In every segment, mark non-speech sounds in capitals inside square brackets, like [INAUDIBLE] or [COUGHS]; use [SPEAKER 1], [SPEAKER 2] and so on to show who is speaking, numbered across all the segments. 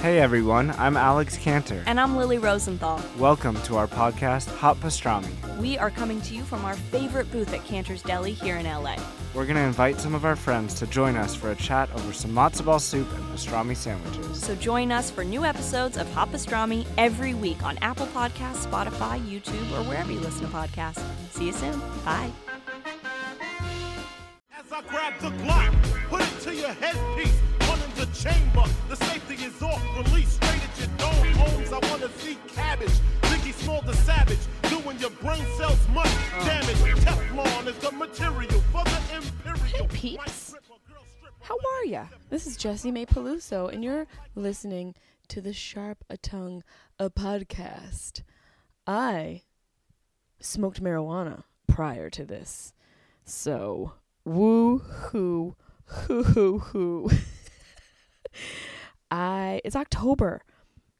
[SPEAKER 1] Hey everyone, I'm Alex Cantor.
[SPEAKER 2] And I'm Lily Rosenthal.
[SPEAKER 1] Welcome to our podcast, Hot Pastrami.
[SPEAKER 2] We are coming to you from our favorite booth at Cantor's Deli here in LA.
[SPEAKER 1] We're going to invite some of our friends to join us for a chat over some matzo ball soup and pastrami sandwiches.
[SPEAKER 2] So join us for new episodes of Hot Pastrami every week on Apple Podcasts, Spotify, YouTube, or wherever you listen to podcasts. See you soon. Bye.
[SPEAKER 3] As I grab the Glock, put it to your headpiece, one in the chamber. The safety is off, release straight at your dome. Homes, I wanna see cabbage. Biggie Small the Savage, doing your brain cells much damage. Teflon is the material for the imperial.
[SPEAKER 4] Hey, peeps.
[SPEAKER 3] White stripper, girl stripper.
[SPEAKER 4] How are ya? This is Jessie Mae Peluso, and you're listening to the Sharp a Tongue a podcast. I smoked marijuana prior to this, so woo hoo hoo hoo hoo. [LAUGHS] I it's October.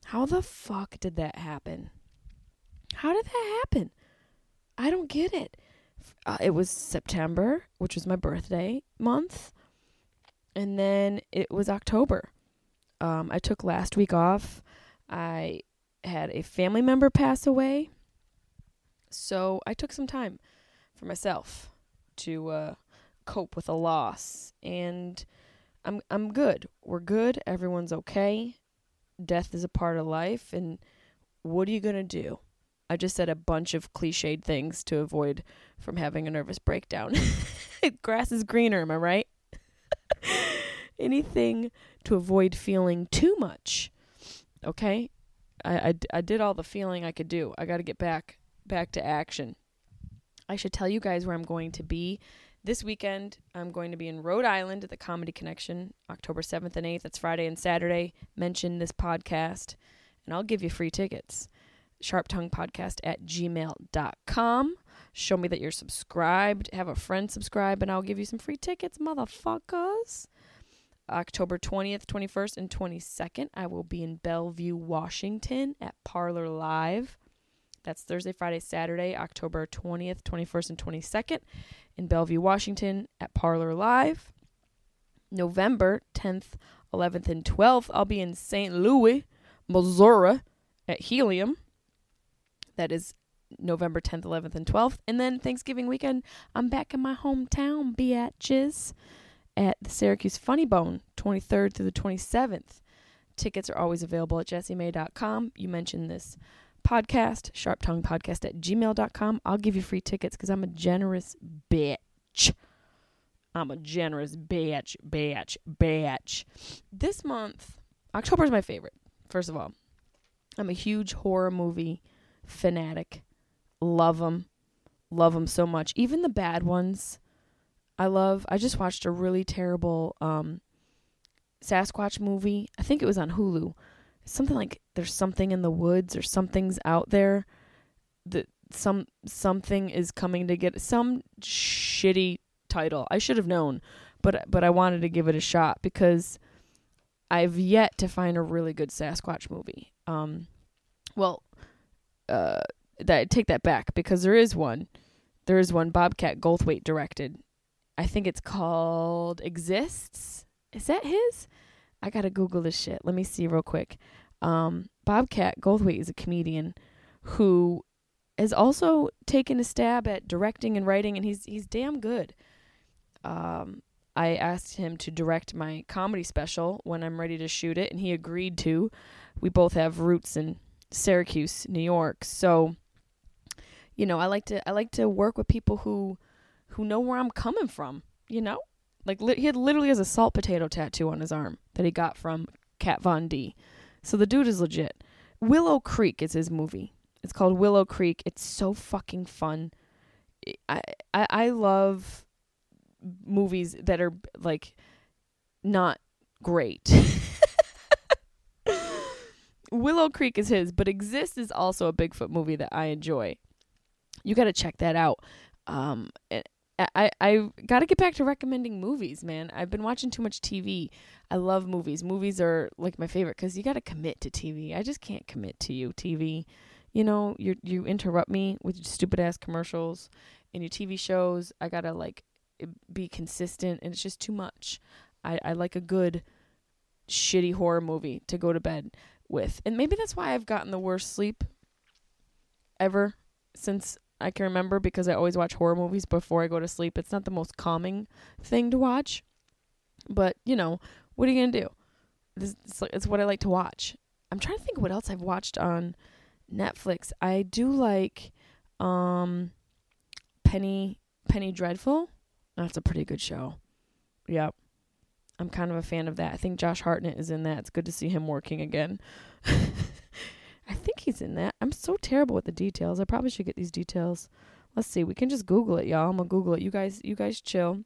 [SPEAKER 4] How the fuck did that happen? How did that happen? I don't get it. F- Uh, it was September, which was my birthday month and then it was October. Um, I took last week off. I had a family member pass away, so I took some time for myself to uh, cope with a loss, and I'm I'm good. We're good. Everyone's okay. Death is a part of life, and what are you gonna do? I just said a bunch of cliched things to avoid from having a nervous breakdown. [LAUGHS] Grass is greener, am I right? anything to avoid feeling too much. Okay? I, I, I did all the feeling I could do. I got to get back back to action. I should tell you guys where I'm going to be. This weekend, I'm going to be in Rhode Island at the Comedy Connection, October 7th and 8th. That's Friday and Saturday. Mention this podcast, and I'll give you free tickets. SharpTonguePodcast at gmail.com. Show me that you're subscribed. Have a friend subscribe, and I'll give you some free tickets, motherfuckers. October 20th, 21st, and 22nd, I will be in Bellevue, Washington at Parlor Live. That's Thursday, Friday, Saturday, October 20th, 21st, and 22nd in Bellevue, Washington at Parlor Live. November 10th, 11th, and 12th, I'll be in St. Louis, Missouri at Helium. That is November 10th, 11th, and 12th. And then Thanksgiving weekend, I'm back in my hometown, Biatches at the Syracuse Funny Bone, 23rd through the 27th. Tickets are always available at jessiemay.com. You mentioned this podcast, sharptonguepodcast at gmail.com. I'll give you free tickets because I'm a generous bitch. I'm a generous bitch, bitch, bitch. This month, October is my favorite, first of all. I'm a huge horror movie fanatic. Love 'em, love 'em so much. Even the bad ones. I love. I just watched a really terrible um, Sasquatch movie. I think it was on Hulu. Something like there's something in the woods or something's out there that some something is coming to get some shitty title. I should have known, but but I wanted to give it a shot because I've yet to find a really good Sasquatch movie. Um, well, uh, that take that back because there is one. There is one Bobcat Goldthwait directed I think it's called Exists. Is that his? I gotta Google this shit. Let me see real quick. Um, Bobcat Goldthwait is a comedian who has also taken a stab at directing and writing, and he's he's damn good. Um, I asked him to direct my comedy special when I'm ready to shoot it, and he agreed to. We both have roots in Syracuse, New York, so you know I like to I like to work with people who who know where I'm coming from, you know? Like li- he had literally has a salt potato tattoo on his arm that he got from Kat Von D. So the dude is legit. Willow Creek is his movie. It's called Willow Creek. It's so fucking fun. I I, I love movies that are like not great. [LAUGHS] Willow Creek is his, but Exist is also a Bigfoot movie that I enjoy. You got to check that out. Um, I I, I got to get back to recommending movies, man. I've been watching too much TV. I love movies. Movies are like my favorite because you got to commit to TV. I just can't commit to you, TV. You know, you you interrupt me with your stupid ass commercials and your TV shows. I gotta like be consistent, and it's just too much. I I like a good shitty horror movie to go to bed with. And maybe that's why I've gotten the worst sleep ever since I can remember because I always watch horror movies before I go to sleep. It's not the most calming thing to watch, but you know, what are you going to do? This it's, like- it's what I like to watch. I'm trying to think what else I've watched on Netflix. I do like um Penny Penny Dreadful. That's a pretty good show. Yep. I'm kind of a fan of that. I think Josh Hartnett is in that. It's good to see him working again. [LAUGHS] I think he's in that. I'm so terrible with the details. I probably should get these details. Let's see. We can just Google it, y'all. I'm gonna Google it. You guys, you guys chill,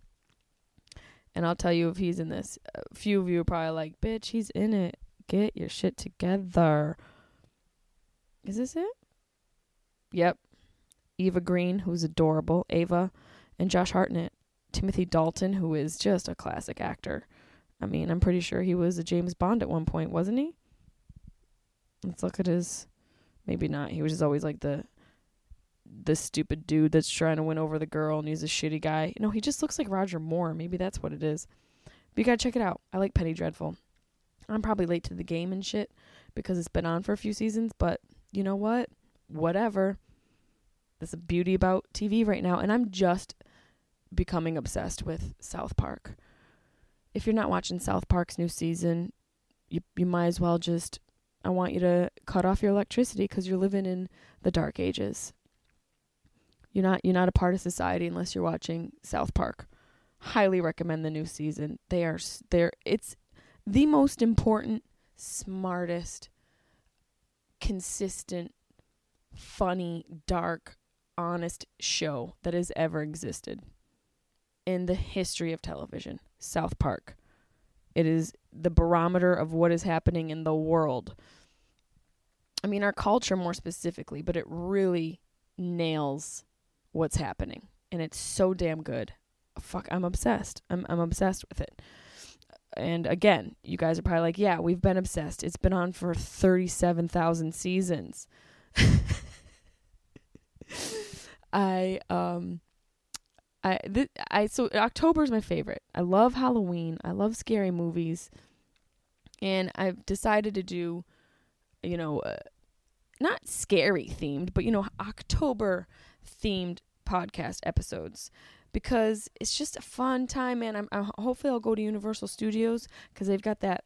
[SPEAKER 4] and I'll tell you if he's in this. A few of you are probably like, "Bitch, he's in it. Get your shit together." Is this it? Yep. Eva Green, who's adorable, Ava, and Josh Hartnett, Timothy Dalton, who is just a classic actor. I mean, I'm pretty sure he was a James Bond at one point, wasn't he? Let's look at his. Maybe not. He was just always like the the stupid dude that's trying to win over the girl, and he's a shitty guy. No, he just looks like Roger Moore. Maybe that's what it is. But you gotta check it out. I like Penny Dreadful. I'm probably late to the game and shit because it's been on for a few seasons, but you know what? Whatever. That's the beauty about TV right now, and I'm just becoming obsessed with South Park. If you're not watching South Park's new season, you you might as well just I want you to cut off your electricity cuz you're living in the dark ages. You're not you're not a part of society unless you're watching South Park. Highly recommend the new season. They are s- they're it's the most important, smartest, consistent, funny, dark, honest show that has ever existed in the history of television South Park. It is the barometer of what is happening in the world. I mean, our culture more specifically, but it really nails what's happening. And it's so damn good. Fuck, I'm obsessed. I'm, I'm obsessed with it. And again, you guys are probably like, yeah, we've been obsessed. It's been on for 37,000 seasons. [LAUGHS] I, um, I th- I so October is my favorite. I love Halloween. I love scary movies, and I've decided to do, you know, uh, not scary themed, but you know, October themed podcast episodes because it's just a fun time, man. I'm, I'm hopefully I'll go to Universal Studios because they've got that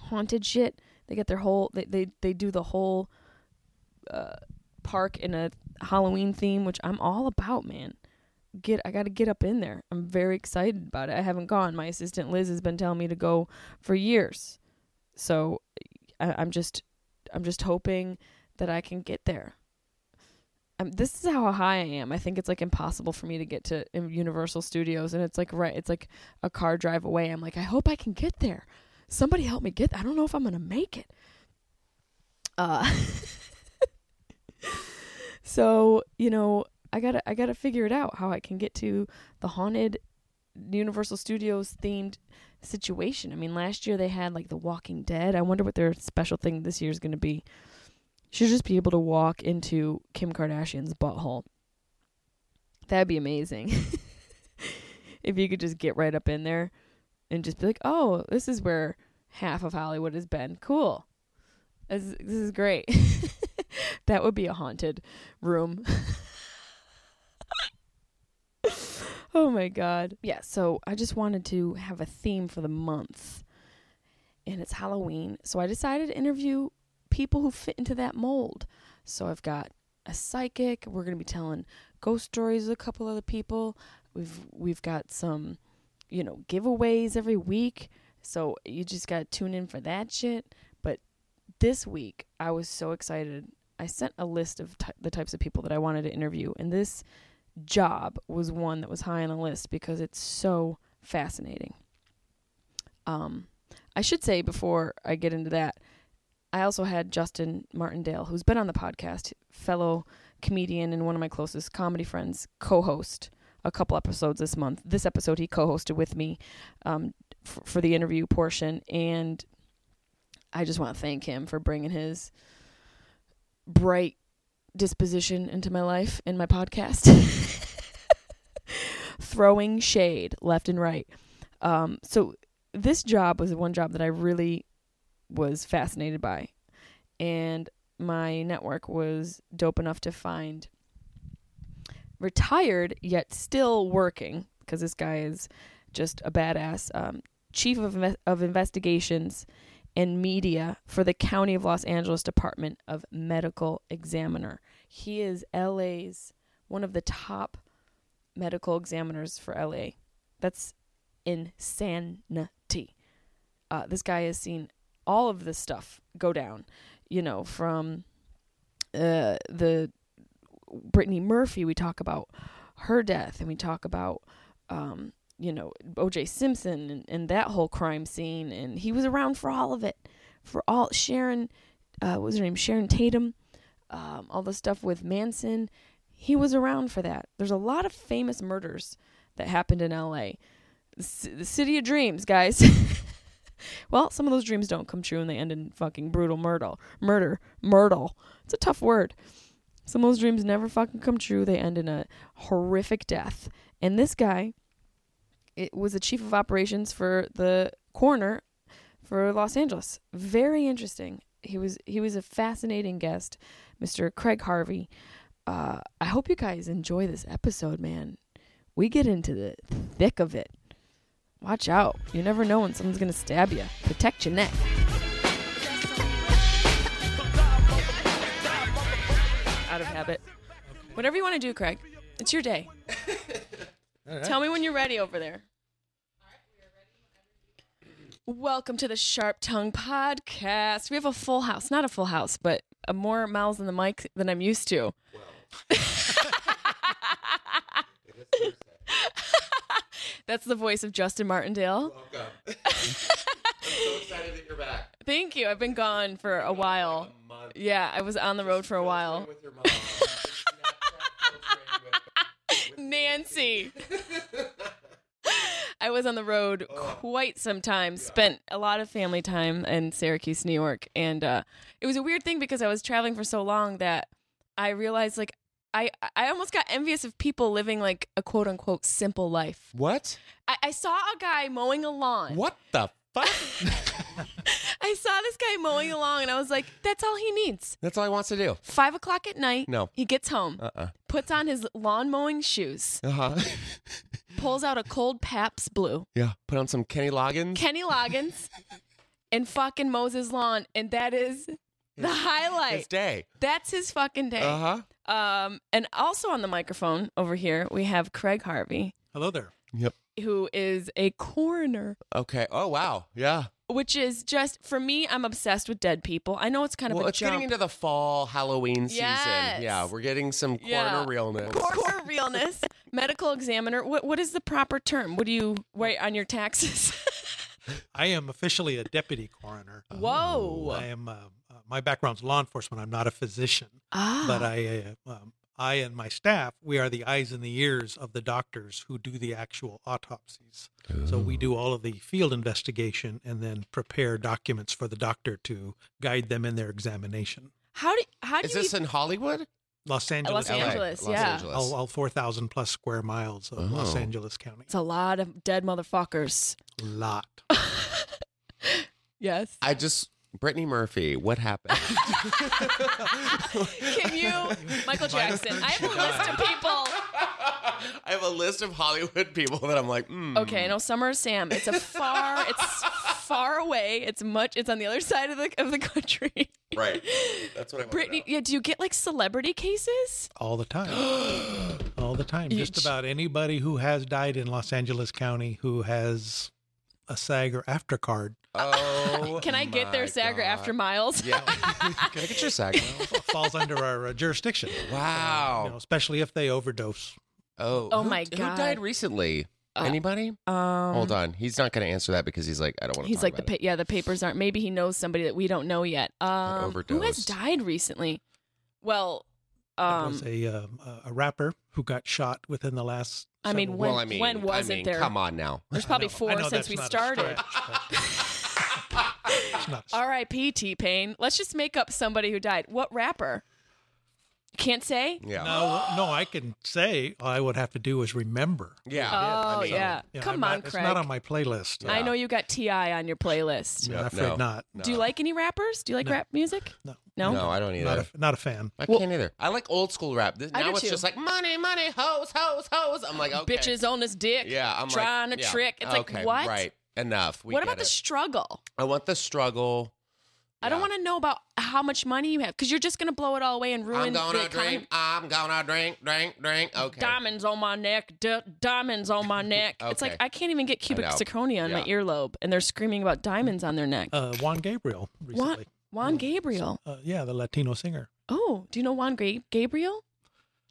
[SPEAKER 4] haunted shit. They get their whole they they they do the whole uh, park in a Halloween theme, which I'm all about, man get I got to get up in there. I'm very excited about it. I haven't gone. My assistant Liz has been telling me to go for years. So I, I'm just I'm just hoping that I can get there. Um, this is how high I am. I think it's like impossible for me to get to um, Universal Studios, and it's like right, it's like a car drive away. I'm like, I hope I can get there. Somebody help me get. I don't know if I'm gonna make it. Uh, [LAUGHS] so you know, I gotta I gotta figure it out how I can get to the haunted Universal Studios themed situation. I mean, last year they had like The Walking Dead. I wonder what their special thing this year is gonna be. She'll just be able to walk into Kim Kardashian's butthole. That'd be amazing. [LAUGHS] if you could just get right up in there and just be like, "Oh, this is where half of Hollywood has been. Cool. This is, this is great." [LAUGHS] that would be a haunted room. [LAUGHS] Oh my god. Yeah, so I just wanted to have a theme for the month. And it's Halloween. So I decided to interview people who fit into that mold. So I've got a psychic, we're going to be telling ghost stories with a couple other people. We've we've got some, you know, giveaways every week. So you just got to tune in for that shit. But this week I was so excited. I sent a list of ty- the types of people that I wanted to interview, and this job was one that was high on the list because it's so fascinating. Um, I should say before I get into that, I also had Justin Martindale, who's been on the podcast, fellow comedian and one of my closest comedy friends, co-host a couple episodes this month. This episode he co-hosted with me um, f- for the interview portion, and I just want to thank him for bringing his bright disposition into my life in my podcast. [LAUGHS] Throwing shade left and right. Um, so this job was the one job that I really was fascinated by. And my network was dope enough to find retired yet still working because this guy is just a badass um, chief of, inve- of investigations and media for the county of los angeles department of medical examiner he is la's one of the top medical examiners for la that's insanity uh, this guy has seen all of this stuff go down you know from uh, the Brittany Murphy, we talk about her death and we talk about, um, you know, OJ Simpson and, and that whole crime scene. And he was around for all of it. For all Sharon, uh, what was her name? Sharon Tatum, um, all the stuff with Manson. He was around for that. There's a lot of famous murders that happened in LA. The ci- the city of dreams, guys. [LAUGHS] well, some of those dreams don't come true and they end in fucking brutal murder. Murder. Myrtle. It's a tough word. Some of those dreams never fucking come true. They end in a horrific death. And this guy, it was the chief of operations for the corner for Los Angeles. Very interesting. He was he was a fascinating guest, Mr. Craig Harvey. Uh, I hope you guys enjoy this episode, man. We get into the thick of it. Watch out. You never know when someone's gonna stab you. Protect your neck. out of habit. Whatever you want to do, Craig. It's your day. Tell me when you're ready over there. Welcome to the Sharp Tongue Podcast. We have a full house, not a full house, but uh, more mouths in the mic than I'm used to. That's the voice of Justin Martindale.
[SPEAKER 5] Welcome.
[SPEAKER 4] [LAUGHS]
[SPEAKER 5] [LAUGHS] I'm so excited that you're back.
[SPEAKER 4] Thank you. I've been gone for a while.
[SPEAKER 5] A month.
[SPEAKER 4] Yeah, I was on the road for a while.
[SPEAKER 5] With your mom. Just not filtering with-
[SPEAKER 4] [LAUGHS] Nancy. [LAUGHS] I was on the road
[SPEAKER 5] Oh.
[SPEAKER 4] quite some time, spent a lot of family time in Syracuse, New York. And uh, it was a weird thing because I was traveling for so long that I realized, like, I, I almost got envious of people living, like, a quote unquote simple life.
[SPEAKER 6] What?
[SPEAKER 4] I, I saw a guy mowing a lawn.
[SPEAKER 6] What the fuck? [LAUGHS]
[SPEAKER 4] I saw this guy mowing along, and I was like, that's all he needs.
[SPEAKER 6] That's all he wants to do.
[SPEAKER 4] Five o'clock at night,
[SPEAKER 6] No.
[SPEAKER 4] he gets home,
[SPEAKER 6] Uh-uh.
[SPEAKER 4] puts on his lawn mowing shoes,
[SPEAKER 6] Uh-huh. [LAUGHS]
[SPEAKER 4] pulls out a cold Paps Blue.
[SPEAKER 6] yeah. Put on some Kenny Loggins.
[SPEAKER 4] Kenny Loggins and fucking Moses Lawn, and that is the
[SPEAKER 6] His
[SPEAKER 4] highlight.
[SPEAKER 6] day.
[SPEAKER 4] That's his fucking day.
[SPEAKER 6] Uh-huh.
[SPEAKER 4] Um, and also on the microphone over here, we have Craig Harvey,
[SPEAKER 7] Hello there.
[SPEAKER 6] Yep.
[SPEAKER 4] who is a coroner,
[SPEAKER 6] Okay. Oh wow. Yeah.
[SPEAKER 4] which is just for me. I'm obsessed with dead people. I know it's kind
[SPEAKER 6] well,
[SPEAKER 4] of a
[SPEAKER 6] it's getting
[SPEAKER 4] jump.
[SPEAKER 6] into the fall Halloween season.
[SPEAKER 4] Yes.
[SPEAKER 6] Yeah. We're getting some corner
[SPEAKER 4] Yeah.
[SPEAKER 6] realness.
[SPEAKER 4] Core, core realness, medical examiner. What what is the proper term? What do you write on your taxes? [LAUGHS]
[SPEAKER 7] I am officially a deputy coroner.
[SPEAKER 4] Whoa!
[SPEAKER 6] Oh,
[SPEAKER 7] I am. Uh, uh, my background's law enforcement. I'm not a physician,
[SPEAKER 4] ah,
[SPEAKER 7] but I, uh, um, I and my staff, we are the eyes and the ears of the doctors who do the actual autopsies. So we do all of the field investigation and then prepare documents for the doctor to guide them in their examination.
[SPEAKER 4] how do how do
[SPEAKER 6] Is
[SPEAKER 4] you?
[SPEAKER 6] this
[SPEAKER 4] even-
[SPEAKER 6] in Hollywood?
[SPEAKER 7] Los Angeles,
[SPEAKER 4] Los
[SPEAKER 6] LA.
[SPEAKER 7] County.
[SPEAKER 4] Angeles,
[SPEAKER 6] Los
[SPEAKER 4] yeah.
[SPEAKER 6] Angeles.
[SPEAKER 7] all, all four thousand plus square miles of Los
[SPEAKER 6] Oh.
[SPEAKER 7] Angeles County.
[SPEAKER 4] it's a lot of dead motherfuckers.
[SPEAKER 7] Lot.
[SPEAKER 4] Yes.
[SPEAKER 6] I just Brittany Murphy. What happened? [LAUGHS]
[SPEAKER 4] Can you, Michael Jackson? I have a list of
[SPEAKER 6] [LAUGHS]
[SPEAKER 4] people.
[SPEAKER 6] I have a list of Hollywood people that I'm like, mm.
[SPEAKER 4] Okay, no, Summer of Sam. It's a far, it's far away. It's much. It's on the other side of the of the
[SPEAKER 6] [LAUGHS]
[SPEAKER 4] country.
[SPEAKER 6] Right. That's what I want.
[SPEAKER 4] Brittany, yeah. Do you get like celebrity cases?
[SPEAKER 7] all
[SPEAKER 4] [GASPS]
[SPEAKER 6] [GASPS]
[SPEAKER 7] the time.
[SPEAKER 4] Uh,
[SPEAKER 7] all the time. Just
[SPEAKER 4] Each-
[SPEAKER 7] about anybody who has died in Los Angeles County who has a SAG or
[SPEAKER 4] [LAUGHS]
[SPEAKER 7] after card,
[SPEAKER 6] Oh.
[SPEAKER 4] Can I get their
[SPEAKER 6] my
[SPEAKER 4] SAG or
[SPEAKER 6] God.
[SPEAKER 4] after miles?
[SPEAKER 6] Yeah. Can I get
[SPEAKER 4] [LAUGHS]
[SPEAKER 6] your SAG?
[SPEAKER 7] falls under our uh, jurisdiction.
[SPEAKER 6] Wow.
[SPEAKER 7] You know, especially if they overdose.
[SPEAKER 6] Oh,
[SPEAKER 4] Oh
[SPEAKER 6] who-
[SPEAKER 4] my God. Uh,
[SPEAKER 6] Who died recently? Anybody?
[SPEAKER 4] Um,
[SPEAKER 6] Hold on. He's not going to answer that because he's like, I don't want to.
[SPEAKER 4] He's like the
[SPEAKER 6] about
[SPEAKER 4] pa- yeah the papers aren't. Maybe he knows somebody that we don't know yet. Um, who has
[SPEAKER 6] overdosed.
[SPEAKER 4] died recently? Well,
[SPEAKER 7] There
[SPEAKER 4] um,
[SPEAKER 7] was a, um, a- a rapper who got shot within the last.
[SPEAKER 4] I mean,
[SPEAKER 7] several
[SPEAKER 6] It. Well,
[SPEAKER 4] when-
[SPEAKER 6] I mean,
[SPEAKER 4] when
[SPEAKER 6] I
[SPEAKER 4] wasn't
[SPEAKER 6] mean,
[SPEAKER 4] there-
[SPEAKER 6] Come on now.
[SPEAKER 4] there's
[SPEAKER 7] [LAUGHS] I
[SPEAKER 4] probably
[SPEAKER 7] know- I
[SPEAKER 4] four
[SPEAKER 7] know
[SPEAKER 4] since
[SPEAKER 7] that's
[SPEAKER 4] we
[SPEAKER 7] not a
[SPEAKER 4] started.
[SPEAKER 7] stretch, but it's not a stretch.
[SPEAKER 4] [LAUGHS] R.I.P. T Pain. Let's just make up somebody who died. What rapper? Can't say.
[SPEAKER 6] Yeah.
[SPEAKER 7] No, no, I can say all I would have to do is remember.
[SPEAKER 6] Yeah.
[SPEAKER 4] Oh
[SPEAKER 6] I mean,
[SPEAKER 4] yeah.
[SPEAKER 7] Yeah,
[SPEAKER 4] Come
[SPEAKER 7] I'm
[SPEAKER 4] on,
[SPEAKER 7] not-
[SPEAKER 4] Craig.
[SPEAKER 7] It's not on my playlist.
[SPEAKER 4] I know you got Ti on your playlist.
[SPEAKER 7] I'm
[SPEAKER 6] Yeah,
[SPEAKER 7] afraid
[SPEAKER 6] no.
[SPEAKER 7] not.
[SPEAKER 4] Do you like any rappers? Do you like rap music?
[SPEAKER 7] No.
[SPEAKER 4] No.
[SPEAKER 6] No, I don't either.
[SPEAKER 7] Not a, not a fan.
[SPEAKER 6] I can't either. I like old school rap. This,
[SPEAKER 4] I
[SPEAKER 6] now
[SPEAKER 4] do
[SPEAKER 6] it's
[SPEAKER 4] too.
[SPEAKER 6] just like money, money, hoes, hoes, hoes. I'm like, okay.
[SPEAKER 4] Bitches on this dick.
[SPEAKER 6] Yeah, I'm
[SPEAKER 4] trying
[SPEAKER 6] like,
[SPEAKER 4] to
[SPEAKER 6] yeah,
[SPEAKER 4] trick. It's like
[SPEAKER 6] okay,
[SPEAKER 4] what?
[SPEAKER 6] Right. Enough. We
[SPEAKER 4] what
[SPEAKER 6] get
[SPEAKER 4] about the
[SPEAKER 6] it.
[SPEAKER 4] struggle?
[SPEAKER 6] I want the struggle.
[SPEAKER 4] I don't
[SPEAKER 6] Yeah.
[SPEAKER 4] want to know about how much money you have because you're just gonna blow it all away and ruin
[SPEAKER 6] I'm
[SPEAKER 4] the
[SPEAKER 6] gonna
[SPEAKER 4] economy.
[SPEAKER 6] drink. I'm gonna drink, drink, drink. Okay.
[SPEAKER 4] Diamonds on my neck, d- diamonds on my
[SPEAKER 6] [LAUGHS]
[SPEAKER 4] neck. It's like
[SPEAKER 6] Okay.
[SPEAKER 4] I can't even get cubic
[SPEAKER 6] know.
[SPEAKER 4] zirconia on my
[SPEAKER 6] Yeah.
[SPEAKER 4] earlobe, and they're screaming about diamonds on their neck.
[SPEAKER 7] Uh, Juan Gabriel
[SPEAKER 4] Juan,
[SPEAKER 7] recently.
[SPEAKER 4] Juan Gabriel.
[SPEAKER 7] Uh, yeah, the Latino singer.
[SPEAKER 4] Oh, do you know Juan Ga- Gabriel?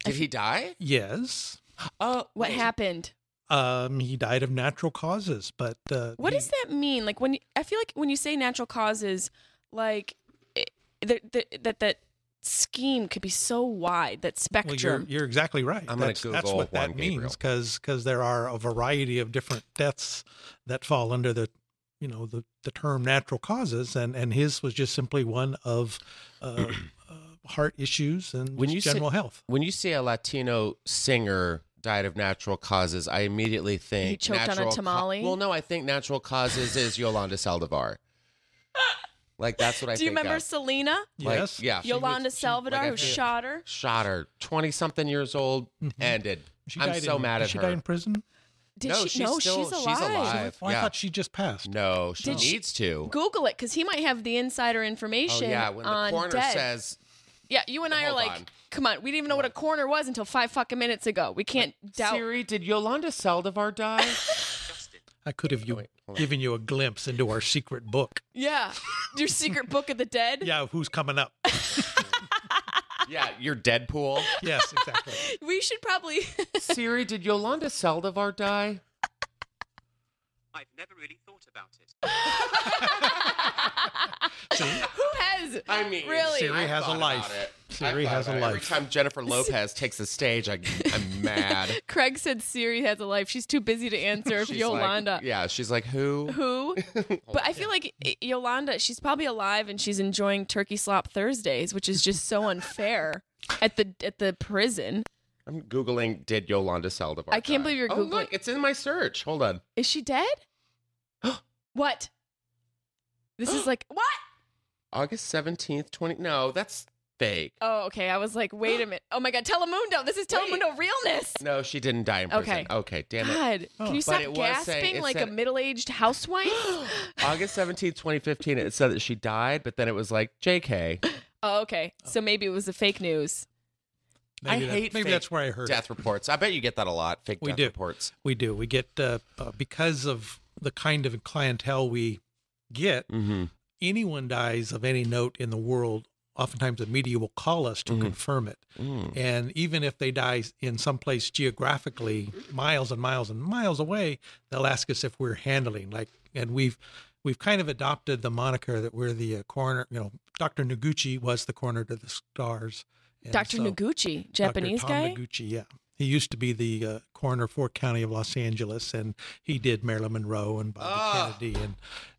[SPEAKER 6] Did he die?
[SPEAKER 7] Yes.
[SPEAKER 6] Oh,
[SPEAKER 4] What happened?
[SPEAKER 7] Um, he died of natural causes, but uh,
[SPEAKER 4] What
[SPEAKER 7] he-
[SPEAKER 4] does that mean? Like when you, I feel like when you say natural causes, like it, the, the, that that scheme could be so wide that
[SPEAKER 7] Well, you're,
[SPEAKER 4] spectrum.
[SPEAKER 7] you're exactly right.
[SPEAKER 6] I'm gonna
[SPEAKER 7] that's, that's
[SPEAKER 6] Google
[SPEAKER 7] what that
[SPEAKER 6] Juan Gabriel.
[SPEAKER 7] means because there are a variety of different deaths that fall under the you know the, the term natural causes and and his was just simply one of uh, uh, heart issues and
[SPEAKER 6] When
[SPEAKER 7] just
[SPEAKER 6] you say-
[SPEAKER 7] general health.
[SPEAKER 6] When you see a Latino singer died of natural causes, I immediately think
[SPEAKER 4] He choked on a
[SPEAKER 6] natural ca-
[SPEAKER 4] tamale?
[SPEAKER 6] well, no, I think natural causes is
[SPEAKER 4] [LAUGHS]
[SPEAKER 6] Yolanda Saldivar. like that's what I
[SPEAKER 4] do you
[SPEAKER 6] think
[SPEAKER 4] remember
[SPEAKER 6] of.
[SPEAKER 4] Selena?
[SPEAKER 6] Like,
[SPEAKER 7] yes.
[SPEAKER 6] Yeah. she was-
[SPEAKER 4] Yolanda Salvador,
[SPEAKER 6] like, I
[SPEAKER 4] who
[SPEAKER 6] feel-
[SPEAKER 4] shot her.
[SPEAKER 6] shot her, twenty something years old, ended.
[SPEAKER 7] Mm-hmm. She
[SPEAKER 6] I'm
[SPEAKER 7] died
[SPEAKER 6] so
[SPEAKER 7] in-
[SPEAKER 6] mad
[SPEAKER 7] did
[SPEAKER 6] at
[SPEAKER 7] she
[SPEAKER 6] her.
[SPEAKER 7] die in prison?
[SPEAKER 4] Did
[SPEAKER 6] no,
[SPEAKER 4] she?
[SPEAKER 6] she's
[SPEAKER 4] no,
[SPEAKER 6] still
[SPEAKER 4] she's alive.
[SPEAKER 7] Oh, I
[SPEAKER 6] Yeah.
[SPEAKER 7] thought she just passed.
[SPEAKER 6] no, she
[SPEAKER 4] Did she-
[SPEAKER 6] needs to.
[SPEAKER 4] Google it because he might have the insider
[SPEAKER 6] oh
[SPEAKER 4] information.
[SPEAKER 6] yeah, when the
[SPEAKER 4] on
[SPEAKER 6] coroner
[SPEAKER 4] dead.
[SPEAKER 6] says
[SPEAKER 4] "Yeah, you and I are
[SPEAKER 6] Hold
[SPEAKER 4] like,
[SPEAKER 6] on.
[SPEAKER 4] come on, we didn't even know what a corner was until five fucking minutes ago. We can't doubt."
[SPEAKER 6] Siri, did Yolanda Saldivar die?
[SPEAKER 7] I could have you
[SPEAKER 6] Oh, wait, hold on.
[SPEAKER 7] given you a glimpse into our secret book.
[SPEAKER 4] [LAUGHS] Yeah, your secret book of the
[SPEAKER 6] [LAUGHS]
[SPEAKER 4] dead.
[SPEAKER 7] Yeah, who's coming up?
[SPEAKER 6] yeah,
[SPEAKER 4] [LAUGHS]
[SPEAKER 6] you're Deadpool. [LAUGHS]
[SPEAKER 7] Yes, exactly.
[SPEAKER 4] We should probably. [LAUGHS]
[SPEAKER 6] Siri, did Yolanda Saldivar die?
[SPEAKER 8] I've never really thought about it.
[SPEAKER 4] Who has?
[SPEAKER 6] I mean,
[SPEAKER 4] Really?
[SPEAKER 7] Siri
[SPEAKER 6] I
[SPEAKER 7] has a
[SPEAKER 6] thought
[SPEAKER 7] life.
[SPEAKER 6] about it.
[SPEAKER 7] Siri
[SPEAKER 6] I thought
[SPEAKER 7] has a
[SPEAKER 6] about it. Every
[SPEAKER 7] life.
[SPEAKER 6] time Jennifer Lopez takes the stage, I,
[SPEAKER 4] [LAUGHS]
[SPEAKER 6] I'm mad.
[SPEAKER 4] Craig said Siri has a life. She's too busy
[SPEAKER 6] [LAUGHS]
[SPEAKER 4] to answer. If
[SPEAKER 6] She's
[SPEAKER 4] Yolanda,
[SPEAKER 6] Like, yeah, she's like, who? [LAUGHS]
[SPEAKER 4] who? But I feel like I- Yolanda, she's probably alive and she's enjoying turkey slop Thursdays, which is just so unfair at the at the prison.
[SPEAKER 6] I'm Googling, did Yolanda Saldivar
[SPEAKER 4] I can't
[SPEAKER 6] die?
[SPEAKER 4] believe you're
[SPEAKER 6] Oh, look,
[SPEAKER 4] Googling-
[SPEAKER 6] it's in my search. Hold on.
[SPEAKER 4] Is she
[SPEAKER 7] [GASPS]
[SPEAKER 4] dead? what? This
[SPEAKER 7] [GASPS]
[SPEAKER 4] is like what?
[SPEAKER 6] August 17th, 20. No, that's fake.
[SPEAKER 4] Oh, okay. I was like, wait a minute. Oh my god, Telemundo. This is Telemundo realness.
[SPEAKER 6] No, she didn't die in prison.
[SPEAKER 4] Okay.
[SPEAKER 6] Okay, damn it.
[SPEAKER 4] God,
[SPEAKER 7] Oh,
[SPEAKER 4] can you
[SPEAKER 6] But
[SPEAKER 4] stop
[SPEAKER 6] it was saying-
[SPEAKER 4] gasping
[SPEAKER 6] it
[SPEAKER 4] like
[SPEAKER 6] said-
[SPEAKER 4] a middle-aged housewife?
[SPEAKER 7] [GASPS]
[SPEAKER 6] August 17th, 2015, it said that she died, but then it was like, JK.
[SPEAKER 4] oh, okay. So maybe it was the fake news.
[SPEAKER 6] I
[SPEAKER 7] Maybe that-
[SPEAKER 6] hate
[SPEAKER 7] maybe
[SPEAKER 6] fake
[SPEAKER 7] that's where I heard it.
[SPEAKER 6] death reports. I bet you get that a lot. Fake
[SPEAKER 7] We
[SPEAKER 6] death
[SPEAKER 7] do.
[SPEAKER 6] reports.
[SPEAKER 7] We do. We get uh, uh, because of the kind of clientele we get.
[SPEAKER 6] Mm-hmm.
[SPEAKER 7] Anyone dies of any note in the world. Oftentimes, the media will call us to confirm it. And even if they die in some place geographically, miles and miles and miles away, they'll ask us if we're handling. Like, and we've we've kind of adopted the moniker that we're the uh, coroner. You know, Doctor Noguchi was the coroner to the stars. And
[SPEAKER 4] Dr.
[SPEAKER 7] so-
[SPEAKER 4] Noguchi,
[SPEAKER 7] Dr.
[SPEAKER 4] Japanese
[SPEAKER 7] Tom
[SPEAKER 4] guy?
[SPEAKER 7] Noguchi, yeah. He used to be the uh, coroner for County of Los Angeles, and he did Marilyn Monroe and Bobby
[SPEAKER 6] Ah.
[SPEAKER 7] Kennedy and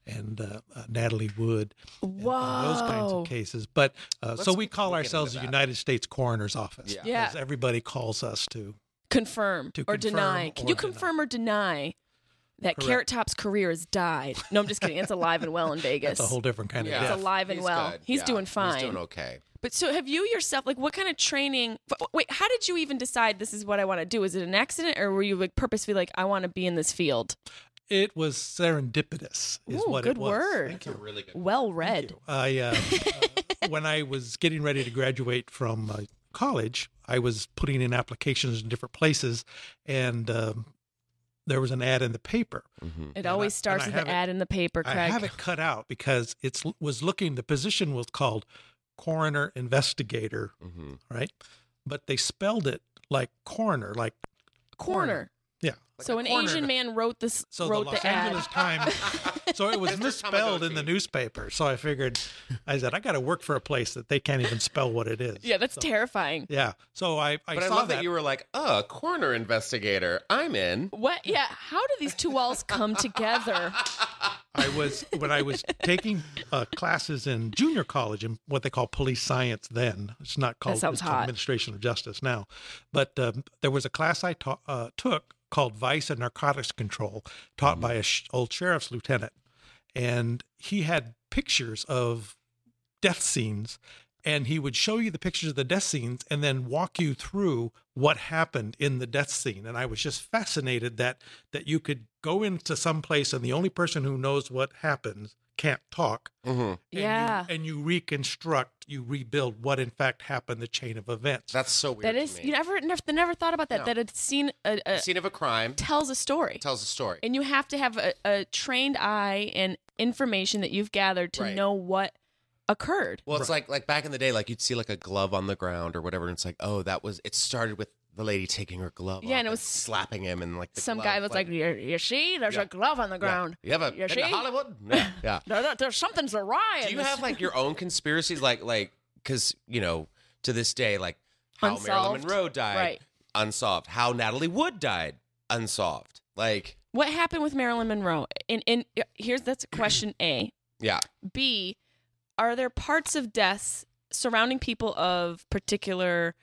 [SPEAKER 7] and uh, uh, Natalie Wood, and, and those kinds
[SPEAKER 4] Whoa.
[SPEAKER 7] of cases. But uh, so
[SPEAKER 6] Let's-
[SPEAKER 7] we call
[SPEAKER 6] we'll get
[SPEAKER 7] ourselves
[SPEAKER 6] into
[SPEAKER 7] the
[SPEAKER 6] that.
[SPEAKER 7] United States Coroner's Office.
[SPEAKER 6] Yeah.
[SPEAKER 4] Yeah.
[SPEAKER 7] because everybody calls us to.
[SPEAKER 4] Confirm
[SPEAKER 7] To
[SPEAKER 4] or
[SPEAKER 7] confirm
[SPEAKER 4] deny. Can
[SPEAKER 7] or
[SPEAKER 4] you
[SPEAKER 7] deny.
[SPEAKER 4] confirm or deny that
[SPEAKER 7] Correct.
[SPEAKER 4] Carrot Top's career has died? No, I'm just kidding. It's alive and well in Vegas.
[SPEAKER 7] [LAUGHS] That's a whole different kind
[SPEAKER 6] Yeah.
[SPEAKER 7] of
[SPEAKER 4] It's
[SPEAKER 7] death.
[SPEAKER 4] alive and
[SPEAKER 6] He's
[SPEAKER 4] well.
[SPEAKER 6] good.
[SPEAKER 4] He's
[SPEAKER 6] Yeah.
[SPEAKER 4] doing fine.
[SPEAKER 6] He's doing okay.
[SPEAKER 4] But so have you yourself like what kind of training f- wait, how did you even decide this is what I want to do? Is it an accident or were you like purposefully like I want to be in this field?
[SPEAKER 7] It was serendipitous, is
[SPEAKER 4] Ooh,
[SPEAKER 7] what
[SPEAKER 4] good
[SPEAKER 7] it was.
[SPEAKER 4] word.
[SPEAKER 7] Thank you.
[SPEAKER 6] Really good.
[SPEAKER 4] Well read.
[SPEAKER 7] I uh,
[SPEAKER 4] [LAUGHS]
[SPEAKER 7] uh, when I was getting ready to graduate from uh, college, I was putting in applications in different places, and um, there was an ad in the paper.
[SPEAKER 4] It
[SPEAKER 7] I-
[SPEAKER 4] always starts
[SPEAKER 7] and
[SPEAKER 4] with
[SPEAKER 7] I
[SPEAKER 4] the
[SPEAKER 7] have it-
[SPEAKER 4] ad in the paper, Craig.
[SPEAKER 7] I have it cut out because it's was looking. The position was called coroner investigator,
[SPEAKER 6] Mhm.
[SPEAKER 7] right? But they spelled it like coroner, like
[SPEAKER 4] Corner.
[SPEAKER 7] yeah,
[SPEAKER 6] Like
[SPEAKER 4] so
[SPEAKER 6] a
[SPEAKER 4] an
[SPEAKER 6] corner.
[SPEAKER 4] Asian man wrote this
[SPEAKER 7] So
[SPEAKER 4] wrote
[SPEAKER 7] the Los
[SPEAKER 4] the ad.
[SPEAKER 7] Angeles Times. So it was
[SPEAKER 6] Mr.
[SPEAKER 7] misspelled in the
[SPEAKER 6] Tamagotchi.
[SPEAKER 7] newspaper. So I figured, I said, I got to work for a place that they can't even spell what it is.
[SPEAKER 4] [LAUGHS] [LAUGHS] Yeah, that's
[SPEAKER 7] so,
[SPEAKER 4] terrifying.
[SPEAKER 7] Yeah. So I, I
[SPEAKER 6] But I,
[SPEAKER 7] saw
[SPEAKER 6] love that. you were like, uh, corner investigator. I'm in.
[SPEAKER 7] [LAUGHS]
[SPEAKER 4] What? Yeah. How do these two walls come together?
[SPEAKER 7] I was when I was taking uh, classes in junior college in what they call police science. Then it's not called,
[SPEAKER 4] sounds
[SPEAKER 7] it's called
[SPEAKER 4] hot.
[SPEAKER 7] administration of justice now, but um, there was a class I ta- uh, took called Vice and Narcotics Control, taught by a sh- old sheriff's lieutenant, and he had pictures of death scenes. And he would show you the pictures of the death scenes and then walk you through what happened in the death scene. And I was just fascinated that that you could go into some place and the only person who knows what happens can't talk.
[SPEAKER 6] hmm
[SPEAKER 7] And
[SPEAKER 4] Yeah.
[SPEAKER 7] You, and you reconstruct, you rebuild what in fact happened, the chain of events.
[SPEAKER 6] That's so weird.
[SPEAKER 4] That
[SPEAKER 6] to
[SPEAKER 4] is
[SPEAKER 6] me.
[SPEAKER 4] you never never never thought about that.
[SPEAKER 6] No.
[SPEAKER 4] That a scene a,
[SPEAKER 6] The
[SPEAKER 4] a,
[SPEAKER 6] scene of a crime
[SPEAKER 4] tells a story,
[SPEAKER 6] tells a story.
[SPEAKER 4] and you have to have a, a trained eye and information that you've gathered to
[SPEAKER 6] Right.
[SPEAKER 4] know what occurred.
[SPEAKER 6] Well, it's like like back in the day, like you'd see like a glove on the ground or whatever, and it's like, oh, that was. It started with the lady taking her glove.
[SPEAKER 4] Yeah, and
[SPEAKER 6] off
[SPEAKER 4] it was-
[SPEAKER 6] slapping him, and like the
[SPEAKER 4] Some
[SPEAKER 6] glove,
[SPEAKER 4] guy was like, you, "You see, there's
[SPEAKER 6] Yeah.
[SPEAKER 4] a glove on the
[SPEAKER 6] yeah.
[SPEAKER 4] ground.
[SPEAKER 6] You have a
[SPEAKER 4] You
[SPEAKER 6] been to
[SPEAKER 4] see?
[SPEAKER 6] Hollywood.
[SPEAKER 4] [LAUGHS]
[SPEAKER 6] Yeah, yeah.
[SPEAKER 4] There- there- there's something's awry."
[SPEAKER 6] Do you have like your own conspiracies, like like because you know to this day, like how
[SPEAKER 4] Unsolved.
[SPEAKER 6] Marilyn Monroe died,
[SPEAKER 4] Right.
[SPEAKER 6] unsolved. How Natalie Wood died, unsolved. Like,
[SPEAKER 4] what happened with Marilyn Monroe? And and uh, here's that's question A.
[SPEAKER 6] yeah,
[SPEAKER 4] B, are there parts of deaths surrounding people of particular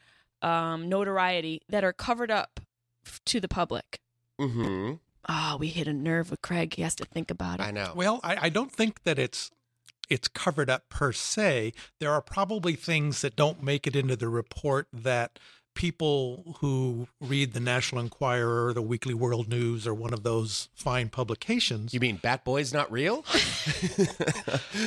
[SPEAKER 4] um, notoriety that are covered up f- to the public?
[SPEAKER 6] mm-hmm.
[SPEAKER 4] Ah, we hit a nerve with Craig. He has to think about
[SPEAKER 6] I
[SPEAKER 4] it.
[SPEAKER 6] know.
[SPEAKER 7] Well, I, I don't think that it's it's covered up per se. There are probably things that don't make it into the report that people who read the National Enquirer, the Weekly World News, or one of those fine publications
[SPEAKER 6] You mean Bat Boy's
[SPEAKER 4] [LAUGHS]
[SPEAKER 6] not real?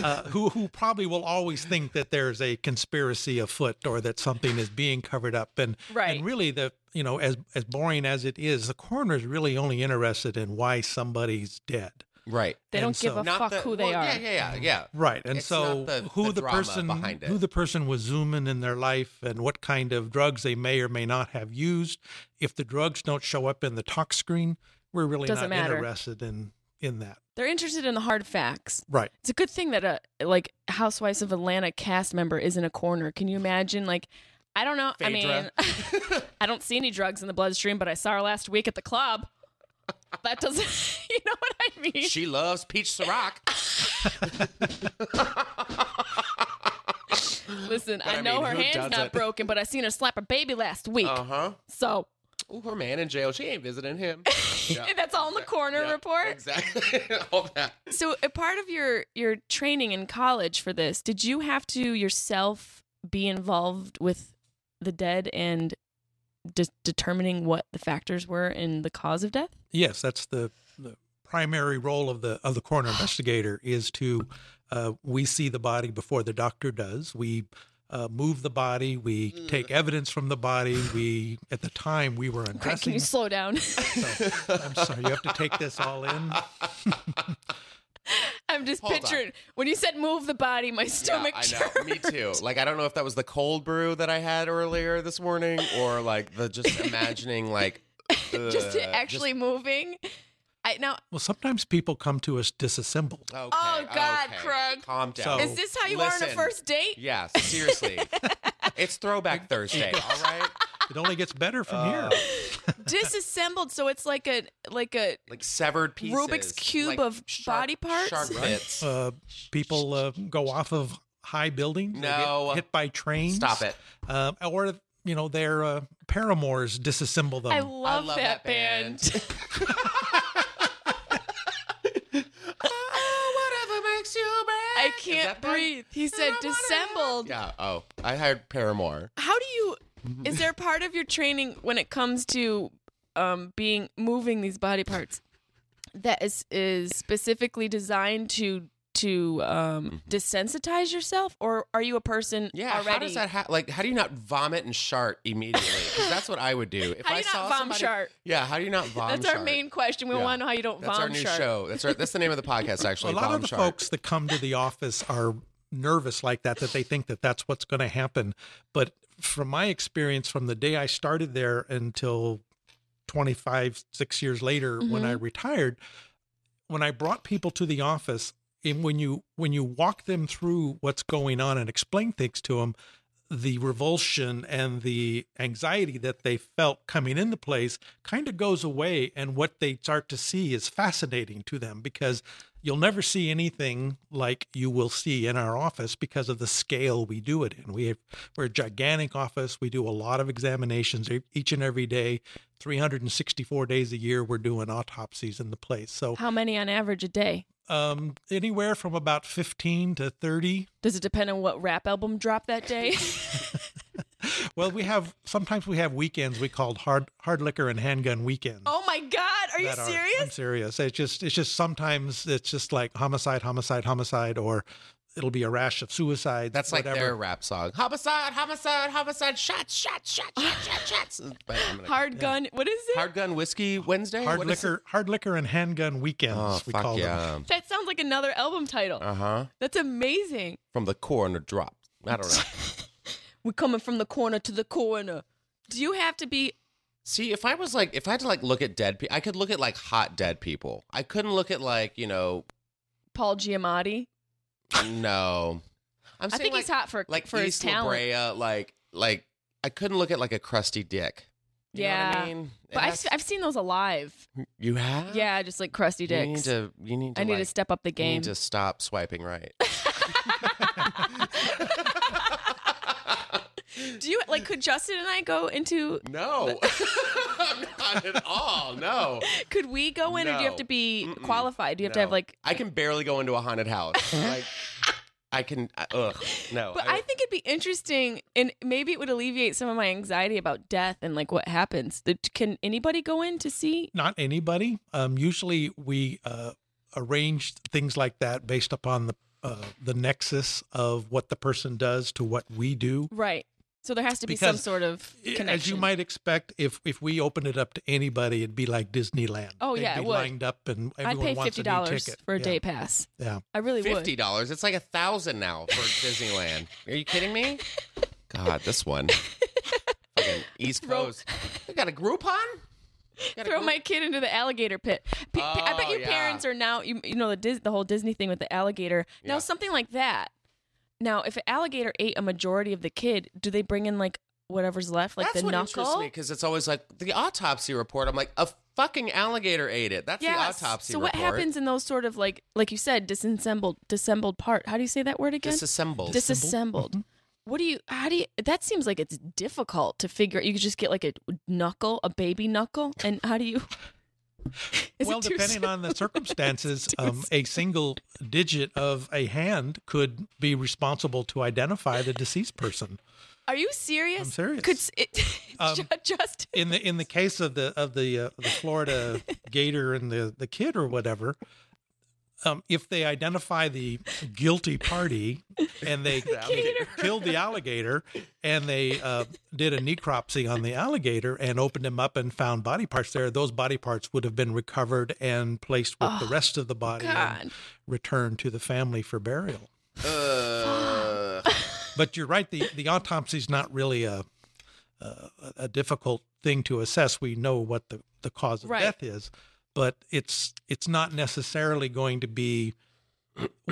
[SPEAKER 7] uh, who who probably will always think that there's a conspiracy afoot or that something is being covered up and
[SPEAKER 4] Right.
[SPEAKER 7] and really the you know as as boring as it is the coroner's really only interested in why somebody's dead
[SPEAKER 6] right.
[SPEAKER 4] They
[SPEAKER 7] and
[SPEAKER 4] don't give
[SPEAKER 7] so-
[SPEAKER 4] a fuck
[SPEAKER 6] the-
[SPEAKER 4] who they
[SPEAKER 6] well,
[SPEAKER 4] are.
[SPEAKER 6] Yeah, yeah, yeah, yeah.
[SPEAKER 7] right and
[SPEAKER 6] It's
[SPEAKER 7] so
[SPEAKER 6] not the-
[SPEAKER 7] who
[SPEAKER 6] the
[SPEAKER 7] the,
[SPEAKER 6] drama
[SPEAKER 7] person
[SPEAKER 6] behind it.
[SPEAKER 7] who the person was zooming in their life and what kind of drugs they may or may not have used if the drugs don't show up in the talk screen we're really
[SPEAKER 4] Doesn't
[SPEAKER 7] not
[SPEAKER 4] matter.
[SPEAKER 7] interested in in that
[SPEAKER 4] They're interested in the hard facts.
[SPEAKER 7] right
[SPEAKER 4] It's a good thing that a like Housewives of Atlanta cast member is in a corner. Can you imagine? Like, I don't know.
[SPEAKER 6] Phaedra. [LAUGHS]
[SPEAKER 4] I mean, [LAUGHS] I don't see any drugs in the bloodstream, but I saw her last week at the club. That doesn't, [LAUGHS] you know what I mean?
[SPEAKER 6] She loves peach Ciroc. [LAUGHS]
[SPEAKER 4] Listen, I
[SPEAKER 6] I
[SPEAKER 4] know
[SPEAKER 6] mean,
[SPEAKER 4] her
[SPEAKER 6] who
[SPEAKER 4] hand's not
[SPEAKER 6] doesn't?
[SPEAKER 4] broken, but I seen her slap a baby last week.
[SPEAKER 6] Uh huh.
[SPEAKER 4] so
[SPEAKER 6] Ooh, her man in jail. She ain't visiting [LAUGHS] him. Oh. Yeah.
[SPEAKER 4] and that's all in the corner
[SPEAKER 6] Yeah,
[SPEAKER 4] report.
[SPEAKER 6] Exactly. [LAUGHS] All that.
[SPEAKER 4] So, a part of your your training in college for this, did you have to yourself be involved with the dead and de- determining what the factors were in the cause of death?
[SPEAKER 7] Yes, that's the, the primary role of the of the coroner investigator is to uh, we see the body before the doctor does. We uh, move the body. We take evidence from the body. We at the time we were
[SPEAKER 4] Craig, can
[SPEAKER 7] undressing.
[SPEAKER 4] you slow down? [LAUGHS]
[SPEAKER 7] I'm sorry, you have to take this all in.
[SPEAKER 4] I'm just
[SPEAKER 6] Hold on.
[SPEAKER 4] picturing when you said move the body, my stomach
[SPEAKER 6] yeah, I know. Me
[SPEAKER 4] churned.
[SPEAKER 6] too. Like I don't know if that was the cold brew that I had earlier this morning, or like the just imagining [LAUGHS] like ugh,
[SPEAKER 4] [LAUGHS] just actually moving. I now
[SPEAKER 7] Well, sometimes people come to us disassembled.
[SPEAKER 6] okay,
[SPEAKER 4] Oh, God,
[SPEAKER 6] okay.
[SPEAKER 4] Craig.
[SPEAKER 6] calm down.
[SPEAKER 7] So-
[SPEAKER 4] is this how you are on a
[SPEAKER 6] Oh, Listen. [LAUGHS]
[SPEAKER 4] first date?
[SPEAKER 6] Yeah, seriously.
[SPEAKER 4] [LAUGHS]
[SPEAKER 6] it's Throwback Thursday. All right.
[SPEAKER 7] It only gets better
[SPEAKER 6] [LAUGHS]
[SPEAKER 7] from here.
[SPEAKER 4] Disassembled, so it's like a like a
[SPEAKER 6] Like severed pieces,
[SPEAKER 4] Rubik's cube
[SPEAKER 6] like
[SPEAKER 4] of
[SPEAKER 6] shark-
[SPEAKER 4] body parts?
[SPEAKER 6] shark [LAUGHS] bits.
[SPEAKER 7] Uh, people uh, go off of high buildings. they get
[SPEAKER 6] No.
[SPEAKER 7] hit by trains.
[SPEAKER 6] Stop
[SPEAKER 4] [LAUGHS]
[SPEAKER 6] it.
[SPEAKER 7] Uh, or you know their uh, paramours disassemble them.
[SPEAKER 4] I love,
[SPEAKER 6] love
[SPEAKER 4] that,
[SPEAKER 6] that
[SPEAKER 4] band.
[SPEAKER 6] oh, whatever makes you breathe.
[SPEAKER 4] I
[SPEAKER 6] Is
[SPEAKER 4] can't
[SPEAKER 6] that them?
[SPEAKER 4] breathe. He said dissembled.
[SPEAKER 6] Yeah. Oh, I hired Paramore.
[SPEAKER 4] How do you is there part of your training when it comes to um being moving these body parts that is is specifically designed to to um desensitize yourself or are you a person
[SPEAKER 6] Yeah,
[SPEAKER 4] already
[SPEAKER 6] how does that ha- like? How do you not vomit and shart immediately? 'Cause that's what I would do if
[SPEAKER 4] How do
[SPEAKER 6] I
[SPEAKER 4] you not
[SPEAKER 6] saw
[SPEAKER 4] vom
[SPEAKER 6] somebody.
[SPEAKER 4] shart?
[SPEAKER 6] Yeah, how do you not vom
[SPEAKER 4] That's our
[SPEAKER 6] shart?
[SPEAKER 4] main question. We
[SPEAKER 6] Yeah.
[SPEAKER 4] want to know how you don't
[SPEAKER 6] That's
[SPEAKER 4] vom
[SPEAKER 6] our new
[SPEAKER 4] shark.
[SPEAKER 6] show. That's our, that's the name of the podcast. Actually,
[SPEAKER 7] [LAUGHS] a lot
[SPEAKER 6] vom
[SPEAKER 7] of the
[SPEAKER 6] shart.
[SPEAKER 7] folks that come to the office are nervous like that that they think that that's what's going to happen but from my experience from the day i started there until 25, six years later when I retired, when I brought people to the office, and when you when you walk them through what's going on and explain things to them, the revulsion and the anxiety that they felt coming into place kind of goes away and what they start to see is fascinating to them because you'll never see anything like you will see in our office because of the scale we do it in we have, we're a gigantic office we do a lot of examinations e- each and every day 364 days a year we're doing autopsies in the place so
[SPEAKER 4] How many on average a day?
[SPEAKER 7] um, anywhere from about 15 to 30
[SPEAKER 4] Does it depend on what rap album dropped that
[SPEAKER 6] [LAUGHS]
[SPEAKER 4] day?
[SPEAKER 7] Well, we have sometimes we have weekends we called hard hard liquor and handgun weekends.
[SPEAKER 4] oh my God, are you
[SPEAKER 7] that
[SPEAKER 4] serious?
[SPEAKER 7] I'm serious. It's just it's just sometimes it's just like homicide, homicide, homicide, or it'll be a rash of suicides.
[SPEAKER 6] That's like
[SPEAKER 7] whatever.
[SPEAKER 6] their rap song. Homicide, homicide, homicide, shots, shots, shots, shots, shots, shots. [LAUGHS] But I'm gonna-
[SPEAKER 4] Hard gun. What is it?
[SPEAKER 6] hard gun whiskey Wednesday?
[SPEAKER 7] hard
[SPEAKER 6] What is
[SPEAKER 7] liquor, hard liquor and handgun
[SPEAKER 6] it?
[SPEAKER 7] weekends.
[SPEAKER 6] Oh,
[SPEAKER 7] we
[SPEAKER 6] fuck
[SPEAKER 7] call them.
[SPEAKER 6] yeah.
[SPEAKER 4] That sounds like another album title.
[SPEAKER 6] Uh huh.
[SPEAKER 4] That's amazing.
[SPEAKER 6] From the core and the drop. I don't [LAUGHS] know.
[SPEAKER 4] We're coming from the corner to the corner. Do you have to be?
[SPEAKER 6] See, if I was like, if I had to like look at dead people, I could look at like hot dead people. I couldn't look at like, you know,
[SPEAKER 4] Paul Giamatti.
[SPEAKER 6] no. I'm
[SPEAKER 4] I
[SPEAKER 6] saying
[SPEAKER 4] think
[SPEAKER 6] like,
[SPEAKER 4] he's hot for
[SPEAKER 6] like
[SPEAKER 4] for his
[SPEAKER 6] East La
[SPEAKER 4] talent.
[SPEAKER 6] Brea, like like I couldn't look at like a crusty dick. You know
[SPEAKER 4] yeah,
[SPEAKER 6] what I mean?
[SPEAKER 4] but I've, I've seen those alive.
[SPEAKER 6] you have.
[SPEAKER 4] Yeah, just like crusty
[SPEAKER 6] you
[SPEAKER 4] dicks.
[SPEAKER 6] need to. You need to.
[SPEAKER 4] I need to
[SPEAKER 6] like,
[SPEAKER 4] step up the
[SPEAKER 6] You
[SPEAKER 4] game.
[SPEAKER 6] need to stop
[SPEAKER 4] [LAUGHS]
[SPEAKER 6] swiping right. [LAUGHS]
[SPEAKER 4] Do you like? Could Justin and I go into?
[SPEAKER 6] no, [LAUGHS] not at all. No,
[SPEAKER 4] Could we go in, or do you have
[SPEAKER 6] No.
[SPEAKER 4] to be
[SPEAKER 6] Mm-mm.
[SPEAKER 4] qualified? Do you have to
[SPEAKER 6] No.
[SPEAKER 4] have like?
[SPEAKER 6] I can barely go into a haunted house. Like I can. I- Ugh. No.
[SPEAKER 4] But I, think it'd be interesting, and maybe it would alleviate some of my anxiety about death and like what happens. That- Can anybody go in to see?
[SPEAKER 7] Not anybody. Um, usually we uh, arrange things like that based upon the uh, the nexus of what the person does to what we do.
[SPEAKER 4] Right. So there has to be some
[SPEAKER 7] Because
[SPEAKER 4] sort of
[SPEAKER 7] I-
[SPEAKER 4] connection.
[SPEAKER 7] As you might expect, if if we opened it up to anybody, it'd be like Disneyland.
[SPEAKER 4] Oh,
[SPEAKER 7] They'd
[SPEAKER 4] yeah,
[SPEAKER 7] be
[SPEAKER 4] it would.
[SPEAKER 7] lined up and
[SPEAKER 4] I'd
[SPEAKER 7] everyone
[SPEAKER 4] pay
[SPEAKER 7] wants
[SPEAKER 4] fifty
[SPEAKER 7] a new
[SPEAKER 4] dollars
[SPEAKER 7] ticket
[SPEAKER 4] for a
[SPEAKER 7] yeah.
[SPEAKER 4] day pass. [LAUGHS]
[SPEAKER 7] Yeah,
[SPEAKER 4] I really
[SPEAKER 6] fifty
[SPEAKER 4] would.
[SPEAKER 6] dollars. It's like a thousand now for Disneyland. Are you kidding me? God,
[SPEAKER 4] [LAUGHS]
[SPEAKER 6] this one. Fucking East
[SPEAKER 4] Throw-
[SPEAKER 6] Coast. I got a Groupon. Got a
[SPEAKER 4] Throw
[SPEAKER 6] Group-
[SPEAKER 4] my kid into the alligator pit. P- p- I bet
[SPEAKER 6] Oh,
[SPEAKER 4] your
[SPEAKER 6] yeah.
[SPEAKER 4] parents are now you, you know the Dis- the whole Disney thing with the alligator. Now
[SPEAKER 6] Yeah.
[SPEAKER 4] something like that. Now if an alligator ate a majority of the kid, do they bring in like whatever's left, like
[SPEAKER 6] That's
[SPEAKER 4] the
[SPEAKER 6] what interests
[SPEAKER 4] knuckle?
[SPEAKER 6] me because it's always like the autopsy report. I'm like a fucking alligator ate it. That's
[SPEAKER 4] Yes.
[SPEAKER 6] the autopsy
[SPEAKER 4] so
[SPEAKER 6] report.
[SPEAKER 4] what happens in those sort of like like you said disassembled disassembled part? How do you say that word again?
[SPEAKER 6] Disassembled.
[SPEAKER 4] disassembled.
[SPEAKER 7] Mm-hmm.
[SPEAKER 4] What do you? How do you? That seems like it's difficult to figure. You could just get like a knuckle, a baby knuckle, and how do you? [LAUGHS] Is it
[SPEAKER 7] well,
[SPEAKER 4] too
[SPEAKER 7] depending
[SPEAKER 4] soon? [LAUGHS]
[SPEAKER 7] on the circumstances,
[SPEAKER 4] too
[SPEAKER 7] um, a single digit of a hand could be responsible to identify the deceased person.
[SPEAKER 4] Are you serious?
[SPEAKER 7] I'm serious.
[SPEAKER 4] Could s- it, [LAUGHS]
[SPEAKER 7] Um,
[SPEAKER 4] just
[SPEAKER 7] In the in the case of the of the uh, the Florida gator and the the kid or whatever. Um, if they identify the guilty party and they
[SPEAKER 4] alligator.
[SPEAKER 7] killed the alligator and they uh, did a necropsy on the alligator and opened him up and found body parts there, those body parts would have been recovered and placed with the rest of the body and
[SPEAKER 4] Oh, God?
[SPEAKER 7] returned to the family for burial.
[SPEAKER 6] Uh,
[SPEAKER 7] But you're right; the the autopsy is not really a, a a difficult thing to assess. We know what the the cause of
[SPEAKER 4] Right.
[SPEAKER 7] death is, but it's it's not necessarily going to be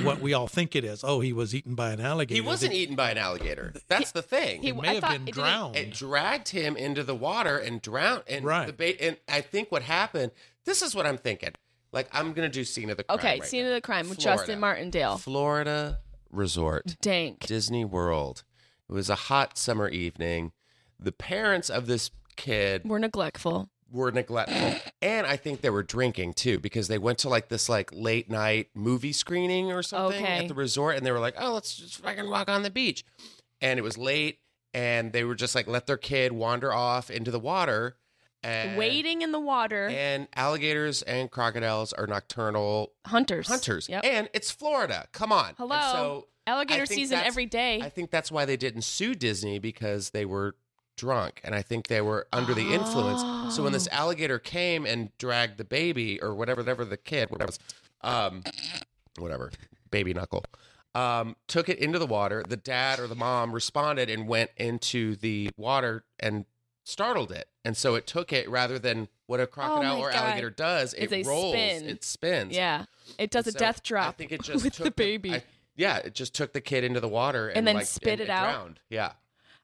[SPEAKER 7] what we all think it is. Oh, he was eaten by an alligator.
[SPEAKER 6] he wasn't
[SPEAKER 7] They-
[SPEAKER 6] eaten by an alligator. That's the thing.
[SPEAKER 4] He-
[SPEAKER 7] It may
[SPEAKER 4] I
[SPEAKER 7] have
[SPEAKER 4] thought
[SPEAKER 7] been
[SPEAKER 4] it didn't-
[SPEAKER 7] drowned.
[SPEAKER 6] it dragged him into the water and drowned and
[SPEAKER 7] Right.
[SPEAKER 6] the bait and I think what happened this is what I'm thinking. Like I'm gonna do scene of the crime.
[SPEAKER 4] Okay,
[SPEAKER 6] right
[SPEAKER 4] scene
[SPEAKER 6] now.
[SPEAKER 4] of the crime with
[SPEAKER 6] Florida.
[SPEAKER 4] Justin Martindale.
[SPEAKER 6] Florida resort.
[SPEAKER 4] Dank.
[SPEAKER 6] Disney World. It was a hot summer evening. The parents of this kid
[SPEAKER 4] We're neglectful.
[SPEAKER 6] were neglectful. [CLEARS THROAT] And I think they were drinking too because they went to like this like late night movie screening or something
[SPEAKER 4] Okay.
[SPEAKER 6] at the resort and they were like, "Oh, let's just fucking walk on the beach." And it was late and they were just like let their kid wander off into the water and
[SPEAKER 4] Wading in the water.
[SPEAKER 6] and alligators and crocodiles are nocturnal
[SPEAKER 4] hunters.
[SPEAKER 6] hunters.
[SPEAKER 4] Yep.
[SPEAKER 6] And it's Florida. Come on. And
[SPEAKER 4] Hello.
[SPEAKER 6] so
[SPEAKER 4] Alligator
[SPEAKER 6] I think
[SPEAKER 4] season
[SPEAKER 6] that's-
[SPEAKER 4] every day.
[SPEAKER 6] I think that's why they didn't sue Disney because they were drunk and I think they were under the influence. So when
[SPEAKER 4] Oh.
[SPEAKER 6] this alligator came and dragged the baby or whatever, whatever the kid, whatever, it was, um, whatever, baby knuckle, um, took it into the water. The dad or the mom responded and went into the water and startled it. And so it took it rather than what a crocodile
[SPEAKER 4] Oh my
[SPEAKER 6] or
[SPEAKER 4] God.
[SPEAKER 6] alligator does.
[SPEAKER 4] It's
[SPEAKER 6] it
[SPEAKER 4] a
[SPEAKER 6] rolls.
[SPEAKER 4] spin.
[SPEAKER 6] It spins.
[SPEAKER 4] Yeah, it does a
[SPEAKER 6] So
[SPEAKER 4] death drop
[SPEAKER 6] I
[SPEAKER 4] [LAUGHS]
[SPEAKER 6] think it just
[SPEAKER 4] with
[SPEAKER 6] took
[SPEAKER 4] the baby.
[SPEAKER 6] I- yeah, it just took the kid into the water and,
[SPEAKER 4] then
[SPEAKER 6] like,
[SPEAKER 4] spit
[SPEAKER 6] and
[SPEAKER 4] it out?
[SPEAKER 6] drowned. Yeah.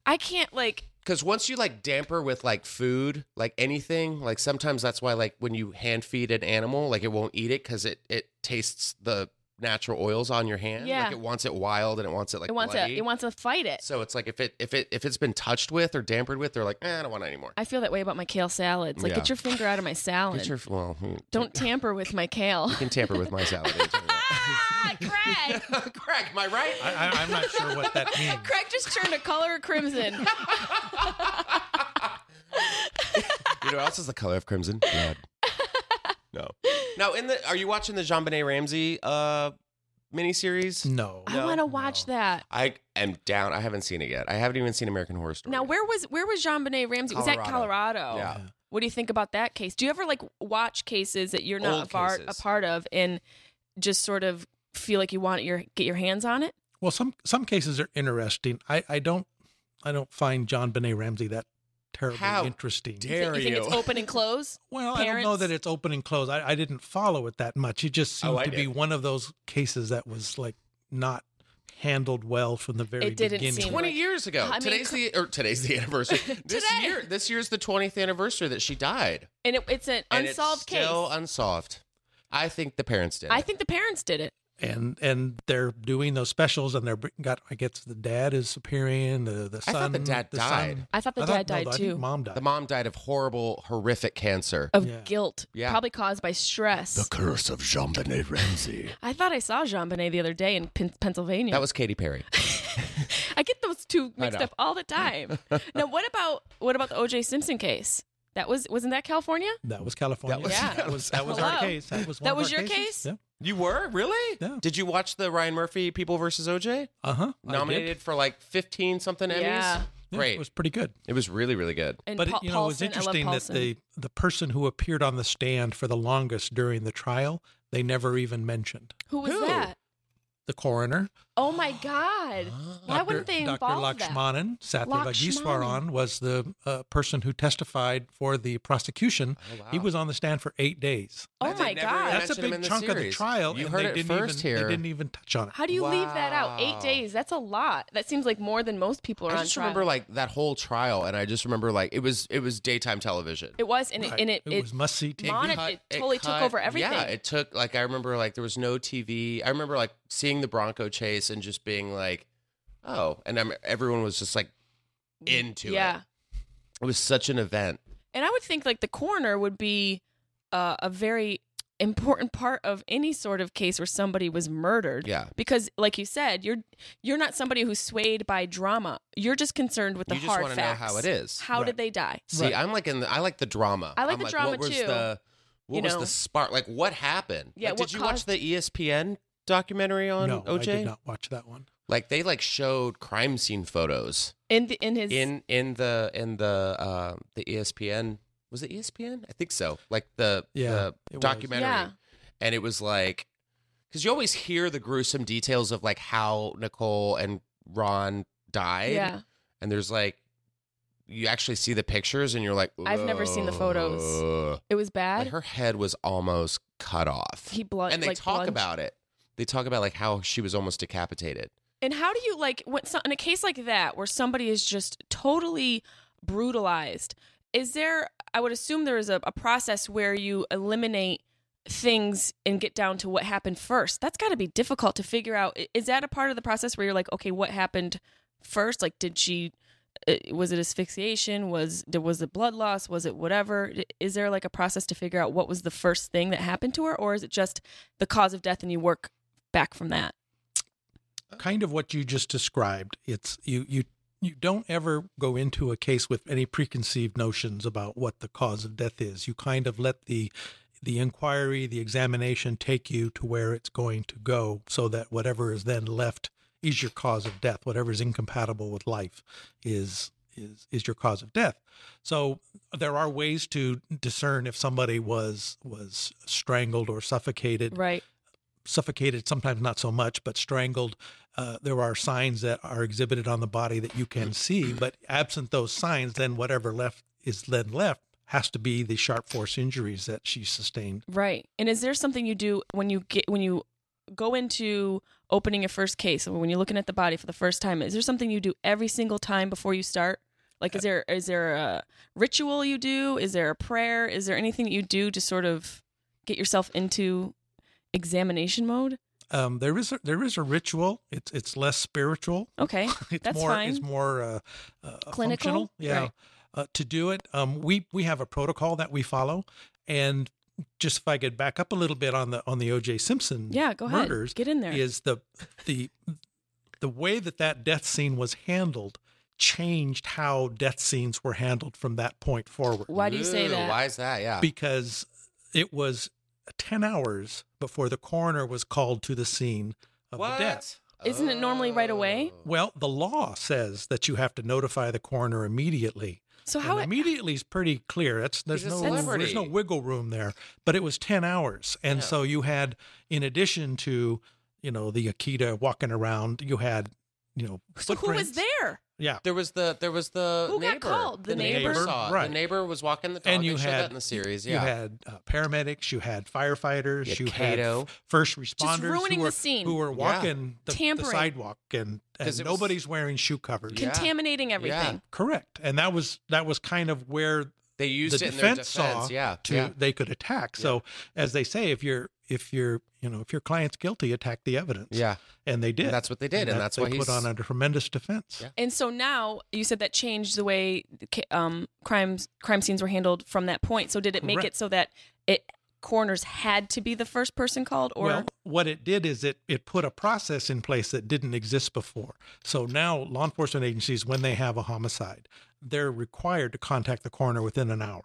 [SPEAKER 4] I can't like
[SPEAKER 6] Because once you like damper with like food, like anything, like sometimes that's why like when you hand feed an animal, like it won't eat it because it it tastes the natural oils on your hand.
[SPEAKER 4] Yeah.
[SPEAKER 6] Like it wants it wild and it wants it like
[SPEAKER 4] it wants
[SPEAKER 6] bloody.
[SPEAKER 4] to it wants to fight it.
[SPEAKER 6] so it's like if it if it if it's been touched with or dampered with, they're like, eh, I don't want it anymore.
[SPEAKER 4] I feel that way about my kale salads. Like,
[SPEAKER 6] Yeah.
[SPEAKER 4] get your finger out of my salad.
[SPEAKER 6] Get your well, hmm,
[SPEAKER 4] Don't tamper with my kale. [LAUGHS]
[SPEAKER 6] you can tamper with my salad. anytime
[SPEAKER 4] ah, Craig!
[SPEAKER 6] you
[SPEAKER 4] [LAUGHS]
[SPEAKER 6] want. Craig, am I right?
[SPEAKER 7] I, I, I'm not sure
[SPEAKER 6] [LAUGHS]
[SPEAKER 7] what that means.
[SPEAKER 4] Craig just turned a color crimson.
[SPEAKER 6] You know what else is the color of crimson?
[SPEAKER 4] [LAUGHS]
[SPEAKER 6] Blood. no. Now in the are you watching the Jean Benet Ramsey uh miniseries?
[SPEAKER 7] No.
[SPEAKER 4] [LAUGHS] I want to watch that.
[SPEAKER 6] I am down. I haven't seen it yet. I haven't even seen American Horror Story.
[SPEAKER 4] Now, where was where was Jean Benet Ramsey? Was that
[SPEAKER 6] Colorado.
[SPEAKER 4] Colorado?
[SPEAKER 6] Yeah.
[SPEAKER 4] What do you think about that case? Do you ever like watch cases that you're not
[SPEAKER 6] Old
[SPEAKER 4] a part, a
[SPEAKER 6] cases.
[SPEAKER 4] part of and just sort of feel like you want your get your hands on it?
[SPEAKER 7] Well, some some cases are interesting. I, I don't I don't find John Benet Ramsey that terribly
[SPEAKER 6] How
[SPEAKER 7] interesting.
[SPEAKER 4] You think-
[SPEAKER 6] Dare
[SPEAKER 4] you think it's open and close?
[SPEAKER 7] well, I don't know
[SPEAKER 4] parents?
[SPEAKER 7] that it's open and close. I, I didn't follow it that much. It just
[SPEAKER 6] Oh,
[SPEAKER 7] seemed
[SPEAKER 6] I
[SPEAKER 7] to be
[SPEAKER 6] did.
[SPEAKER 7] one of those cases that was like not handled well from the very
[SPEAKER 4] It didn't
[SPEAKER 7] beginning.
[SPEAKER 4] seem-
[SPEAKER 6] Twenty
[SPEAKER 4] Like,
[SPEAKER 6] years ago.
[SPEAKER 4] I mean,
[SPEAKER 6] today's the or today's the anniversary.
[SPEAKER 4] [LAUGHS]
[SPEAKER 6] this
[SPEAKER 4] Today.
[SPEAKER 6] year, this year's the twentieth anniversary that she died,
[SPEAKER 4] And it, it's an
[SPEAKER 6] and
[SPEAKER 4] unsolved
[SPEAKER 6] it's still
[SPEAKER 4] case.
[SPEAKER 6] unsolved. I think the parents did.
[SPEAKER 4] I
[SPEAKER 6] it.
[SPEAKER 4] think the parents did it.
[SPEAKER 7] and and they're doing those specials and they're br- got I guess the dad is appearing, the the
[SPEAKER 6] I thought
[SPEAKER 7] son
[SPEAKER 6] the dad
[SPEAKER 7] son-
[SPEAKER 6] died.
[SPEAKER 4] I thought the
[SPEAKER 7] I
[SPEAKER 4] dad
[SPEAKER 7] thought- no,
[SPEAKER 4] died
[SPEAKER 7] I think
[SPEAKER 4] too
[SPEAKER 7] Mom died.
[SPEAKER 6] the mom died of horrible, horrific cancer.
[SPEAKER 4] of
[SPEAKER 7] Yeah.
[SPEAKER 4] guilt,
[SPEAKER 6] Yeah.
[SPEAKER 4] probably caused by stress.
[SPEAKER 6] curse of Jean Benet Ramsey.
[SPEAKER 4] [LAUGHS] I thought I saw Jean Benet the other day in Pen- Pennsylvania.
[SPEAKER 6] That was Katy Perry.
[SPEAKER 4] I get those two mixed
[SPEAKER 6] know.
[SPEAKER 4] up all the
[SPEAKER 6] [LAUGHS]
[SPEAKER 4] time. now, what about what about the O.J. Simpson case? That was wasn't that California?
[SPEAKER 7] That was California.
[SPEAKER 6] That was-
[SPEAKER 4] Yeah.
[SPEAKER 7] [LAUGHS] that was,
[SPEAKER 4] [LAUGHS]
[SPEAKER 7] that was our
[SPEAKER 4] Hello.
[SPEAKER 7] case. That was, one
[SPEAKER 4] That
[SPEAKER 7] of
[SPEAKER 4] was
[SPEAKER 7] our
[SPEAKER 4] your
[SPEAKER 7] cases.
[SPEAKER 4] case?
[SPEAKER 7] Yeah.
[SPEAKER 6] You were really?
[SPEAKER 7] Yeah.
[SPEAKER 6] Did you watch the Ryan Murphy People versus OJ?
[SPEAKER 7] Uh huh.
[SPEAKER 6] Nominated for like fifteen something Emmys.
[SPEAKER 4] Yeah.
[SPEAKER 6] Great.
[SPEAKER 7] It was pretty good.
[SPEAKER 6] It was really, really good.
[SPEAKER 4] And
[SPEAKER 7] but
[SPEAKER 4] Paul-
[SPEAKER 7] it, you know, it was
[SPEAKER 4] Paulson, I love
[SPEAKER 7] interesting that
[SPEAKER 4] Paulson.
[SPEAKER 7] the the person who appeared on the stand for the longest during the trial, they never even mentioned
[SPEAKER 4] who was
[SPEAKER 6] Who?
[SPEAKER 4] that?
[SPEAKER 7] the coroner.
[SPEAKER 4] Oh my
[SPEAKER 7] [GASPS]
[SPEAKER 4] God! Why wouldn't they
[SPEAKER 7] Dr.
[SPEAKER 4] involve that?
[SPEAKER 7] Lakshmanan Satyavagishwaran
[SPEAKER 4] Lakshmanan.
[SPEAKER 7] was the uh, person who testified for the prosecution.
[SPEAKER 6] Oh, wow.
[SPEAKER 7] He was on the stand for eight days.
[SPEAKER 4] Oh
[SPEAKER 6] They
[SPEAKER 4] my
[SPEAKER 6] never even
[SPEAKER 4] God!
[SPEAKER 7] That's a
[SPEAKER 6] mentioned him
[SPEAKER 7] big
[SPEAKER 6] in the
[SPEAKER 7] chunk of the
[SPEAKER 6] series.
[SPEAKER 7] trial.
[SPEAKER 6] You
[SPEAKER 7] and
[SPEAKER 6] heard
[SPEAKER 7] they
[SPEAKER 6] it
[SPEAKER 7] didn't
[SPEAKER 6] first
[SPEAKER 7] even,
[SPEAKER 6] here.
[SPEAKER 7] They didn't even touch on it.
[SPEAKER 4] How do you leave that out? Eight
[SPEAKER 6] Wow.
[SPEAKER 4] days. That's a lot. That seems like more than most people are
[SPEAKER 6] I
[SPEAKER 4] on
[SPEAKER 6] just
[SPEAKER 4] trial.
[SPEAKER 6] remember like that whole trial, and I just remember like it was it was daytime television.
[SPEAKER 4] it was, and it, and it, it
[SPEAKER 7] was must see TV.
[SPEAKER 4] Mon- it totally took over everything.
[SPEAKER 6] Yeah, it took like I remember like there was no TV. I remember like seeing the Bronco chase and just being like, oh, and I'm, everyone was just like into
[SPEAKER 4] Mm, yeah.
[SPEAKER 6] it. It was such an event.
[SPEAKER 4] And I would think like the coroner would be uh, a very important part of any sort of case where somebody was murdered.
[SPEAKER 6] Yeah.
[SPEAKER 4] Because like you said, you're you're not somebody who's swayed by drama. You're just concerned with the
[SPEAKER 6] You just
[SPEAKER 4] hard
[SPEAKER 6] wanna know
[SPEAKER 4] facts.
[SPEAKER 6] how it is.
[SPEAKER 4] How
[SPEAKER 7] Right.
[SPEAKER 4] did they die?
[SPEAKER 6] See,
[SPEAKER 7] Right.
[SPEAKER 6] I'm like in the, I like the drama.
[SPEAKER 4] I like
[SPEAKER 6] I'm
[SPEAKER 4] the drama
[SPEAKER 6] what was
[SPEAKER 4] too.
[SPEAKER 6] The, what
[SPEAKER 4] You
[SPEAKER 6] was
[SPEAKER 4] know?
[SPEAKER 6] the spark? Like what happened?
[SPEAKER 4] Yeah,
[SPEAKER 6] Like,
[SPEAKER 4] what
[SPEAKER 6] did you
[SPEAKER 4] caused-
[SPEAKER 6] watch the E ESPN documentary on
[SPEAKER 7] no,
[SPEAKER 6] OJ?
[SPEAKER 7] I did not watch that one.
[SPEAKER 6] Like they like showed crime scene photos
[SPEAKER 4] In the, in his
[SPEAKER 6] in in the in the uh, the ESPN was it E ESPN? I think so. Like the
[SPEAKER 7] Yeah, it
[SPEAKER 6] the
[SPEAKER 7] was.
[SPEAKER 6] documentary,
[SPEAKER 4] Yeah.
[SPEAKER 6] and it was like because you always hear the gruesome details of like how Nicole and Ron died.
[SPEAKER 4] Yeah.
[SPEAKER 6] and there's like you actually see the pictures, and you're like,
[SPEAKER 4] I've never seen the photos.
[SPEAKER 6] "Ugh."
[SPEAKER 4] It was bad.
[SPEAKER 6] Like her head was almost cut off.
[SPEAKER 4] he blood
[SPEAKER 6] and they
[SPEAKER 4] like,
[SPEAKER 6] talk
[SPEAKER 4] blunged.
[SPEAKER 6] about it. They talk about like how she was almost decapitated.
[SPEAKER 4] And how do you like when so, in a case like that where somebody is just totally brutalized? Is there? I would assume there is a, a process where you eliminate things and get down to what happened first. That's got to be difficult to figure out. I- Is that a part of the process where you're like, okay, what happened first? Like, did she? uh, Was it asphyxiation? Was there was it blood loss? Was it whatever? I- Is there like a process to figure out what was the first thing that happened to her, or is it just the cause of death and you work back from that?
[SPEAKER 7] kind of what you just described. It's you you you don't ever go into a case with any preconceived notions about what the cause of death is. You kind of let the the inquiry, the examination take you to where it's going to go so that whatever is then left is your cause of death. Whatever is incompatible with life is is is your cause of death. So there are ways to discern if somebody was was strangled or suffocated
[SPEAKER 4] Right.
[SPEAKER 7] suffocated, sometimes not so much, but strangled. Uh, there are signs that are exhibited on the body that you can see, but absent those signs, then whatever left is then left has to be the sharp force injuries that she sustained.
[SPEAKER 4] Right. And is there something you do when you get when you go into opening a first case and when you're looking at the body for the first time? Is there something you do every single time before you start?
[SPEAKER 7] Uh,
[SPEAKER 4] Like is there is there a ritual you do? Is there a prayer? Is there anything that you do to sort of get yourself into examination mode?
[SPEAKER 7] Um, there is a, there is a ritual. It's it's less spiritual.
[SPEAKER 4] Okay.
[SPEAKER 7] [LAUGHS]
[SPEAKER 4] [LAUGHS]
[SPEAKER 7] It's
[SPEAKER 4] That's
[SPEAKER 7] more
[SPEAKER 4] fine.
[SPEAKER 7] it's more uh, uh,
[SPEAKER 4] Clinical?
[SPEAKER 7] functional. Yeah.
[SPEAKER 4] Right.
[SPEAKER 7] Uh, to do it, um, we we have a protocol that we follow, and just if I could back up a little bit on the on the O.J. Simpson
[SPEAKER 4] Yeah, go ahead.
[SPEAKER 7] murders,
[SPEAKER 4] Get in there.
[SPEAKER 7] is the the the way that that death scene was handled changed how death scenes were handled from that point forward
[SPEAKER 4] Why do you say
[SPEAKER 6] Ooh,
[SPEAKER 4] that?
[SPEAKER 6] Why is that? Yeah.
[SPEAKER 7] because it was 10 hours before the coroner was called to the scene of the death
[SPEAKER 4] Isn't it normally right away?
[SPEAKER 6] Oh.
[SPEAKER 7] well the law says that you have to notify the coroner immediately
[SPEAKER 4] So
[SPEAKER 7] And
[SPEAKER 4] how
[SPEAKER 7] immediately is pretty clear. That's there's
[SPEAKER 6] He's a
[SPEAKER 7] no
[SPEAKER 6] celebrity.
[SPEAKER 7] there's no wiggle room there. But it was ten hours, and
[SPEAKER 6] Yeah.
[SPEAKER 7] so you had, in addition to, you know, the Akita walking around, you had, you know,
[SPEAKER 4] so who was
[SPEAKER 7] footprints.
[SPEAKER 4] there?
[SPEAKER 7] Yeah,
[SPEAKER 6] There was the there was the
[SPEAKER 4] Who got
[SPEAKER 6] neighbor.
[SPEAKER 4] called? The
[SPEAKER 7] neighbor?
[SPEAKER 6] saw it.
[SPEAKER 7] Right.
[SPEAKER 6] The neighbor was walking the dog.
[SPEAKER 7] And you
[SPEAKER 6] they showed
[SPEAKER 7] had-
[SPEAKER 6] that in the series. Yeah.
[SPEAKER 7] you had uh, paramedics, you had firefighters,
[SPEAKER 6] You had
[SPEAKER 7] you
[SPEAKER 6] Cato.
[SPEAKER 7] had f- first responders, who
[SPEAKER 4] ruining the
[SPEAKER 7] were-
[SPEAKER 4] scene.
[SPEAKER 7] who were
[SPEAKER 6] Yeah.
[SPEAKER 7] walking the- the,
[SPEAKER 4] Tampering.
[SPEAKER 7] sidewalk, and,
[SPEAKER 6] 'Cause
[SPEAKER 7] and
[SPEAKER 6] it was-
[SPEAKER 7] nobody's wearing shoe covers.
[SPEAKER 6] Yeah.
[SPEAKER 4] Contaminating everything.
[SPEAKER 7] Correct, and that was that was kind of where
[SPEAKER 6] They used
[SPEAKER 7] the
[SPEAKER 6] it in their
[SPEAKER 7] defense
[SPEAKER 6] defense.
[SPEAKER 7] saw
[SPEAKER 6] yeah.
[SPEAKER 7] to
[SPEAKER 6] yeah.
[SPEAKER 7] they could attack. So as they say, if you're if you're you know if your client's guilty, attack the evidence.
[SPEAKER 6] Yeah.
[SPEAKER 7] and they did.
[SPEAKER 6] And that's what they did, and
[SPEAKER 7] that-
[SPEAKER 6] that's
[SPEAKER 7] they
[SPEAKER 6] why
[SPEAKER 7] put
[SPEAKER 6] he's-
[SPEAKER 7] on a tremendous defense.
[SPEAKER 6] Yeah.
[SPEAKER 4] And so now you said that changed the way the ca- um, crimes crime scenes were handled from that point. So did it make it
[SPEAKER 7] Correct.
[SPEAKER 4] so that it coroners had to be the first person called, or
[SPEAKER 7] well, what it did is it it put a process in place that didn't exist before. So now law enforcement agencies, when they have a homicide, they're required to contact the coroner within an hour.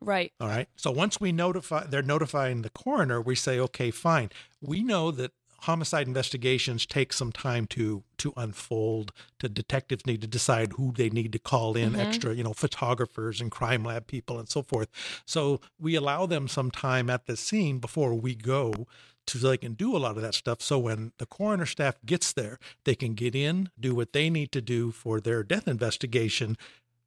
[SPEAKER 4] right?
[SPEAKER 7] All right. So once we notify, they're notifying the coroner. We say, okay, fine. We know that homicide investigations take some time to to unfold. To detectives need to decide who they need to call in, extra, you know, photographers and crime lab people and so forth. So we allow them some time at the scene before we go. To, so they can do a lot of that stuff. So when the coroner staff gets there, they can get in, do what they need to do for their death investigation,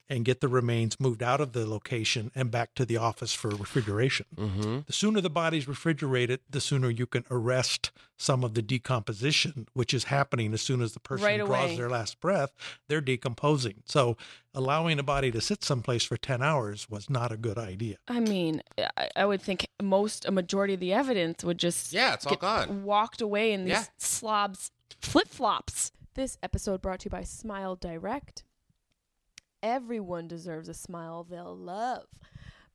[SPEAKER 7] and get the remains moved out of the location and back to the office for refrigeration.
[SPEAKER 6] Mm-hmm.
[SPEAKER 7] The sooner the body's refrigerated, the sooner you can arrest some of the decomposition, which is happening as soon as the person
[SPEAKER 4] Right
[SPEAKER 7] draws
[SPEAKER 4] away.
[SPEAKER 7] their last breath, they're decomposing. So allowing a body to sit someplace for 10 hours was not a good idea.
[SPEAKER 4] I mean, I, I would think most a majority of the evidence would just
[SPEAKER 6] Yeah, it's all
[SPEAKER 4] get
[SPEAKER 6] gone.
[SPEAKER 4] walked away in these
[SPEAKER 6] Yeah.
[SPEAKER 4] slobs flip flops. This episode brought to you by Smile Direct. Everyone deserves a smile they'll love,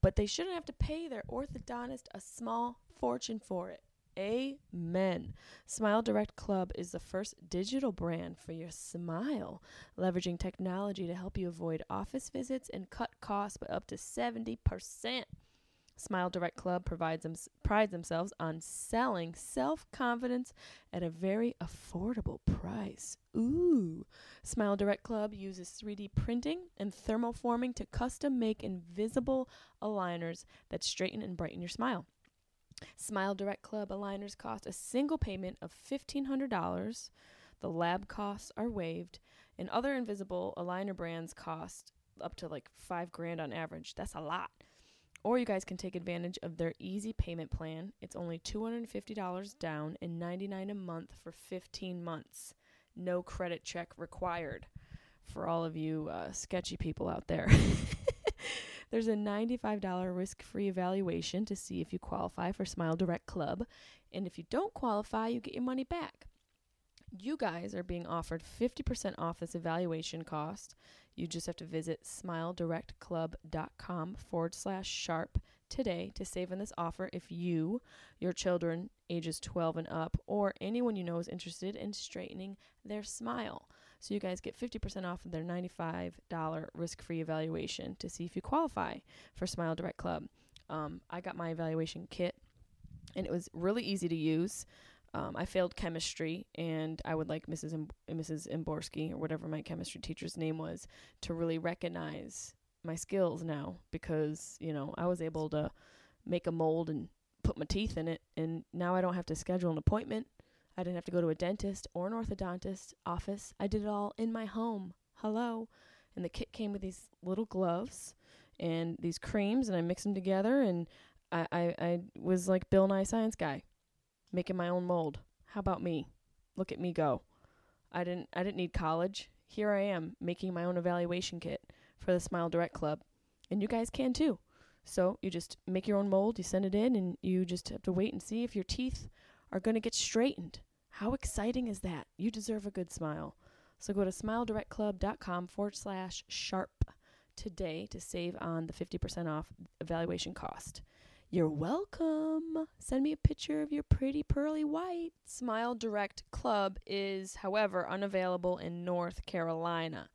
[SPEAKER 4] but they shouldn't have to pay their orthodontist a small fortune for it. Amen. Smile Direct Club is the first digital brand for your smile, leveraging technology to help you avoid office visits and cut costs by up to 70%. Smile Direct Club provides them, prides themselves on selling self confidence at a very affordable price. Ooh. Smile Direct Club uses 3D printing and thermoforming to custom make invisible aligners that straighten and brighten your smile. Smile Direct Club aligners cost a single payment of $1,500. The lab costs are waived, and other invisible aligner brands cost up to like five grand on average. That's a lot. Or you guys can take advantage of their easy payment plan. It's only $250 down and $99 a month for 15 months. No credit check required for all of you uh, sketchy people out there. [LAUGHS] There's a $95 risk free evaluation to see if you qualify for Smile Direct Club. And if you don't qualify, you get your money back. You guys are being offered 50% off this evaluation cost. You just have to visit smiledirectclub.com forward slash sharp today to save on this offer if you, your children ages 12 and up, or anyone you know is interested in straightening their smile. So you guys get 50% off of their $95 risk free evaluation to see if you qualify for Smile Direct Club. Um, I got my evaluation kit and it was really easy to use. Um, I failed chemistry, and I would like Mrs. Im- Mrs. Imborski or whatever my chemistry teacher's name was to really recognize my skills now because you know I was able to make a mold and put my teeth in it, and now I don't have to schedule an appointment. I didn't have to go to a dentist or an orthodontist office. I did it all in my home. Hello, and the kit came with these little gloves, and these creams, and I mix them together, and I, I, I was like Bill Nye Science Guy, making my own mold. How about me? Look at me go. I didn't I didn't need college. Here I am making my own evaluation kit for the Smile Direct Club, and you guys can too. So you just make your own mold, you send it in, and you just have to wait and see if your teeth are going to get straightened. How exciting is that? You deserve a good smile. So go to smiledirectclub.com forward slash sharp today to save on the 50% off evaluation cost. You're welcome. Send me a picture of your pretty pearly white. Smile Direct Club is, however, unavailable in North Carolina.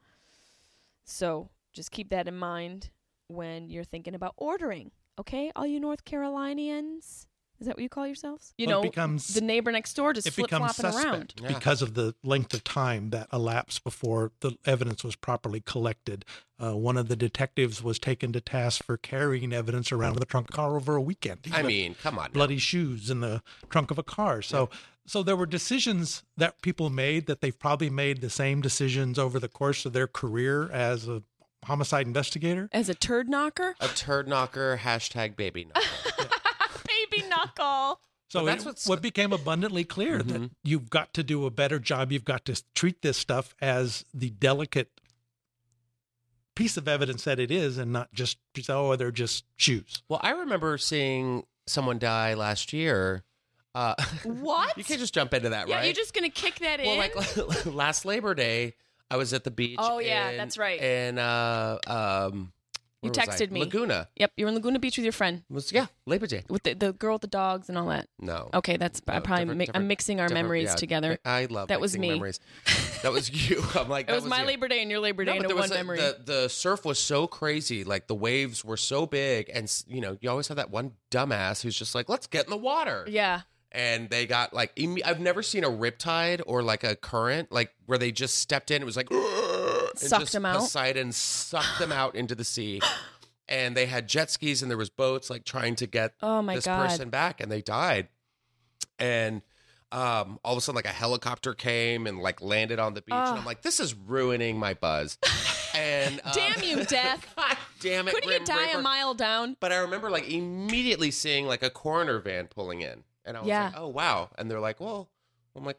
[SPEAKER 4] So just keep that in mind when you're thinking about ordering. Okay, all you North Carolinians, is that what you call yourselves? You
[SPEAKER 7] Well, it
[SPEAKER 4] know,
[SPEAKER 7] becomes-
[SPEAKER 4] the neighbor next door just
[SPEAKER 7] it
[SPEAKER 4] flip
[SPEAKER 7] becomes
[SPEAKER 4] flopping
[SPEAKER 7] suspect
[SPEAKER 4] around.
[SPEAKER 6] Yeah.
[SPEAKER 7] because of the length of time that elapsed before the evidence was properly collected. Uh, one of the detectives was taken to task for carrying evidence around in the trunk of a car over a weekend. He
[SPEAKER 6] I
[SPEAKER 7] left
[SPEAKER 6] mean, come on. now.
[SPEAKER 7] bloody shoes in the trunk of a car. So, so there were decisions that people made that they've probably made the same decisions over the course of their career as a homicide investigator.
[SPEAKER 4] As a turd knocker,
[SPEAKER 6] A turd knocker, hashtag baby knocker.
[SPEAKER 4] baby knuckle.
[SPEAKER 7] So
[SPEAKER 6] But that's
[SPEAKER 7] it-
[SPEAKER 6] what's- Mm-hmm.
[SPEAKER 7] what became abundantly clear that you've got to do a better job. You've got to treat this stuff as the delicate piece of evidence that it is, and not just just, oh they're just shoes.
[SPEAKER 6] well, I remember seeing someone die last year. Uh, [LAUGHS]
[SPEAKER 4] What?
[SPEAKER 6] you can't just jump into that,
[SPEAKER 4] yeah,
[SPEAKER 6] right?
[SPEAKER 4] you're just gonna kick that
[SPEAKER 6] Well,
[SPEAKER 4] in.
[SPEAKER 6] like [LAUGHS] last Labor Day, I was at the beach.
[SPEAKER 4] Oh, yeah,
[SPEAKER 6] in-
[SPEAKER 4] that's right.
[SPEAKER 6] In uh, um,
[SPEAKER 4] You
[SPEAKER 6] where was I?
[SPEAKER 4] texted me.
[SPEAKER 6] Laguna.
[SPEAKER 4] yep, you're in Laguna Beach with your friend,
[SPEAKER 6] It was yeah Labor Day.
[SPEAKER 4] with the, the girl with the dogs and all that.
[SPEAKER 6] No.
[SPEAKER 4] Okay, that's I
[SPEAKER 6] No,
[SPEAKER 4] probably
[SPEAKER 6] Oh, different-
[SPEAKER 4] mi- I'm
[SPEAKER 6] different-
[SPEAKER 4] mixing our
[SPEAKER 6] different-
[SPEAKER 4] memories
[SPEAKER 6] yeah,
[SPEAKER 4] together.
[SPEAKER 6] I love
[SPEAKER 4] That was
[SPEAKER 6] mixing
[SPEAKER 4] me.
[SPEAKER 6] Memories. That was you. [LAUGHS] I'm like
[SPEAKER 4] It
[SPEAKER 6] that
[SPEAKER 4] was, my
[SPEAKER 6] you.
[SPEAKER 4] Labor Day and your Labor Day
[SPEAKER 6] No, but
[SPEAKER 4] into
[SPEAKER 6] there was
[SPEAKER 4] one
[SPEAKER 6] a-
[SPEAKER 4] memory.
[SPEAKER 6] The, the surf was so crazy. Like the waves were so big, and s- you know, you always have that one dumbass who's just like, "Let's get in the water."
[SPEAKER 4] yeah,
[SPEAKER 6] And they got like, imme- I've never seen a riptide or like a current like where they just stepped in. It was like and
[SPEAKER 4] Sucked
[SPEAKER 6] just
[SPEAKER 4] them out?
[SPEAKER 6] Poseidon sucked them out into
[SPEAKER 4] [GASPS]
[SPEAKER 6] the sea. And they had jet skis and there was boats like trying to get
[SPEAKER 4] Oh, my
[SPEAKER 6] this
[SPEAKER 4] God.
[SPEAKER 6] person back, and they died. And um, all of a sudden, like a helicopter came and like landed on the beach, and I'm like, this is ruining
[SPEAKER 4] [LAUGHS]
[SPEAKER 6] my buzz. and um,
[SPEAKER 4] Damn you, Death.
[SPEAKER 6] God [LAUGHS] damn it!
[SPEAKER 4] couldn't you
[SPEAKER 6] Grim
[SPEAKER 4] die
[SPEAKER 6] Reaper.
[SPEAKER 4] a mile down?
[SPEAKER 6] But I remember like immediately seeing like a coroner van pulling in, and I was
[SPEAKER 4] Yeah.
[SPEAKER 6] like, "Oh wow!" And they're like, "Well," I'm like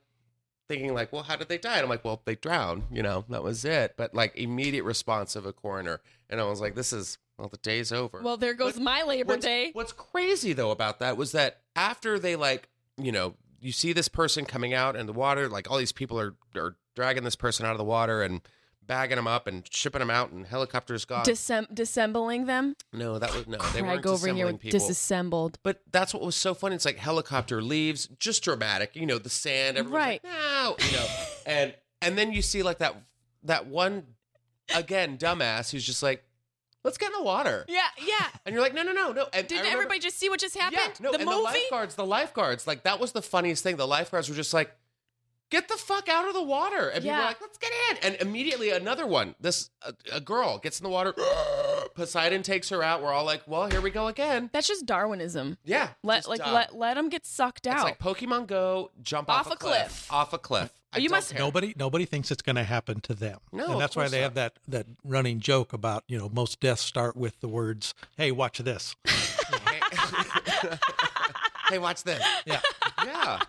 [SPEAKER 6] thinking like, "Well, how did they die?" And I'm like, "Well, they drowned." You know, that was it. But like immediate response of a coroner, and I was like, "This is well, the day's over."
[SPEAKER 4] Well, there goes
[SPEAKER 6] What-
[SPEAKER 4] my Labor
[SPEAKER 6] what's,
[SPEAKER 4] Day.
[SPEAKER 6] What's crazy though about that was that after they like, you know, you see this person coming out in the water, like all these people are are dragging this person out of the water and bagging them up and shipping them out, and helicopters gone.
[SPEAKER 4] Dissem- dissembling them.
[SPEAKER 6] no, that was no. uh, They
[SPEAKER 4] Craig
[SPEAKER 6] weren't
[SPEAKER 4] over here
[SPEAKER 6] assembling
[SPEAKER 4] with
[SPEAKER 6] people.
[SPEAKER 4] disassembled.
[SPEAKER 6] But that's what was so funny. It's like helicopter leaves, just dramatic. You know, the sand, everyone's
[SPEAKER 4] Right.
[SPEAKER 6] like, no, you know, and and then you see like that that one again dumbass who's just like, let's get in the water,
[SPEAKER 4] Yeah, yeah.
[SPEAKER 6] and you're like, no, no, no, no. And I
[SPEAKER 4] Didn't
[SPEAKER 6] remember-
[SPEAKER 4] everybody just see what just happened?
[SPEAKER 6] Yeah, no,
[SPEAKER 4] the
[SPEAKER 6] and
[SPEAKER 4] movie.
[SPEAKER 6] the lifeguards, the lifeguards, like that was the funniest thing. The lifeguards were just like, get the fuck out of the water, and people
[SPEAKER 4] Yeah.
[SPEAKER 6] were like, let's get in, and immediately another one, this a, a girl gets in the water. [GASPS] Poseidon takes her out. We're all like, well, here we go again.
[SPEAKER 4] That's just Darwinism.
[SPEAKER 6] Yeah,
[SPEAKER 4] Let
[SPEAKER 6] just
[SPEAKER 4] like
[SPEAKER 6] dumb.
[SPEAKER 4] let let them get sucked out.
[SPEAKER 6] It's like Pokemon Go, jump off,
[SPEAKER 4] Off a cliff. Oh,
[SPEAKER 6] Off a cliff. I
[SPEAKER 4] You
[SPEAKER 6] don't
[SPEAKER 4] must-
[SPEAKER 6] care.
[SPEAKER 7] Nobody, nobody thinks it's going to happen to them.
[SPEAKER 6] No,
[SPEAKER 7] and
[SPEAKER 6] of
[SPEAKER 7] that's why
[SPEAKER 6] course
[SPEAKER 7] they
[SPEAKER 6] not.
[SPEAKER 7] have that that running joke about you know most deaths start with the words, "Hey, watch this."
[SPEAKER 6] Hey, hey, watch this.
[SPEAKER 4] [LAUGHS]
[SPEAKER 7] Yeah.
[SPEAKER 6] Yeah.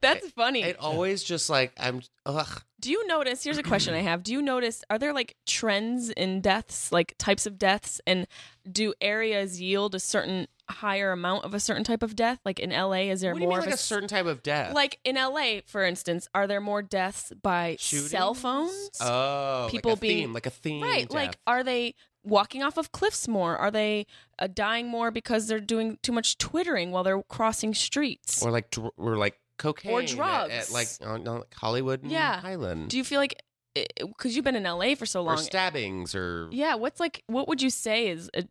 [SPEAKER 4] That's funny.
[SPEAKER 6] It always just like I'm. Ugh.
[SPEAKER 4] Do you notice?
[SPEAKER 6] [CLEARS THROAT]
[SPEAKER 4] Here's a question I have. Do you notice? Are there like trends in deaths, like types of deaths, and do areas yield a certain higher amount of a certain type of death? Like in LA, is there
[SPEAKER 6] What do you
[SPEAKER 4] more
[SPEAKER 6] mean,
[SPEAKER 4] of
[SPEAKER 6] like a
[SPEAKER 4] s-
[SPEAKER 6] certain type of death?
[SPEAKER 4] like in LA, for instance, are there more deaths by cell
[SPEAKER 6] Shootings?
[SPEAKER 4] phones?
[SPEAKER 6] Oh,
[SPEAKER 4] people
[SPEAKER 6] like a
[SPEAKER 4] being-
[SPEAKER 6] theme, like a theme.
[SPEAKER 4] right.
[SPEAKER 6] death.
[SPEAKER 4] Like, are they walking off of cliffs more? Are they uh, dying more because they're doing too much twittering while they're crossing streets?
[SPEAKER 6] or like dr- or like cocaine at-
[SPEAKER 4] drugs.
[SPEAKER 6] at, like on, on Hollywood and
[SPEAKER 4] Yeah.
[SPEAKER 6] Highland
[SPEAKER 4] do you feel like because you've been in LA for so
[SPEAKER 6] or
[SPEAKER 4] long?
[SPEAKER 6] stabbings or
[SPEAKER 4] Yeah, what's like what would you say is uh,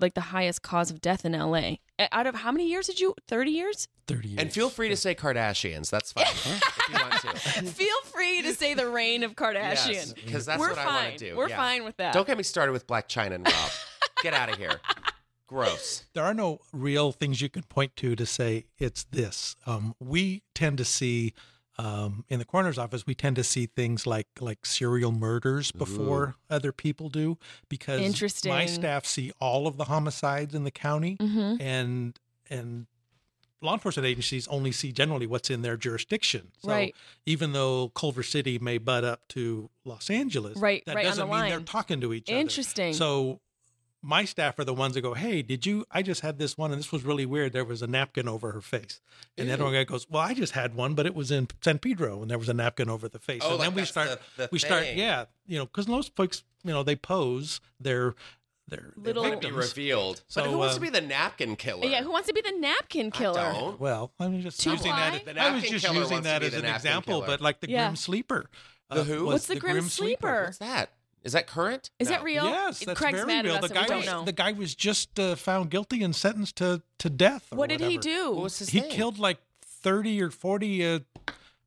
[SPEAKER 4] like the highest cause of death in LA? Uh, Out of how many years did you 30
[SPEAKER 6] [LAUGHS]
[SPEAKER 4] years?
[SPEAKER 7] Thirty. Years.
[SPEAKER 6] and feel free to say Kardashians. That's
[SPEAKER 4] [LAUGHS]
[SPEAKER 6] fine if you want to.
[SPEAKER 4] Feel free to say the reign of Kardashian.
[SPEAKER 6] because that's
[SPEAKER 4] We're
[SPEAKER 6] what
[SPEAKER 4] fine.
[SPEAKER 6] I want to do.
[SPEAKER 4] We're
[SPEAKER 6] Yeah.
[SPEAKER 4] fine with that.
[SPEAKER 6] Don't get me started with Black China and Rob. get out of
[SPEAKER 4] [LAUGHS]
[SPEAKER 6] here. Gross.
[SPEAKER 7] there are no real things you can point to to say it's this. Um, we tend to see um, in the coroner's office, we tend to see things like like serial murders before other people do because my
[SPEAKER 4] Interesting.
[SPEAKER 7] staff see all of the homicides in the county,
[SPEAKER 4] Mm-hmm.
[SPEAKER 7] and and law enforcement agencies only see generally what's in their jurisdiction. So
[SPEAKER 4] Right.
[SPEAKER 7] even though Culver City may butt up to Los Angeles,
[SPEAKER 4] Right,
[SPEAKER 7] that
[SPEAKER 4] right, on
[SPEAKER 7] doesn't
[SPEAKER 4] the
[SPEAKER 7] mean they're
[SPEAKER 4] line.
[SPEAKER 7] talking to each other.
[SPEAKER 4] Interesting.
[SPEAKER 7] So my staff are the ones that go, Hey, did you? I just had this one and this was really weird. There was a napkin over her face. And the other
[SPEAKER 6] Ew.
[SPEAKER 7] one guy goes, Well, I just had one, but it was in San Pedro and there was a napkin over the face.
[SPEAKER 6] Oh,
[SPEAKER 7] and
[SPEAKER 6] like
[SPEAKER 7] then we
[SPEAKER 6] that's
[SPEAKER 7] start,
[SPEAKER 6] the- the
[SPEAKER 7] we start,
[SPEAKER 6] thing.
[SPEAKER 7] yeah, you know, because most folks, you know, they pose their, their their
[SPEAKER 4] Little-
[SPEAKER 6] Might be
[SPEAKER 7] victims.
[SPEAKER 6] revealed.
[SPEAKER 7] So,
[SPEAKER 6] but who wants
[SPEAKER 7] uh,
[SPEAKER 6] to be the napkin killer?
[SPEAKER 4] Yeah, who wants to be the napkin killer?
[SPEAKER 6] I don't.
[SPEAKER 7] Well, I'm just
[SPEAKER 4] To
[SPEAKER 7] using
[SPEAKER 4] why?
[SPEAKER 7] that.
[SPEAKER 6] The
[SPEAKER 7] I was
[SPEAKER 6] napkin
[SPEAKER 7] just
[SPEAKER 6] killer
[SPEAKER 7] using
[SPEAKER 6] wants to
[SPEAKER 7] that
[SPEAKER 6] be
[SPEAKER 7] as
[SPEAKER 6] the
[SPEAKER 7] an
[SPEAKER 6] napkin
[SPEAKER 7] example,
[SPEAKER 6] killer.
[SPEAKER 7] but like the
[SPEAKER 4] Yeah.
[SPEAKER 7] Grim Sleeper. uh,
[SPEAKER 6] The who?
[SPEAKER 7] was
[SPEAKER 4] What's the Grim Sleeper?
[SPEAKER 6] What's that? Is that current?
[SPEAKER 4] Is
[SPEAKER 6] No.
[SPEAKER 4] that real?
[SPEAKER 7] Yes, that's
[SPEAKER 4] Craig's
[SPEAKER 7] very
[SPEAKER 4] mad
[SPEAKER 7] real.
[SPEAKER 4] at us
[SPEAKER 7] the
[SPEAKER 4] and
[SPEAKER 7] guy
[SPEAKER 4] we don't
[SPEAKER 7] was
[SPEAKER 4] know.
[SPEAKER 7] the guy was just uh, found guilty and sentenced to to death. or
[SPEAKER 4] what did he
[SPEAKER 7] whatever.
[SPEAKER 4] do?
[SPEAKER 6] What was his
[SPEAKER 7] He
[SPEAKER 6] name?
[SPEAKER 7] killed like thirty or forty uh,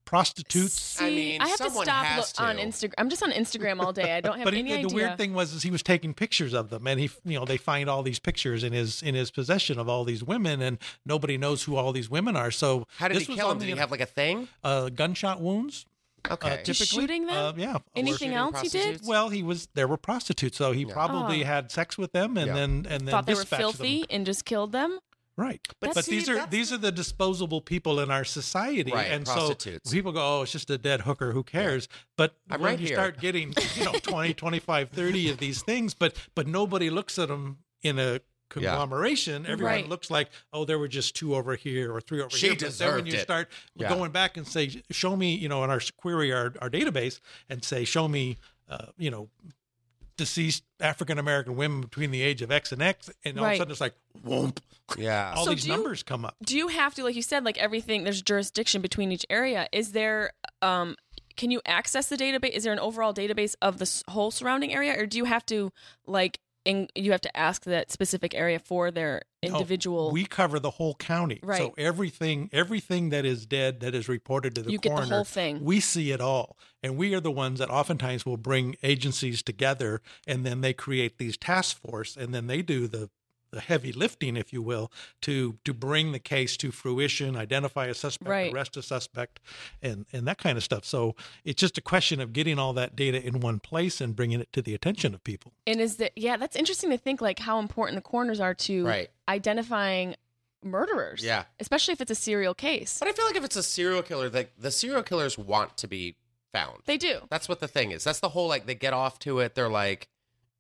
[SPEAKER 7] prostitutes.
[SPEAKER 4] See,
[SPEAKER 6] I mean,
[SPEAKER 4] have to
[SPEAKER 6] someone
[SPEAKER 4] stop
[SPEAKER 6] has
[SPEAKER 4] on
[SPEAKER 6] to.
[SPEAKER 4] Instagram. I'm just on Instagram all day. I
[SPEAKER 7] [LAUGHS]
[SPEAKER 4] don't have
[SPEAKER 7] But he,
[SPEAKER 4] any
[SPEAKER 7] the
[SPEAKER 4] idea.
[SPEAKER 7] weird thing was is he was taking pictures of them, and he you know they find all these pictures in his in his possession of all these women, and nobody knows who all these women are. So
[SPEAKER 6] How did
[SPEAKER 7] this
[SPEAKER 6] he
[SPEAKER 7] was
[SPEAKER 6] kill
[SPEAKER 7] on
[SPEAKER 6] him? Did
[SPEAKER 7] the-
[SPEAKER 6] he have like a thing?
[SPEAKER 7] uh, gunshot wounds?
[SPEAKER 6] Okay.
[SPEAKER 7] Uh, typically,
[SPEAKER 4] shooting them?
[SPEAKER 7] Uh, yeah.
[SPEAKER 4] Anything
[SPEAKER 6] shooting
[SPEAKER 4] else you did?
[SPEAKER 6] prostitutes?
[SPEAKER 7] Well, he was there were prostitutes, so he probably
[SPEAKER 4] Oh.
[SPEAKER 7] had sex with them and
[SPEAKER 6] Yeah.
[SPEAKER 7] then and then
[SPEAKER 4] Thought they were
[SPEAKER 7] dispatched them.
[SPEAKER 4] filthy and just killed them.
[SPEAKER 7] Right.
[SPEAKER 4] But
[SPEAKER 7] But,
[SPEAKER 4] That's-
[SPEAKER 7] these
[SPEAKER 4] see,
[SPEAKER 7] are
[SPEAKER 4] that's-
[SPEAKER 7] these are the disposable people in our society.
[SPEAKER 6] Right,
[SPEAKER 7] and
[SPEAKER 6] prostitutes.
[SPEAKER 7] so people go, oh, it's just a dead hooker. Who cares? But
[SPEAKER 6] I'm
[SPEAKER 7] when
[SPEAKER 6] right
[SPEAKER 7] you
[SPEAKER 6] here.
[SPEAKER 7] start getting,
[SPEAKER 6] [LAUGHS]
[SPEAKER 7] you know, 20, 25, 30 of these things, but but nobody looks at them in a conglomeration. Everyone
[SPEAKER 4] Right.
[SPEAKER 7] looks like, oh, there were just two over here or three over
[SPEAKER 6] She
[SPEAKER 7] here. But then when
[SPEAKER 6] deserved
[SPEAKER 7] you
[SPEAKER 6] it.
[SPEAKER 7] start
[SPEAKER 6] Yeah.
[SPEAKER 7] going back and say, show me, you know, in our query, our, our database, and say, show me, uh, you know, deceased African American women between the age of X and X, and all of
[SPEAKER 4] Right.
[SPEAKER 7] a sudden it's like, whoomp,
[SPEAKER 6] yeah.
[SPEAKER 7] all
[SPEAKER 4] So
[SPEAKER 7] these
[SPEAKER 4] do you-
[SPEAKER 7] numbers come up.
[SPEAKER 4] Do you have to, like you said, like everything? There's jurisdiction between each area. Is there? um Can you access the database? Is there an overall database of the s- whole surrounding area, or do you have to like? In, you have to ask that specific area for their
[SPEAKER 7] No,
[SPEAKER 4] individual.
[SPEAKER 7] Oh, we cover the whole county,
[SPEAKER 4] Right.
[SPEAKER 7] So everything, everything that is dead that is reported to the
[SPEAKER 4] You get the
[SPEAKER 7] coroner,
[SPEAKER 4] whole thing.
[SPEAKER 7] We see it all, and we are the ones that oftentimes will bring agencies together, and then they create these task force, and then they do the the heavy lifting, if you will, to to bring the case to fruition, identify a suspect,
[SPEAKER 4] Right.
[SPEAKER 7] arrest a suspect, and and that kind of stuff. So it's just a question of getting all that data in one place and bringing it to the attention of people.
[SPEAKER 4] And is that yeah? That's interesting to think like how important the coroners are to
[SPEAKER 6] Right.
[SPEAKER 4] identifying murderers.
[SPEAKER 6] Yeah.
[SPEAKER 4] especially if it's a serial case.
[SPEAKER 6] But I feel like if it's a serial killer, like the serial killers want to be found.
[SPEAKER 4] They do.
[SPEAKER 6] That's what the thing is. That's the whole like they get off to it. They're like,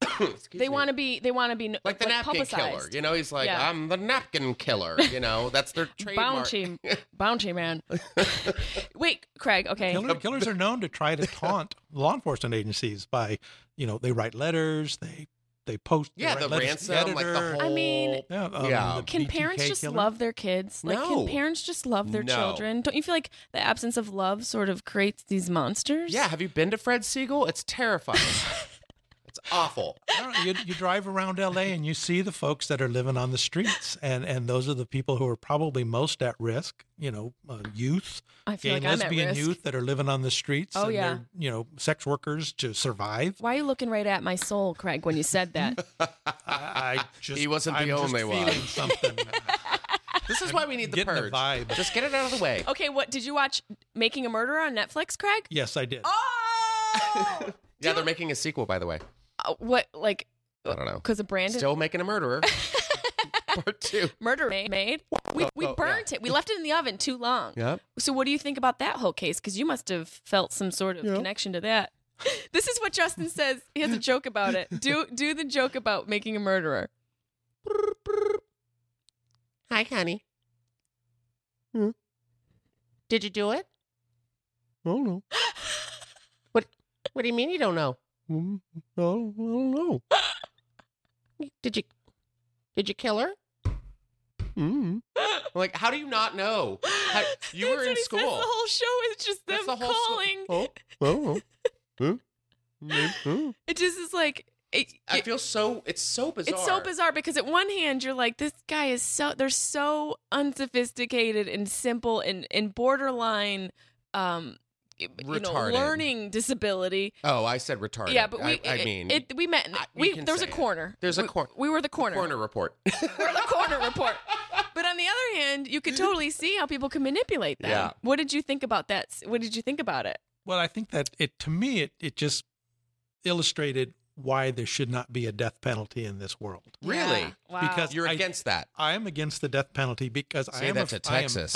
[SPEAKER 6] [COUGHS]
[SPEAKER 4] They want to be. They want to be
[SPEAKER 6] like the napkin
[SPEAKER 4] publicized.
[SPEAKER 6] killer. You know, he's like,
[SPEAKER 4] Yeah.
[SPEAKER 6] I'm the napkin killer. You know, that's their trademark.
[SPEAKER 4] [LAUGHS] Bounty, bounty
[SPEAKER 6] [LAUGHS]
[SPEAKER 4] man. Wait, Craig. Okay,
[SPEAKER 7] Killer, killers are known to
[SPEAKER 4] [LAUGHS]
[SPEAKER 7] try to taunt law enforcement agencies by, you know, they write letters, they they post, they
[SPEAKER 6] Yeah,
[SPEAKER 7] write
[SPEAKER 6] the
[SPEAKER 7] letters to
[SPEAKER 6] ransom, like the
[SPEAKER 7] editor.
[SPEAKER 6] whole.
[SPEAKER 4] I mean,
[SPEAKER 7] yeah, um,
[SPEAKER 6] Yeah.
[SPEAKER 7] the
[SPEAKER 4] can
[SPEAKER 7] BTK
[SPEAKER 4] parents just
[SPEAKER 7] killer.
[SPEAKER 4] love their kids? Like,
[SPEAKER 6] No.
[SPEAKER 4] can parents just love their
[SPEAKER 6] No.
[SPEAKER 4] children? Don't you feel like the absence of love sort of creates these monsters?
[SPEAKER 6] Yeah, have you been to Fred Siegel? It's terrifying. it's awful.
[SPEAKER 7] I don't know, you, you drive around L.A. and you see the folks that are living on the streets, and and those are the people who are probably most at risk. You know, uh, youth,
[SPEAKER 4] I feel
[SPEAKER 7] gay,
[SPEAKER 4] like I'm at
[SPEAKER 7] lesbian
[SPEAKER 4] risk.
[SPEAKER 7] youth that are living on the streets.
[SPEAKER 4] Oh,
[SPEAKER 7] and
[SPEAKER 4] yeah.
[SPEAKER 7] they're, you know, sex workers to survive.
[SPEAKER 4] Why are you looking right at my soul, Craig? When you said
[SPEAKER 6] [LAUGHS]
[SPEAKER 4] that,
[SPEAKER 7] I, I just
[SPEAKER 6] He wasn't the
[SPEAKER 7] I'm just
[SPEAKER 6] only one.
[SPEAKER 7] feeling
[SPEAKER 6] [LAUGHS]
[SPEAKER 7] Something.
[SPEAKER 6] This is why we need the
[SPEAKER 7] getting the
[SPEAKER 6] purge.
[SPEAKER 7] vibe.
[SPEAKER 6] Just get it out of the way.
[SPEAKER 4] okay. What did you watch? Making a Murderer on Netflix, Craig?
[SPEAKER 7] yes, I did.
[SPEAKER 6] [LAUGHS] Yeah, they're making a sequel, by the way.
[SPEAKER 4] Uh, what like
[SPEAKER 6] I don't know.
[SPEAKER 4] because of Brandon
[SPEAKER 6] Oh. Still making a murderer. Part two.
[SPEAKER 4] murder ma- made? We we
[SPEAKER 6] oh, yeah.
[SPEAKER 4] burnt it. We left it in the oven too long.
[SPEAKER 6] Yep.
[SPEAKER 4] So what do you think about that whole case? Because you must have felt some sort of connection to that. [LAUGHS] This is what Justin says. He has a joke about
[SPEAKER 6] [LAUGHS]
[SPEAKER 4] it. Do do the joke about making a murderer.
[SPEAKER 6] Hi, honey.
[SPEAKER 4] Hmm?
[SPEAKER 9] Did you do it?
[SPEAKER 6] [LAUGHS]
[SPEAKER 7] Oh no.
[SPEAKER 9] What do you mean you don't know?
[SPEAKER 7] Mm, I don't, I
[SPEAKER 6] [LAUGHS]
[SPEAKER 7] don't know.
[SPEAKER 9] Did you did you kill her?
[SPEAKER 7] Mm.
[SPEAKER 6] Like, how do you not know?
[SPEAKER 4] [LAUGHS]
[SPEAKER 6] How- you
[SPEAKER 4] Mm-hmm. That's
[SPEAKER 6] were in
[SPEAKER 4] what he says
[SPEAKER 6] school.
[SPEAKER 4] The whole show is just them
[SPEAKER 6] That's the whole scho-
[SPEAKER 4] calling. [LAUGHS]
[SPEAKER 7] Oh, oh, oh. Maybe, oh.
[SPEAKER 4] It just is like it,
[SPEAKER 6] I
[SPEAKER 4] it-
[SPEAKER 6] feel so. It's so bizarre.
[SPEAKER 4] It's so bizarre because at one hand you're like, this guy is so they're so unsophisticated and simple and and borderline, um, you know,
[SPEAKER 6] Retarded.
[SPEAKER 4] learning disability.
[SPEAKER 6] Oh, I said retarded.
[SPEAKER 4] Yeah, but we
[SPEAKER 6] I, I
[SPEAKER 4] it-
[SPEAKER 6] mean,
[SPEAKER 4] it, we met.
[SPEAKER 6] I- you
[SPEAKER 4] we
[SPEAKER 6] can
[SPEAKER 4] there was a
[SPEAKER 6] say it.
[SPEAKER 4] corner.
[SPEAKER 6] There's a
[SPEAKER 4] We-
[SPEAKER 6] cor-
[SPEAKER 4] We were the corner.
[SPEAKER 6] corner report. [LAUGHS]
[SPEAKER 4] We're the corner report. But on the other hand, you could totally see how people can manipulate them.
[SPEAKER 6] Yeah.
[SPEAKER 4] What did you think about that? s- What did you think about it?
[SPEAKER 7] Well, I think that it to me it, it just illustrated why there should not be a death penalty in this world.
[SPEAKER 6] Really?
[SPEAKER 4] Yeah. Wow.
[SPEAKER 7] Because
[SPEAKER 6] You're
[SPEAKER 7] I-
[SPEAKER 6] against that.
[SPEAKER 7] I am against the death penalty because I
[SPEAKER 6] Say
[SPEAKER 7] am
[SPEAKER 6] that
[SPEAKER 7] af-
[SPEAKER 6] to
[SPEAKER 7] I am
[SPEAKER 6] Texas.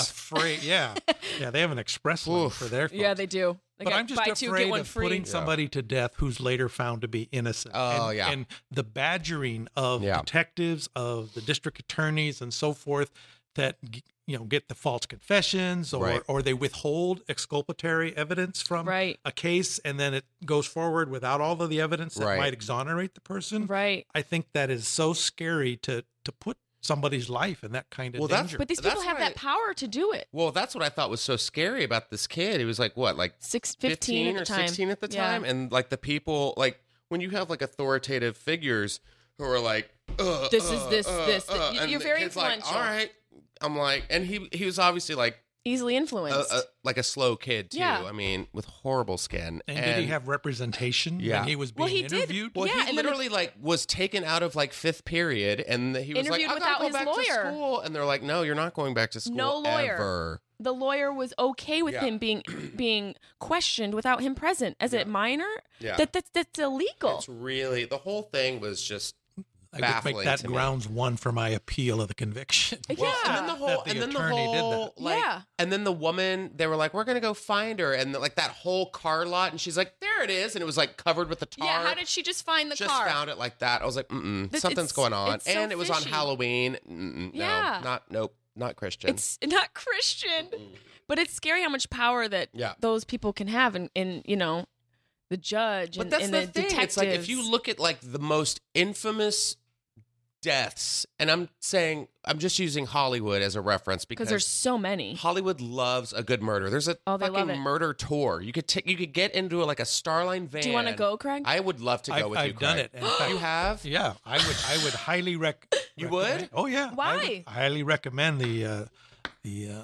[SPEAKER 6] [LAUGHS]
[SPEAKER 7] afraid, yeah, yeah, they have an express one
[SPEAKER 6] Oof.
[SPEAKER 7] for their. Folks.
[SPEAKER 4] yeah, they do. They
[SPEAKER 7] but
[SPEAKER 4] got
[SPEAKER 7] I'm just
[SPEAKER 4] buy
[SPEAKER 7] afraid
[SPEAKER 4] two, get one
[SPEAKER 7] of
[SPEAKER 4] free.
[SPEAKER 7] putting
[SPEAKER 6] Yeah.
[SPEAKER 7] somebody to death who's later found to be innocent.
[SPEAKER 6] Oh,
[SPEAKER 7] and,
[SPEAKER 6] yeah.
[SPEAKER 7] and the badgering of
[SPEAKER 6] Yeah.
[SPEAKER 7] detectives, of the district attorneys, and so forth that g- you know get the false confessions, or
[SPEAKER 6] Right.
[SPEAKER 7] or they withhold exculpatory evidence from
[SPEAKER 4] Right.
[SPEAKER 7] a case, and then it goes forward without all of the evidence that
[SPEAKER 6] Right.
[SPEAKER 7] might exonerate the person.
[SPEAKER 4] Right.
[SPEAKER 7] I think that is so scary to to put somebody's life in that kind of
[SPEAKER 6] Well, that's-
[SPEAKER 7] danger.
[SPEAKER 4] But these people
[SPEAKER 6] That's
[SPEAKER 4] have that
[SPEAKER 6] why-
[SPEAKER 4] power to do it.
[SPEAKER 6] Well, that's what I thought was so scary about this kid. He was like, what, like
[SPEAKER 4] Six, 15,
[SPEAKER 6] 15,
[SPEAKER 4] at the
[SPEAKER 6] or
[SPEAKER 4] time.
[SPEAKER 6] 16 at the
[SPEAKER 4] Yeah.
[SPEAKER 6] time? And like the people, like when you have like authoritative figures who are like, uh,
[SPEAKER 4] This is
[SPEAKER 6] uh,
[SPEAKER 4] this-
[SPEAKER 6] uh,
[SPEAKER 4] this.
[SPEAKER 6] uh,
[SPEAKER 4] You-
[SPEAKER 6] and
[SPEAKER 4] you're
[SPEAKER 6] the
[SPEAKER 4] very
[SPEAKER 6] kid's like,
[SPEAKER 4] influential.
[SPEAKER 6] All right. I'm like, and he he was obviously like
[SPEAKER 4] Easily
[SPEAKER 6] a,
[SPEAKER 4] influenced.
[SPEAKER 6] a- like a slow kid too.
[SPEAKER 4] Yeah.
[SPEAKER 6] I mean, with horrible skin.
[SPEAKER 7] and, did he have representation
[SPEAKER 6] Yeah.
[SPEAKER 7] when he was being
[SPEAKER 4] Well, he did.
[SPEAKER 7] interviewed?
[SPEAKER 6] Well,
[SPEAKER 4] Yeah, and then
[SPEAKER 6] he literally like was taken out of like fifth period, and he was like,
[SPEAKER 4] Interviewed
[SPEAKER 6] "I gotta go
[SPEAKER 4] without
[SPEAKER 6] back
[SPEAKER 4] his lawyer.
[SPEAKER 6] to school," and they're like, "No, you're not going back to school.
[SPEAKER 4] No lawyer.
[SPEAKER 6] ever."
[SPEAKER 4] the lawyer was okay with
[SPEAKER 6] Yeah.
[SPEAKER 4] him being [CLEARS THROAT] being questioned without him present as a minor.
[SPEAKER 6] Yeah.
[SPEAKER 4] That, that's that's illegal.
[SPEAKER 6] It's really the whole thing was just
[SPEAKER 7] I would
[SPEAKER 6] baffling
[SPEAKER 7] make that
[SPEAKER 6] to me.
[SPEAKER 7] grounds one for my appeal of
[SPEAKER 6] [LAUGHS]
[SPEAKER 7] the conviction.
[SPEAKER 4] Well, Yeah.
[SPEAKER 6] and then the whole
[SPEAKER 7] That the
[SPEAKER 6] and then the
[SPEAKER 7] attorney did
[SPEAKER 6] whole
[SPEAKER 7] that.
[SPEAKER 6] like
[SPEAKER 4] Yeah.
[SPEAKER 6] and then the woman they were like we're gonna go find her and like that whole car lot and she's like there it is and it was like covered with the tar
[SPEAKER 4] yeah. How did she just find the
[SPEAKER 6] just
[SPEAKER 4] car?
[SPEAKER 6] found it like that I was like mm
[SPEAKER 4] That's-
[SPEAKER 6] something's
[SPEAKER 4] it's-
[SPEAKER 6] going on
[SPEAKER 4] it's so
[SPEAKER 6] and it was on
[SPEAKER 4] fishy.
[SPEAKER 6] Halloween Mm-mm,
[SPEAKER 4] Yeah.
[SPEAKER 6] no not nope not Christian
[SPEAKER 4] it's not Christian, but it's scary how much power that
[SPEAKER 6] Yeah.
[SPEAKER 4] those people can have, and in, you know, the judge
[SPEAKER 6] But
[SPEAKER 4] and,
[SPEAKER 6] that's
[SPEAKER 4] and
[SPEAKER 6] the,
[SPEAKER 4] the,
[SPEAKER 6] thing. It's like if you
[SPEAKER 4] detectives.
[SPEAKER 6] look at like the most infamous deaths, and I'm saying I'm just using Hollywood as a reference because
[SPEAKER 4] there's so many.
[SPEAKER 6] Hollywood loves a good murder. There's a
[SPEAKER 4] Oh, they love it.
[SPEAKER 6] fucking murder tour. You could take. You could get into like a Starline van.
[SPEAKER 4] Do you want to go, Craig?
[SPEAKER 6] I would love to go
[SPEAKER 7] I've,
[SPEAKER 6] with
[SPEAKER 7] I've
[SPEAKER 6] you.
[SPEAKER 7] done
[SPEAKER 6] Craig.
[SPEAKER 7] it. And in fact,
[SPEAKER 6] You have.
[SPEAKER 7] Yeah, I would. I would highly rec.
[SPEAKER 6] [LAUGHS] You
[SPEAKER 7] recommend-
[SPEAKER 6] would?
[SPEAKER 7] Oh yeah. I would
[SPEAKER 4] Why?
[SPEAKER 7] highly recommend the uh, the uh,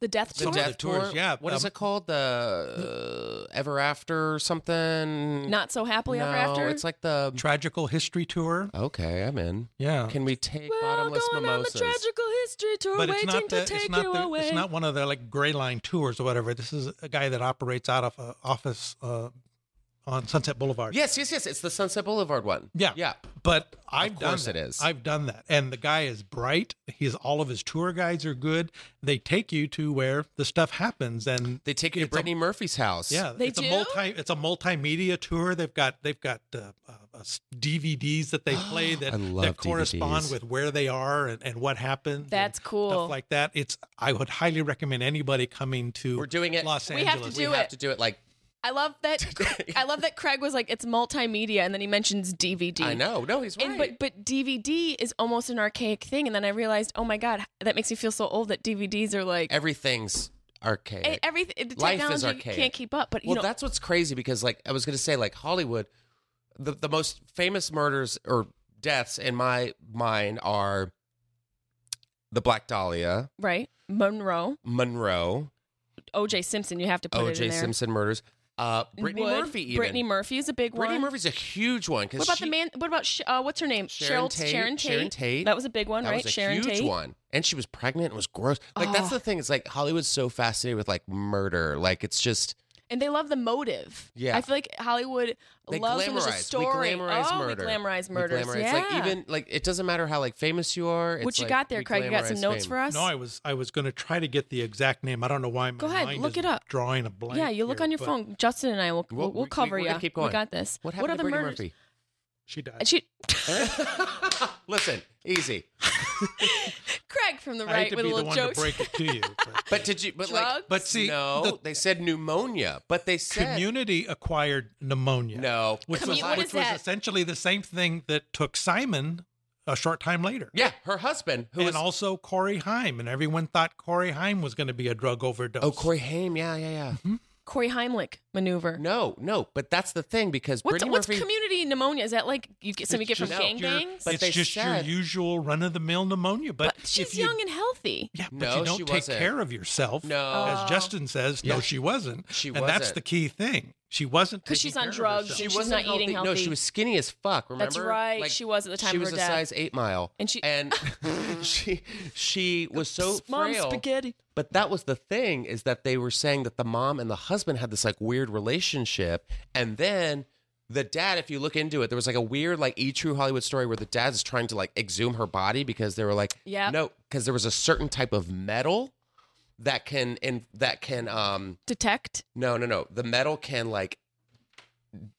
[SPEAKER 4] the death
[SPEAKER 6] The
[SPEAKER 4] tour.
[SPEAKER 7] of
[SPEAKER 6] death
[SPEAKER 7] the tours,
[SPEAKER 6] tour.
[SPEAKER 7] yeah.
[SPEAKER 6] What is
[SPEAKER 7] Um,
[SPEAKER 6] it called? The uh, Ever After or something.
[SPEAKER 4] Not so happily
[SPEAKER 6] Mm. no,
[SPEAKER 4] ever after.
[SPEAKER 6] It's like the.
[SPEAKER 7] tragical history tour.
[SPEAKER 6] okay, I'm in.
[SPEAKER 7] Yeah.
[SPEAKER 6] Can we take
[SPEAKER 4] We're all
[SPEAKER 6] bottomless
[SPEAKER 4] going
[SPEAKER 6] mimosas?
[SPEAKER 4] on the tragical history tour,
[SPEAKER 7] but it's
[SPEAKER 4] waiting
[SPEAKER 7] not the,
[SPEAKER 4] to take
[SPEAKER 7] it's not
[SPEAKER 4] you
[SPEAKER 7] the,
[SPEAKER 4] away.
[SPEAKER 7] it's not one of the like gray line tours or whatever. This is a guy that operates out of a office uh, on Sunset Boulevard.
[SPEAKER 6] Yes, yes, yes. It's the Sunset Boulevard one.
[SPEAKER 7] Yeah.
[SPEAKER 6] Yeah.
[SPEAKER 7] But I've done
[SPEAKER 6] course
[SPEAKER 7] that.
[SPEAKER 6] it is.
[SPEAKER 7] I've done that. And the guy is bright. He's all of his tour guides are good. They take you to where the stuff happens and
[SPEAKER 6] They take you to
[SPEAKER 7] It's a-
[SPEAKER 6] Brittany Murphy's house.
[SPEAKER 7] yeah,
[SPEAKER 4] They
[SPEAKER 7] it's
[SPEAKER 4] do?
[SPEAKER 7] a multi it's a multimedia tour. They've got they've got uh, uh, uh, DVDs that
[SPEAKER 6] [GASPS]
[SPEAKER 7] they play that
[SPEAKER 6] I love
[SPEAKER 7] that correspond
[SPEAKER 6] DVDs.
[SPEAKER 7] with where they are and, and what happened. and
[SPEAKER 4] That's cool.
[SPEAKER 7] Stuff like that. It's I would highly recommend anybody coming to
[SPEAKER 6] We're doing it.
[SPEAKER 7] Los
[SPEAKER 4] We
[SPEAKER 7] Angeles.
[SPEAKER 4] have to
[SPEAKER 6] we
[SPEAKER 4] do
[SPEAKER 6] have
[SPEAKER 4] it.
[SPEAKER 6] to do it like
[SPEAKER 4] I love
[SPEAKER 6] [LAUGHS]
[SPEAKER 4] that. I love that Craig was like, it's multimedia, and then he mentions DVD.
[SPEAKER 6] I know. No, he's right.
[SPEAKER 4] And but but DVD is almost an archaic thing, and then I realized, oh my god, that makes me feel so old that DVDs are like
[SPEAKER 6] Everything's archaic.
[SPEAKER 4] e- everything. The
[SPEAKER 6] Life is
[SPEAKER 4] technology
[SPEAKER 6] archaic.
[SPEAKER 4] can't keep up. But you
[SPEAKER 6] well,
[SPEAKER 4] know,
[SPEAKER 6] that's what's crazy because like I was gonna say, like Hollywood, the the most famous murders or deaths in my mind are the Black Dahlia,
[SPEAKER 4] right? Monroe,
[SPEAKER 6] Monroe,
[SPEAKER 4] O.J. Simpson, you have to put it in
[SPEAKER 6] O.J.
[SPEAKER 4] there.
[SPEAKER 6] Simpson murders, uh, Brittany
[SPEAKER 4] Wood,
[SPEAKER 6] Murphy. Even.
[SPEAKER 4] Brittany Murphy is a big
[SPEAKER 6] Brittany
[SPEAKER 4] one.
[SPEAKER 6] Murphy's a huge one. 'cause
[SPEAKER 4] What about
[SPEAKER 6] she,
[SPEAKER 4] the man? What about Sh- uh, what's her name?
[SPEAKER 6] Sharon
[SPEAKER 4] Cheryl-
[SPEAKER 6] Tate,
[SPEAKER 4] Sharon Tate.
[SPEAKER 6] Sharon Tate.
[SPEAKER 4] That was a big one,
[SPEAKER 6] That
[SPEAKER 4] right?
[SPEAKER 6] was a
[SPEAKER 4] Sharon
[SPEAKER 6] huge
[SPEAKER 4] Tate.
[SPEAKER 6] one, and she was pregnant and was gross. Like that's
[SPEAKER 4] Oh.
[SPEAKER 6] the thing. It's like Hollywood's so fascinated with like murder. Like it's just
[SPEAKER 4] And they love the motive.
[SPEAKER 6] Yeah.
[SPEAKER 4] I feel like Hollywood
[SPEAKER 6] they
[SPEAKER 4] loves
[SPEAKER 6] glamorize.
[SPEAKER 4] when there's a story.
[SPEAKER 6] We glamorize
[SPEAKER 4] oh,
[SPEAKER 6] murder.
[SPEAKER 4] we glamorize
[SPEAKER 6] We
[SPEAKER 4] murders.
[SPEAKER 6] glamorize-
[SPEAKER 4] Yeah.
[SPEAKER 6] Like even like it doesn't matter how like famous you are. It's
[SPEAKER 4] what you
[SPEAKER 6] like,
[SPEAKER 4] got there,
[SPEAKER 6] we
[SPEAKER 4] Craig? You got some
[SPEAKER 6] glamorize
[SPEAKER 4] notes
[SPEAKER 6] fame.
[SPEAKER 4] for us?
[SPEAKER 7] No, I was I was going to try to get the exact name. I don't know why my
[SPEAKER 4] Go ahead,
[SPEAKER 7] mind
[SPEAKER 4] look
[SPEAKER 7] is
[SPEAKER 4] it up.
[SPEAKER 7] Drawing a blank.
[SPEAKER 4] yeah, you look
[SPEAKER 7] here,
[SPEAKER 4] on your
[SPEAKER 7] but
[SPEAKER 4] phone. Justin and I will
[SPEAKER 6] Well,
[SPEAKER 4] we'll, we'll
[SPEAKER 6] we-
[SPEAKER 4] cover
[SPEAKER 6] we're
[SPEAKER 4] you.
[SPEAKER 6] gonna keep going.
[SPEAKER 4] We got this.
[SPEAKER 6] What happened
[SPEAKER 4] other
[SPEAKER 6] to Brittany
[SPEAKER 4] murders?
[SPEAKER 6] Murphy?
[SPEAKER 7] She died.
[SPEAKER 4] She,
[SPEAKER 6] Listen, easy.
[SPEAKER 4] Craig from the
[SPEAKER 7] I hate
[SPEAKER 4] right
[SPEAKER 7] to
[SPEAKER 4] with
[SPEAKER 7] be the
[SPEAKER 4] little
[SPEAKER 7] one
[SPEAKER 4] jokes.
[SPEAKER 7] to break it to
[SPEAKER 6] [LAUGHS]
[SPEAKER 7] you. but-
[SPEAKER 6] But did you? But
[SPEAKER 4] Drugs?
[SPEAKER 6] like,
[SPEAKER 7] But see,
[SPEAKER 6] no,
[SPEAKER 7] the-
[SPEAKER 6] they said pneumonia, but they said
[SPEAKER 7] community acquired pneumonia.
[SPEAKER 6] no.
[SPEAKER 7] which
[SPEAKER 4] Commu-
[SPEAKER 7] was,
[SPEAKER 4] what
[SPEAKER 7] which
[SPEAKER 4] is
[SPEAKER 7] was
[SPEAKER 4] that?
[SPEAKER 7] essentially the same thing that took Simon a short time later.
[SPEAKER 6] Yeah, her husband who
[SPEAKER 7] and
[SPEAKER 6] was
[SPEAKER 7] also Corey Heim, and everyone thought Corey Heim was going to be a drug overdose.
[SPEAKER 4] Mm-hmm.
[SPEAKER 6] oh Corey Haim. Yeah, yeah, yeah.
[SPEAKER 4] Corey Heimlich, maneuver.
[SPEAKER 6] No, no, but that's the thing because
[SPEAKER 4] What's,
[SPEAKER 6] Brittany
[SPEAKER 4] what's
[SPEAKER 6] Murphy.
[SPEAKER 4] community pneumonia? Is that like you get something you get
[SPEAKER 7] It's
[SPEAKER 4] from
[SPEAKER 7] just your-
[SPEAKER 4] gangbangs?
[SPEAKER 6] but they
[SPEAKER 7] it's just
[SPEAKER 6] said-
[SPEAKER 7] your usual run of the mill pneumonia. But,
[SPEAKER 4] But she's
[SPEAKER 7] if you,
[SPEAKER 4] young and healthy.
[SPEAKER 7] yeah, but
[SPEAKER 6] No,
[SPEAKER 7] you don't
[SPEAKER 6] she
[SPEAKER 7] take
[SPEAKER 6] wasn't.
[SPEAKER 7] care of yourself.
[SPEAKER 6] No.
[SPEAKER 7] as Justin says,
[SPEAKER 6] Yeah.
[SPEAKER 7] no, she wasn't.
[SPEAKER 6] She
[SPEAKER 7] and that's
[SPEAKER 6] wasn't.
[SPEAKER 7] the key thing. She wasn't
[SPEAKER 4] Because
[SPEAKER 7] taking
[SPEAKER 4] she's on
[SPEAKER 7] care of
[SPEAKER 4] drugs.
[SPEAKER 7] herself.
[SPEAKER 4] She She's wasn't not eating
[SPEAKER 6] No,
[SPEAKER 4] healthy.
[SPEAKER 6] she was skinny as fuck. Remember?
[SPEAKER 4] That's right, she was at the time
[SPEAKER 6] She
[SPEAKER 4] of
[SPEAKER 6] was
[SPEAKER 4] her
[SPEAKER 6] a
[SPEAKER 4] death.
[SPEAKER 6] size eight mile,
[SPEAKER 4] And she- [LAUGHS]
[SPEAKER 6] and [LAUGHS] she she was so
[SPEAKER 4] Mom,
[SPEAKER 6] frail.
[SPEAKER 4] spaghetti.
[SPEAKER 6] But that was the thing is that they were saying that the mom and the husband had this like weird relationship, and then the dad, if you look into it, there was like a weird like e true Hollywood story where the dad is trying to like exhume her body because they were like,
[SPEAKER 4] Yep.
[SPEAKER 6] no, because there was a certain type of metal that can and that can um
[SPEAKER 4] Detect.
[SPEAKER 6] no no no the metal can like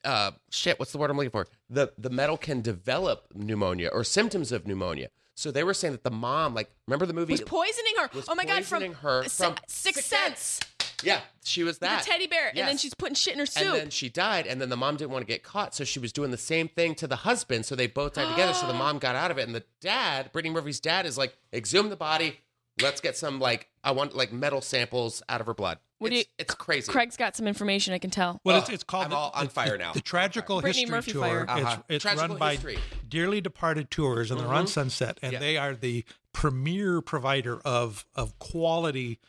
[SPEAKER 6] uh shit what's the word I'm looking for the the metal can develop pneumonia or symptoms of pneumonia. So they were saying that the mom like remember the movie
[SPEAKER 4] Was poisoning her.
[SPEAKER 6] Was
[SPEAKER 4] oh my god! From,
[SPEAKER 6] poisoning her
[SPEAKER 4] S-
[SPEAKER 6] from
[SPEAKER 4] Sixth
[SPEAKER 6] Sixth
[SPEAKER 4] Sense.
[SPEAKER 6] yeah, she was that
[SPEAKER 4] The teddy bear, and then
[SPEAKER 6] Yes.
[SPEAKER 4] she's putting shit in her soup.
[SPEAKER 6] And then she died, and then the mom didn't want to get caught, so she was doing the same thing to the husband. So they both died together.
[SPEAKER 4] [GASPS]
[SPEAKER 6] So the mom got out of it, and the dad, Brittany Murphy's dad, is like, exhume the body. Let's get some like I want like metal samples out of her blood.
[SPEAKER 4] What do
[SPEAKER 6] it's,
[SPEAKER 4] you-
[SPEAKER 6] it's crazy.
[SPEAKER 4] Craig's got some information. I can tell.
[SPEAKER 7] Well,
[SPEAKER 6] Ugh,
[SPEAKER 7] it's, it's called
[SPEAKER 6] I'm
[SPEAKER 7] the,
[SPEAKER 6] all on
[SPEAKER 7] the-
[SPEAKER 6] fire
[SPEAKER 7] the-
[SPEAKER 6] now.
[SPEAKER 7] The Tragical
[SPEAKER 4] Brittany
[SPEAKER 7] History
[SPEAKER 4] Murphy
[SPEAKER 7] Tour.
[SPEAKER 4] fire.
[SPEAKER 6] Uh-huh.
[SPEAKER 7] It's, it's
[SPEAKER 6] Tragical
[SPEAKER 7] run by
[SPEAKER 6] History. Mm-hmm.
[SPEAKER 7] dearly departed tours, and they're on Sunset, and
[SPEAKER 6] Yeah.
[SPEAKER 7] they are the premier provider of of quality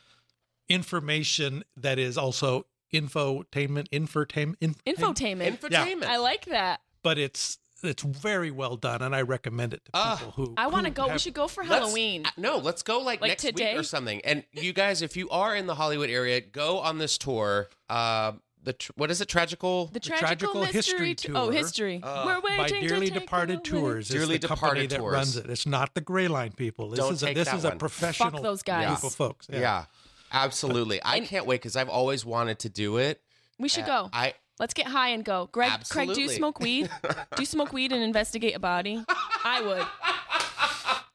[SPEAKER 7] information that is also infotainment, infotainment,
[SPEAKER 4] Infotainment.
[SPEAKER 6] Infotainment.
[SPEAKER 4] I like that.
[SPEAKER 7] but it's it's very well done, and I recommend it to
[SPEAKER 6] Ah.
[SPEAKER 7] people who
[SPEAKER 4] I want to
[SPEAKER 7] who
[SPEAKER 4] go. We
[SPEAKER 7] have-
[SPEAKER 4] should go for
[SPEAKER 6] Let's-
[SPEAKER 4] Halloween.
[SPEAKER 6] uh, no, let's go like,
[SPEAKER 4] Like
[SPEAKER 6] next
[SPEAKER 4] today?
[SPEAKER 6] week or something. And you guys, if you are in the Hollywood area, go on this tour. Uh, the tr- what is it? Tragical.
[SPEAKER 4] the,
[SPEAKER 7] Tragical History
[SPEAKER 4] Tou- Oh,
[SPEAKER 7] Tour
[SPEAKER 4] history.
[SPEAKER 6] Uh,
[SPEAKER 4] We're waiting
[SPEAKER 7] by
[SPEAKER 4] to
[SPEAKER 7] Dearly
[SPEAKER 4] take
[SPEAKER 7] Departed
[SPEAKER 4] away.
[SPEAKER 7] Tours is
[SPEAKER 6] Dearly
[SPEAKER 7] the company
[SPEAKER 6] Departed
[SPEAKER 7] that
[SPEAKER 6] Tours.
[SPEAKER 7] runs it. It's not the Gray Line people. This
[SPEAKER 6] Don't
[SPEAKER 7] is a,
[SPEAKER 6] take
[SPEAKER 7] this
[SPEAKER 6] that
[SPEAKER 7] is
[SPEAKER 6] one.
[SPEAKER 7] a
[SPEAKER 6] Fuck
[SPEAKER 7] professional
[SPEAKER 4] those guys.
[SPEAKER 7] group of folks.
[SPEAKER 6] yeah. absolutely. I can't wait because I've always wanted to do it.
[SPEAKER 4] We should go.
[SPEAKER 6] Uh, I
[SPEAKER 4] Let's get high and go. Greg, Craig, do
[SPEAKER 6] Absolutely.
[SPEAKER 4] you smoke weed? do you smoke weed and investigate a body? I would.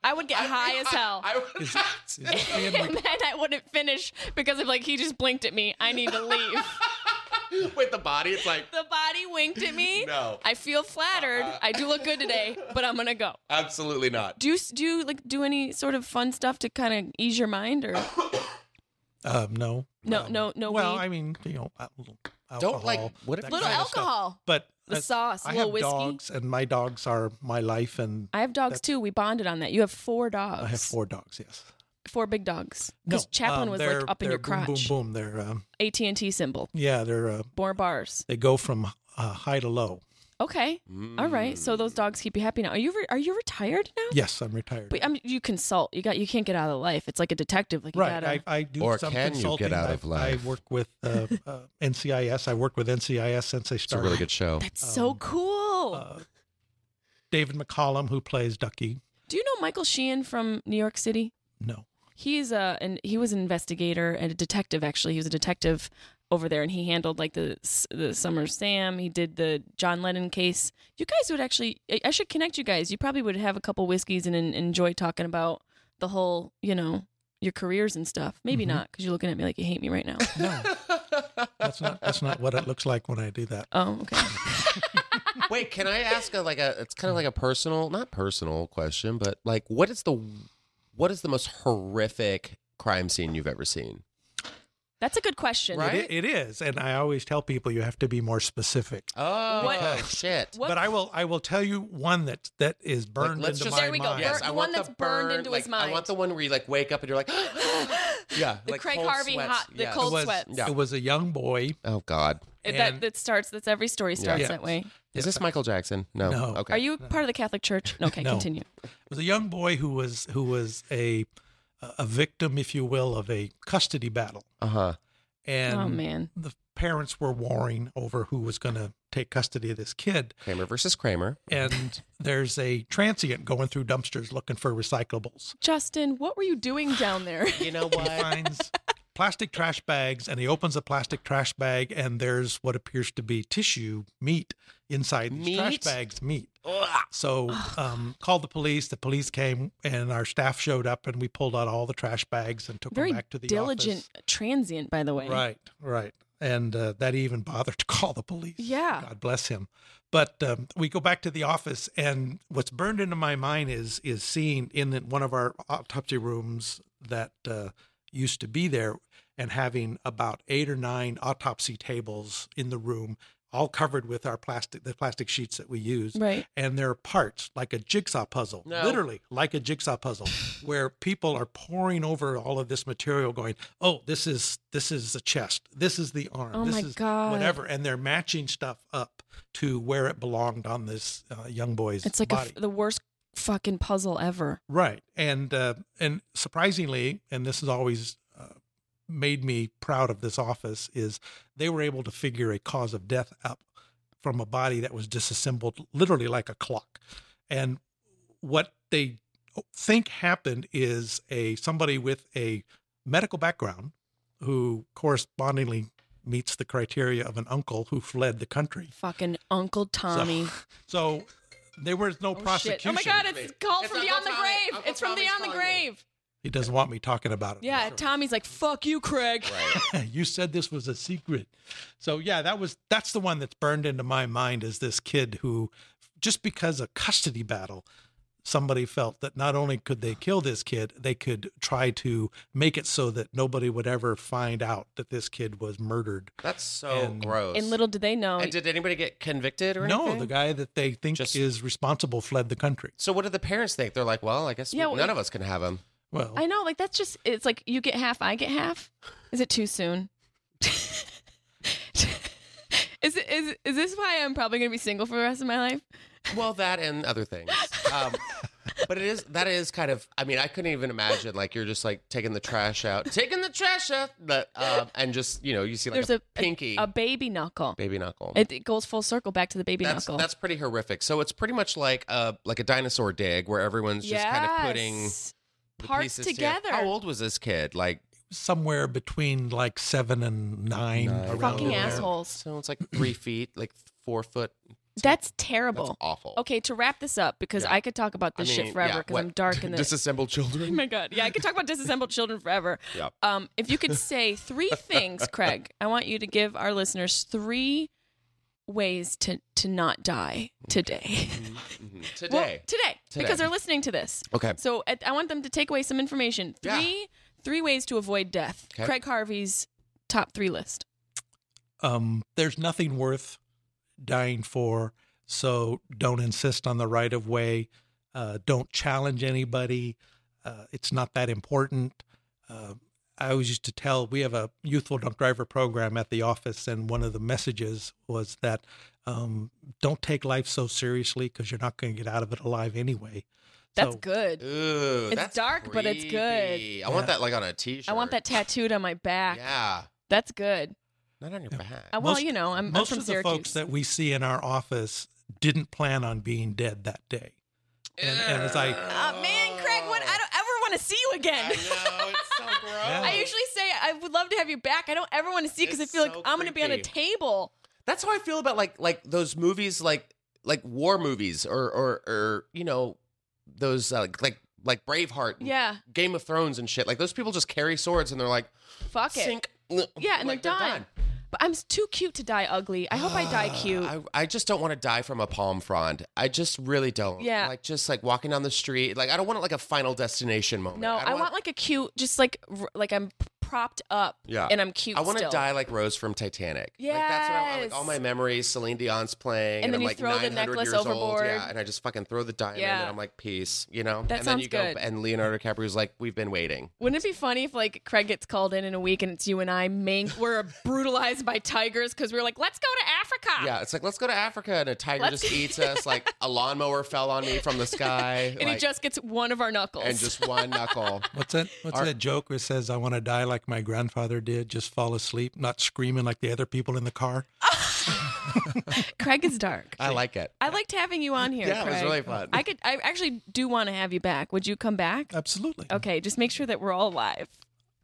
[SPEAKER 4] I would get high as hell.
[SPEAKER 6] [LAUGHS] I [LAUGHS]
[SPEAKER 7] Is it- is it being like-
[SPEAKER 4] [LAUGHS] and then I wouldn't finish because of like he just blinked at me. I need to leave.
[SPEAKER 6] with the body. It's
[SPEAKER 4] [LAUGHS]
[SPEAKER 6] like
[SPEAKER 4] the body winked at me.
[SPEAKER 6] No.
[SPEAKER 4] I feel flattered.
[SPEAKER 7] Uh,
[SPEAKER 4] I do look good today, but I'm gonna go.
[SPEAKER 6] absolutely not.
[SPEAKER 4] Do you s- do you like do any sort of fun stuff to kind of ease your mind or
[SPEAKER 7] um, no.
[SPEAKER 4] no
[SPEAKER 7] Um,
[SPEAKER 4] no no
[SPEAKER 7] Well,
[SPEAKER 4] weed?
[SPEAKER 7] I mean, you know, a little
[SPEAKER 6] Don't, like,
[SPEAKER 7] alcohol,
[SPEAKER 6] what if
[SPEAKER 7] that
[SPEAKER 6] you-
[SPEAKER 4] little
[SPEAKER 7] kind of stuff.
[SPEAKER 4] alcohol.
[SPEAKER 7] But
[SPEAKER 4] The
[SPEAKER 7] I-
[SPEAKER 4] sauce, a
[SPEAKER 7] I
[SPEAKER 4] little
[SPEAKER 7] have
[SPEAKER 4] whiskey.
[SPEAKER 7] dogs, and my dogs are my life, and
[SPEAKER 4] [COUGHS] I have dogs
[SPEAKER 7] That's-
[SPEAKER 4] too. We bonded on that. You have four dogs.
[SPEAKER 7] I have four dogs. Yes.
[SPEAKER 4] Four big dogs.
[SPEAKER 7] No,
[SPEAKER 4] Because Chaplin
[SPEAKER 7] um,
[SPEAKER 4] was
[SPEAKER 7] they're-
[SPEAKER 4] like up in
[SPEAKER 7] they're
[SPEAKER 4] your crotch.
[SPEAKER 7] Boom, boom, boom. They're um,
[SPEAKER 4] AT and T symbol.
[SPEAKER 7] yeah, they're uh,
[SPEAKER 4] More bars.
[SPEAKER 7] they go from uh, high to low.
[SPEAKER 4] Okay. All right. So
[SPEAKER 7] Mm.
[SPEAKER 4] those dogs keep you happy now. Are you re- are you retired now?
[SPEAKER 7] Yes, I'm retired.
[SPEAKER 4] But I mean, you consult. You got. You can't get out of life. It's like a detective. Like
[SPEAKER 7] Right,
[SPEAKER 4] you gotta.
[SPEAKER 7] I, I do
[SPEAKER 6] Or
[SPEAKER 7] some
[SPEAKER 6] can you get
[SPEAKER 7] consulting.
[SPEAKER 6] out
[SPEAKER 7] I-
[SPEAKER 6] of life?
[SPEAKER 7] I work with uh,
[SPEAKER 4] [LAUGHS]
[SPEAKER 7] uh, NCIS. I worked with NCIS since they
[SPEAKER 6] It's a
[SPEAKER 7] started.
[SPEAKER 6] really good show.
[SPEAKER 4] That's
[SPEAKER 7] um,
[SPEAKER 4] so cool.
[SPEAKER 7] Uh, David McCollum, who plays Ducky.
[SPEAKER 4] Do you know Michael Sheehan from New York City?
[SPEAKER 7] No,
[SPEAKER 4] He's a and he was an investigator and a detective. Actually, he was a detective over there, and he handled like the S- the Summer Sam. He did the John Lennon case. You guys would actually. I- I should connect you guys. You probably would have a couple whiskeys and, en- enjoy talking about the whole. You know. Your careers and stuff. Maybe not, because you're looking at me like you hate me right now.
[SPEAKER 7] no, that's not that's not what it looks like when I do that.
[SPEAKER 4] oh, okay.
[SPEAKER 6] [LAUGHS] Wait, can I ask a, like a? It's kind of like a personal, not personal question, but like, what is the, what is the most horrific crime scene you've ever seen?
[SPEAKER 4] That's a good question.
[SPEAKER 6] Right?
[SPEAKER 7] It, it is, and I always tell people you have to be more specific.
[SPEAKER 6] Oh
[SPEAKER 4] What-
[SPEAKER 6] shit!
[SPEAKER 4] What-
[SPEAKER 7] But I will I will tell you one that that is burned
[SPEAKER 6] let's
[SPEAKER 7] into
[SPEAKER 6] just-
[SPEAKER 7] my
[SPEAKER 4] There we go.
[SPEAKER 7] mind.
[SPEAKER 4] Yes. the one
[SPEAKER 6] want
[SPEAKER 4] that's burned
[SPEAKER 6] burn-
[SPEAKER 4] into
[SPEAKER 6] like,
[SPEAKER 4] his mind.
[SPEAKER 6] I want the one where you like wake up
[SPEAKER 4] [GASPS]
[SPEAKER 6] and you're like, [GASPS] yeah,
[SPEAKER 4] The
[SPEAKER 6] like
[SPEAKER 4] Craig
[SPEAKER 6] cold
[SPEAKER 4] Harvey
[SPEAKER 6] sweats.
[SPEAKER 4] hot- the
[SPEAKER 6] Yes.
[SPEAKER 4] cold
[SPEAKER 7] it was,
[SPEAKER 4] sweats.
[SPEAKER 6] Yeah.
[SPEAKER 7] It was a young boy.
[SPEAKER 6] Oh god,
[SPEAKER 4] It- eh, that
[SPEAKER 7] And-
[SPEAKER 4] that starts. That's every story starts
[SPEAKER 7] Yeah.
[SPEAKER 4] that way.
[SPEAKER 6] is this Michael Jackson? No.
[SPEAKER 7] No.
[SPEAKER 6] Okay.
[SPEAKER 4] Are you part of the Catholic Church? Okay,
[SPEAKER 7] No.
[SPEAKER 4] continue.
[SPEAKER 7] It was a young boy who was who was a a victim, if you will, of a custody battle,
[SPEAKER 6] Uh huh.
[SPEAKER 7] and
[SPEAKER 4] oh man,
[SPEAKER 7] the parents were warring over who was going to take custody of this kid.
[SPEAKER 6] Kramer versus Kramer.
[SPEAKER 7] And there's a transient going through dumpsters looking for recyclables.
[SPEAKER 4] Justin, what were you doing down there? [LAUGHS]
[SPEAKER 6] You know
[SPEAKER 7] He finds plastic trash bags and he opens a plastic trash bag and there's what appears to be tissue meat inside these trash
[SPEAKER 6] Meat?
[SPEAKER 7] bags meat so um, called the police the police came and our staff showed up and we pulled out all the trash bags and took
[SPEAKER 4] Very
[SPEAKER 7] them back to the
[SPEAKER 4] diligent,
[SPEAKER 7] office.
[SPEAKER 4] transient, by the way.
[SPEAKER 7] right right and uh, that he even bothered [LAUGHS] to call the police
[SPEAKER 4] Yeah.
[SPEAKER 7] God bless him. But um, we go back to the office, and what's burned into my mind is is seeing in the, one of our autopsy rooms that uh, used to be there and having about eight or nine autopsy tables in the room, all covered with our plastic the plastic sheets that we use.
[SPEAKER 4] Right.
[SPEAKER 7] And there are parts like a jigsaw puzzle,
[SPEAKER 6] No.
[SPEAKER 7] literally like a jigsaw puzzle, where people are pouring over all of this material, going, "Oh, this is this is the chest, this is the arm,
[SPEAKER 4] Oh
[SPEAKER 7] this
[SPEAKER 4] my
[SPEAKER 7] is
[SPEAKER 4] God.
[SPEAKER 7] whatever," and they're matching stuff up to where it belonged on this uh, young boy's.
[SPEAKER 4] It's like a
[SPEAKER 7] body.
[SPEAKER 4] f the worst fucking puzzle ever.
[SPEAKER 7] Right, and uh, and surprisingly, and this has always uh, made me proud of this office is they were able to figure a cause of death up from a body that was disassembled, literally like a clock. And what they think happened is a somebody with a medical background who correspondingly meets the criteria of an uncle who fled the country.
[SPEAKER 4] Fucking Uncle Tommy.
[SPEAKER 7] [LAUGHS] So there was no
[SPEAKER 4] oh, shit.
[SPEAKER 7] prosecution.
[SPEAKER 4] oh my god, it's called
[SPEAKER 6] It's
[SPEAKER 4] from
[SPEAKER 6] Uncle
[SPEAKER 4] beyond the
[SPEAKER 6] Tommy.
[SPEAKER 4] grave.
[SPEAKER 6] Uncle
[SPEAKER 4] it's from
[SPEAKER 6] Tommy's
[SPEAKER 4] beyond the
[SPEAKER 6] calling me.
[SPEAKER 4] grave.
[SPEAKER 7] he doesn't want me talking about it.
[SPEAKER 4] Yeah, Tommy's like, fuck you, Craig.
[SPEAKER 7] [LAUGHS] you said this was a secret. So yeah, that was that's the one that's burned into my mind is this kid who just because a custody battle somebody felt that not only could they kill this kid, they could try to make it so that nobody would ever find out that this kid was murdered.
[SPEAKER 6] That's so
[SPEAKER 7] And-
[SPEAKER 6] gross.
[SPEAKER 4] And little did they know.
[SPEAKER 6] and did anybody get convicted or
[SPEAKER 7] No,
[SPEAKER 6] anything?
[SPEAKER 7] the guy that they think
[SPEAKER 6] Just-
[SPEAKER 7] is responsible fled the country.
[SPEAKER 6] So what did the parents think? They're like, well, I guess we-
[SPEAKER 4] Yeah, well,
[SPEAKER 6] none
[SPEAKER 4] it-
[SPEAKER 6] of us can have him.
[SPEAKER 7] Well,
[SPEAKER 4] I know, like that's just it's like you get half, I get half. Is it too soon? [LAUGHS] is it is is this why I'm probably gonna be single for the rest of my life?
[SPEAKER 6] Well, that and other things.
[SPEAKER 4] [LAUGHS]
[SPEAKER 6] Um, but it is that is kind of. I mean, I couldn't even imagine like you're just like taking the trash out, taking the trash out, but, um, and just you know you see like
[SPEAKER 4] There's a, a-
[SPEAKER 6] pinky
[SPEAKER 4] a, baby knuckle.
[SPEAKER 6] baby knuckle.
[SPEAKER 4] It, it goes full circle back to the baby
[SPEAKER 6] that's
[SPEAKER 4] knuckle.
[SPEAKER 6] that's pretty horrific. So it's pretty much like a like a dinosaur dig where everyone's just kind of putting
[SPEAKER 4] Yes.
[SPEAKER 6] the
[SPEAKER 4] parts
[SPEAKER 6] pieces
[SPEAKER 4] together.
[SPEAKER 6] How old was this kid? Like
[SPEAKER 7] somewhere between like seven and nine.
[SPEAKER 6] Nine.
[SPEAKER 7] around
[SPEAKER 4] fucking
[SPEAKER 7] in there.
[SPEAKER 4] assholes.
[SPEAKER 6] so it's like three feet, like four foot.
[SPEAKER 4] That's
[SPEAKER 6] That's
[SPEAKER 4] terrible.
[SPEAKER 6] awful.
[SPEAKER 4] okay, to wrap this up because
[SPEAKER 6] Yeah.
[SPEAKER 4] I could talk about this
[SPEAKER 6] I mean,
[SPEAKER 4] shit forever
[SPEAKER 6] yeah,
[SPEAKER 4] because
[SPEAKER 6] what-
[SPEAKER 4] I'm dark
[SPEAKER 6] [LAUGHS]
[SPEAKER 4] in this.
[SPEAKER 6] disassembled
[SPEAKER 4] Oh [LAUGHS]
[SPEAKER 6] children.
[SPEAKER 4] my god! Yeah, I could talk about disassembled children forever.
[SPEAKER 6] Yeah.
[SPEAKER 4] Um, if you could
[SPEAKER 6] [LAUGHS]
[SPEAKER 4] say three things, Craig, I want you to give our listeners three ways to to not die today.
[SPEAKER 6] Mhm.
[SPEAKER 4] Well,
[SPEAKER 6] Today.
[SPEAKER 4] today,
[SPEAKER 6] Today.
[SPEAKER 4] because they're listening to this.
[SPEAKER 6] okay.
[SPEAKER 4] So I, I want them to take away some information.
[SPEAKER 6] Yeah.
[SPEAKER 4] Three three ways to avoid death.
[SPEAKER 6] Okay.
[SPEAKER 4] Craig Harvey's top three list.
[SPEAKER 7] um, there's nothing worth dying for. So don't insist on the right of way. Uh, don't challenge anybody. Uh, it's not that important. Uh, I always used to tell we have a youthful drunk driver program at the office, and one of the messages was that um, don't take life so seriously because you're not going to get out of it alive anyway.
[SPEAKER 4] That's
[SPEAKER 7] So-
[SPEAKER 4] good.
[SPEAKER 6] Ooh,
[SPEAKER 4] It's
[SPEAKER 6] that's
[SPEAKER 4] dark, but it's good.
[SPEAKER 6] creepy. I want
[SPEAKER 7] Yeah.
[SPEAKER 6] that like on a t-shirt.
[SPEAKER 4] I want that tattooed on my back.
[SPEAKER 6] Yeah,
[SPEAKER 4] That's good.
[SPEAKER 6] not on your
[SPEAKER 7] Yeah.
[SPEAKER 6] back.
[SPEAKER 4] I, well,
[SPEAKER 7] Most-
[SPEAKER 4] you know, I'm, I'm
[SPEAKER 7] Most
[SPEAKER 4] from
[SPEAKER 7] of the
[SPEAKER 4] Syracuse.
[SPEAKER 7] folks that we see in our office didn't plan on being dead that day. And, and as I
[SPEAKER 4] Uh, man, Craig, what? I don't ever want to see you
[SPEAKER 6] I
[SPEAKER 4] again.
[SPEAKER 7] [LAUGHS]
[SPEAKER 6] know it's so
[SPEAKER 4] [LAUGHS]
[SPEAKER 6] gross.
[SPEAKER 4] I usually say I would love to have you back. I don't ever want to see because I
[SPEAKER 6] It's
[SPEAKER 4] feel like
[SPEAKER 6] so
[SPEAKER 4] I'm going to be on a
[SPEAKER 6] creepy.
[SPEAKER 4] table.
[SPEAKER 6] That's how I feel about like like those movies, like like war movies, or or or you know those uh, like like Braveheart, and
[SPEAKER 4] Yeah,
[SPEAKER 6] Game of Thrones, and shit. Like those people just carry swords and they're like
[SPEAKER 4] fuck it.
[SPEAKER 6] sink.
[SPEAKER 4] Yeah, and
[SPEAKER 6] Like,
[SPEAKER 4] they're, done. But I'm s- too cute to die ugly. I hope I die cute.
[SPEAKER 6] Ah, I, I just don't want to die from a palm frond. I just really don't.
[SPEAKER 4] Yeah.
[SPEAKER 6] Like just like walking down the street. Like I don't want it like a final destination moment.
[SPEAKER 4] no,
[SPEAKER 6] don't
[SPEAKER 4] I, want like a cute, just like r- like I'm p- propped up.
[SPEAKER 6] Yeah.
[SPEAKER 4] and I'm cute.
[SPEAKER 6] I want to
[SPEAKER 4] still.
[SPEAKER 6] die like Rose from Titanic. Like, that's what I want. Like, all
[SPEAKER 4] Yes.
[SPEAKER 6] my memories, Celine Dion's playing,
[SPEAKER 4] And then
[SPEAKER 6] I'm
[SPEAKER 4] you
[SPEAKER 6] like
[SPEAKER 4] throw the
[SPEAKER 6] 900
[SPEAKER 4] necklace
[SPEAKER 6] years old.
[SPEAKER 4] overboard.
[SPEAKER 6] Yeah, and I just fucking throw the diamond,
[SPEAKER 4] Yeah.
[SPEAKER 6] and I'm like, peace, you
[SPEAKER 4] That
[SPEAKER 6] know. and then
[SPEAKER 4] sounds
[SPEAKER 6] you
[SPEAKER 4] good.
[SPEAKER 6] go, and Leonardo DiCaprio's like, we've been waiting.
[SPEAKER 4] Wouldn't it be funny if like Craig gets called in in a week and it's you and I, Mink, we're brutalized by tigers because we're like, let's go to Africa.
[SPEAKER 6] Yeah, it's like let's go to Africa, and a tiger
[SPEAKER 4] Ah. Let's- [LAUGHS]
[SPEAKER 6] just eats us. Like a lawnmower fell on me from the sky,
[SPEAKER 4] [LAUGHS] and
[SPEAKER 6] like,
[SPEAKER 4] he just gets one of our knuckles.
[SPEAKER 6] and just
[SPEAKER 4] [LAUGHS]
[SPEAKER 6] one knuckle.
[SPEAKER 7] What's that? What's
[SPEAKER 6] Our-
[SPEAKER 7] that joke where it says, "I want to die like my grandfather did, just fall asleep, not screaming like the other people in the car"?
[SPEAKER 4] Craig is dark.
[SPEAKER 6] I like it.
[SPEAKER 4] [LAUGHS] I liked having you on here.
[SPEAKER 6] Yeah, it was
[SPEAKER 4] Craig.
[SPEAKER 6] really fun.
[SPEAKER 4] I could. I actually do want to have you back. Would you come back?
[SPEAKER 7] Absolutely.
[SPEAKER 4] Okay, just make sure that we're all alive.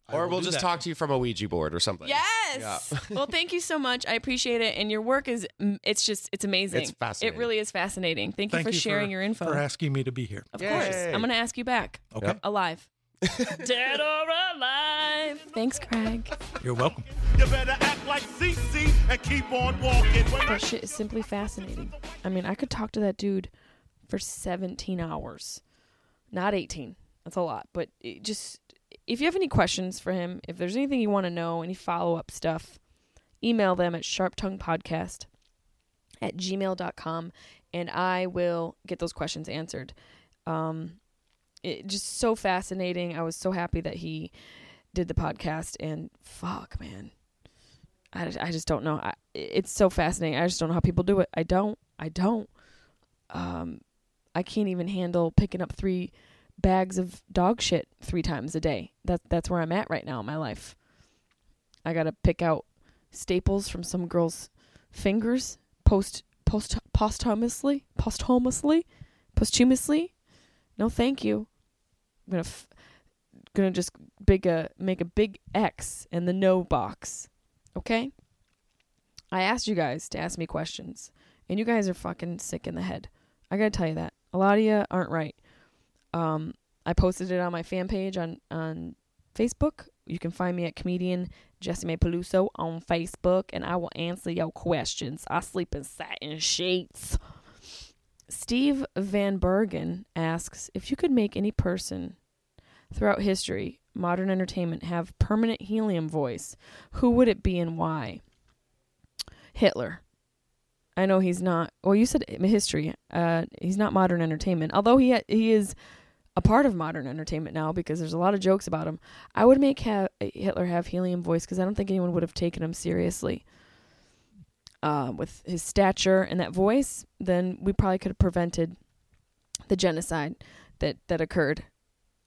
[SPEAKER 7] I
[SPEAKER 6] or
[SPEAKER 7] will
[SPEAKER 6] we'll
[SPEAKER 7] do
[SPEAKER 6] just
[SPEAKER 7] that.
[SPEAKER 6] talk to you from a Ouija board or something. [LAUGHS]
[SPEAKER 4] Yes. well, thank you so much. I appreciate it, and your work is. mm, It's just. It's amazing.
[SPEAKER 6] It's fascinating.
[SPEAKER 4] It really is fascinating. Thank, you for sharing your info.
[SPEAKER 7] for asking me to be here.
[SPEAKER 4] of course,
[SPEAKER 6] Yay.
[SPEAKER 4] I'm going to ask you back.
[SPEAKER 7] Okay,
[SPEAKER 4] Alive. [LAUGHS] Dead or alive. Thanks, Craig.
[SPEAKER 7] you're welcome.
[SPEAKER 3] You better act like CC and keep on walking. When I
[SPEAKER 4] That shit is simply fascinating. I mean, I could talk to that dude for 17 hours. Not 18. That's a lot, but it just if you have any questions for him, if there's anything you want to know, any follow up stuff, email them at sharptonguepodcast at gmail.com and I will get those questions answered. Um, it just so fascinating. I was so happy that he did the podcast and fuck, man. I, just- I just don't know. I, it's so fascinating. I just don't know how people do it. I don't. I don't. Um, I can't even handle picking up three bags of dog shit three times a day. That that's where I'm at right now in my life. I gotta pick out staples from some girl's fingers post post posthumously posthumously posthumously. No, thank you. I'm gonna f- gonna just big a make a big X in the no box. Okay. I asked you guys to ask me questions, and you guys are fucking sick in the head. I gotta tell you that a lot of you aren't right. Um, I posted it on my fan page on on Facebook. You can find me at comedian Jesse May Peluso on Facebook, and I will answer your questions. I sleep in satin sheets. Steve Van Bergen asks if you could make any person throughout history, modern entertainment, have permanent helium voice, who would it be and why? Hitler. I know he's not. Well, you said history. Uh, he's not modern entertainment, although he ha- he is a part of modern entertainment now because there's a lot of jokes about him. I would make ha- Hitler have helium voice because I don't think anyone would have taken him seriously. Uh, with his stature and that voice, then we probably could have prevented the genocide that that occurred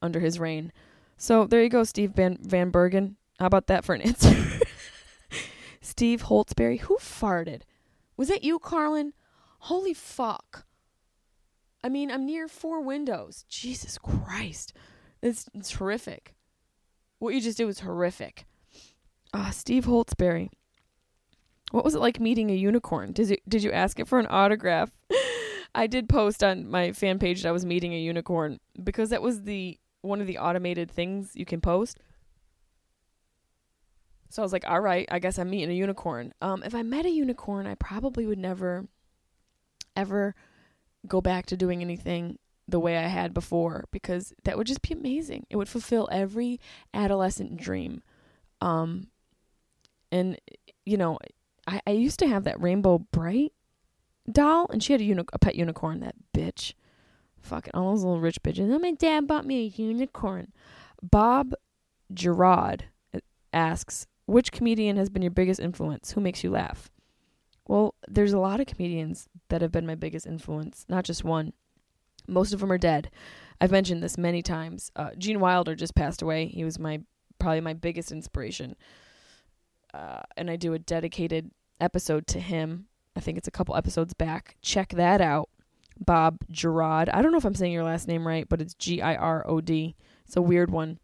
[SPEAKER 4] under his reign. So there you go, Steve Van, Van Bergen. How about that for an [LAUGHS] answer? Steve Holtzberry, who farted? Was that you, Carlin? Holy fuck. I mean, I'm near four windows. Jesus Christ. It's, it's horrific. What you just did was horrific. Ah, Steve Holtzberry. What was it like meeting a unicorn? Did you, did you ask it for an autograph? [LAUGHS] I did post on my fan page that I was meeting a unicorn because that was the one of the automated things you can post. So I was like, all right, I guess I'm meeting a unicorn. Um, if I met a unicorn, I probably would never, ever go back to doing anything the way I had before because that would just be amazing. It would fulfill every adolescent dream. Um, and, you know, I, I used to have that Rainbow Bright doll, and she had a, uni- a pet unicorn, that bitch. Fucking all those little rich bitches. And my dad bought me a unicorn. Bob Gerard asks, which comedian has been your biggest influence? Who makes you laugh? Well, there's a lot of comedians that have been my biggest influence, not just one. Most of them are dead. I've mentioned this many times. Uh, Gene Wilder just passed away. He was my probably my biggest inspiration, uh, and I do a dedicated episode to him. I think it's a couple episodes back. Check that out, Bob Gerard. I don't know if I'm saying your last name right, but it's G I R O D. It's a weird one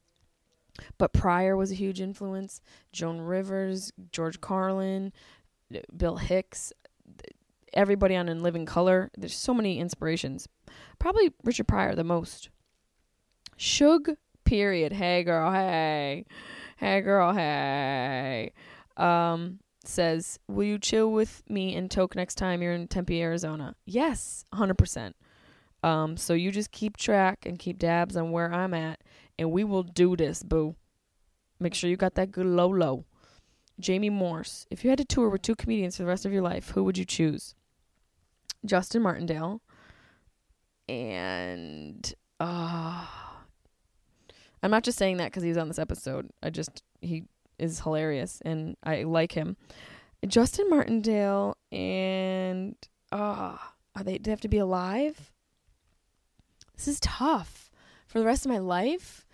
[SPEAKER 4] but Pryor was a huge influence. Joan Rivers, George Carlin, Bill Hicks, everybody on In Living Color. There's so many inspirations. Probably Richard Pryor the most. Suge, period. Hey, girl, hey. Hey, girl, hey. Um, says, Will you chill with me in Toke next time you're in Tempe, Arizona? Yes, 100%. Um, so you just keep track and keep dabs on where I'm at, and we will do this, boo. Make sure you got that good low low. Jamie Morse, if you had to tour with two comedians for the rest of your life, who would you choose? Justin Martindale and uh, I'm not just saying that because he's on this episode. I just he is hilarious and I like him. Justin Martindale and uh, are they? Do they have to be alive? this is tough for the rest of my life.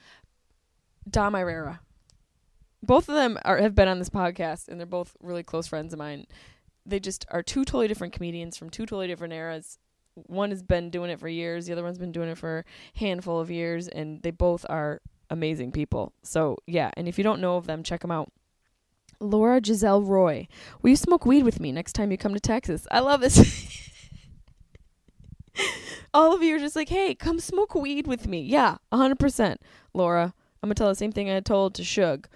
[SPEAKER 4] Dom Irera. Both of them are, have been on this podcast, and they're both really close friends of mine. They just are two totally different comedians from two totally different eras. One has been doing it for years, the other one's been doing it for a handful of years, and they both are amazing people. So, yeah, and if you don't know of them, check them out. Laura Giselle Roy, will you smoke weed with me next time you come to Texas? I love this. [LAUGHS] all of you are just like, hey, come smoke weed with me. Yeah, 100%. Laura, I'm going to tell the same thing I told to Shug.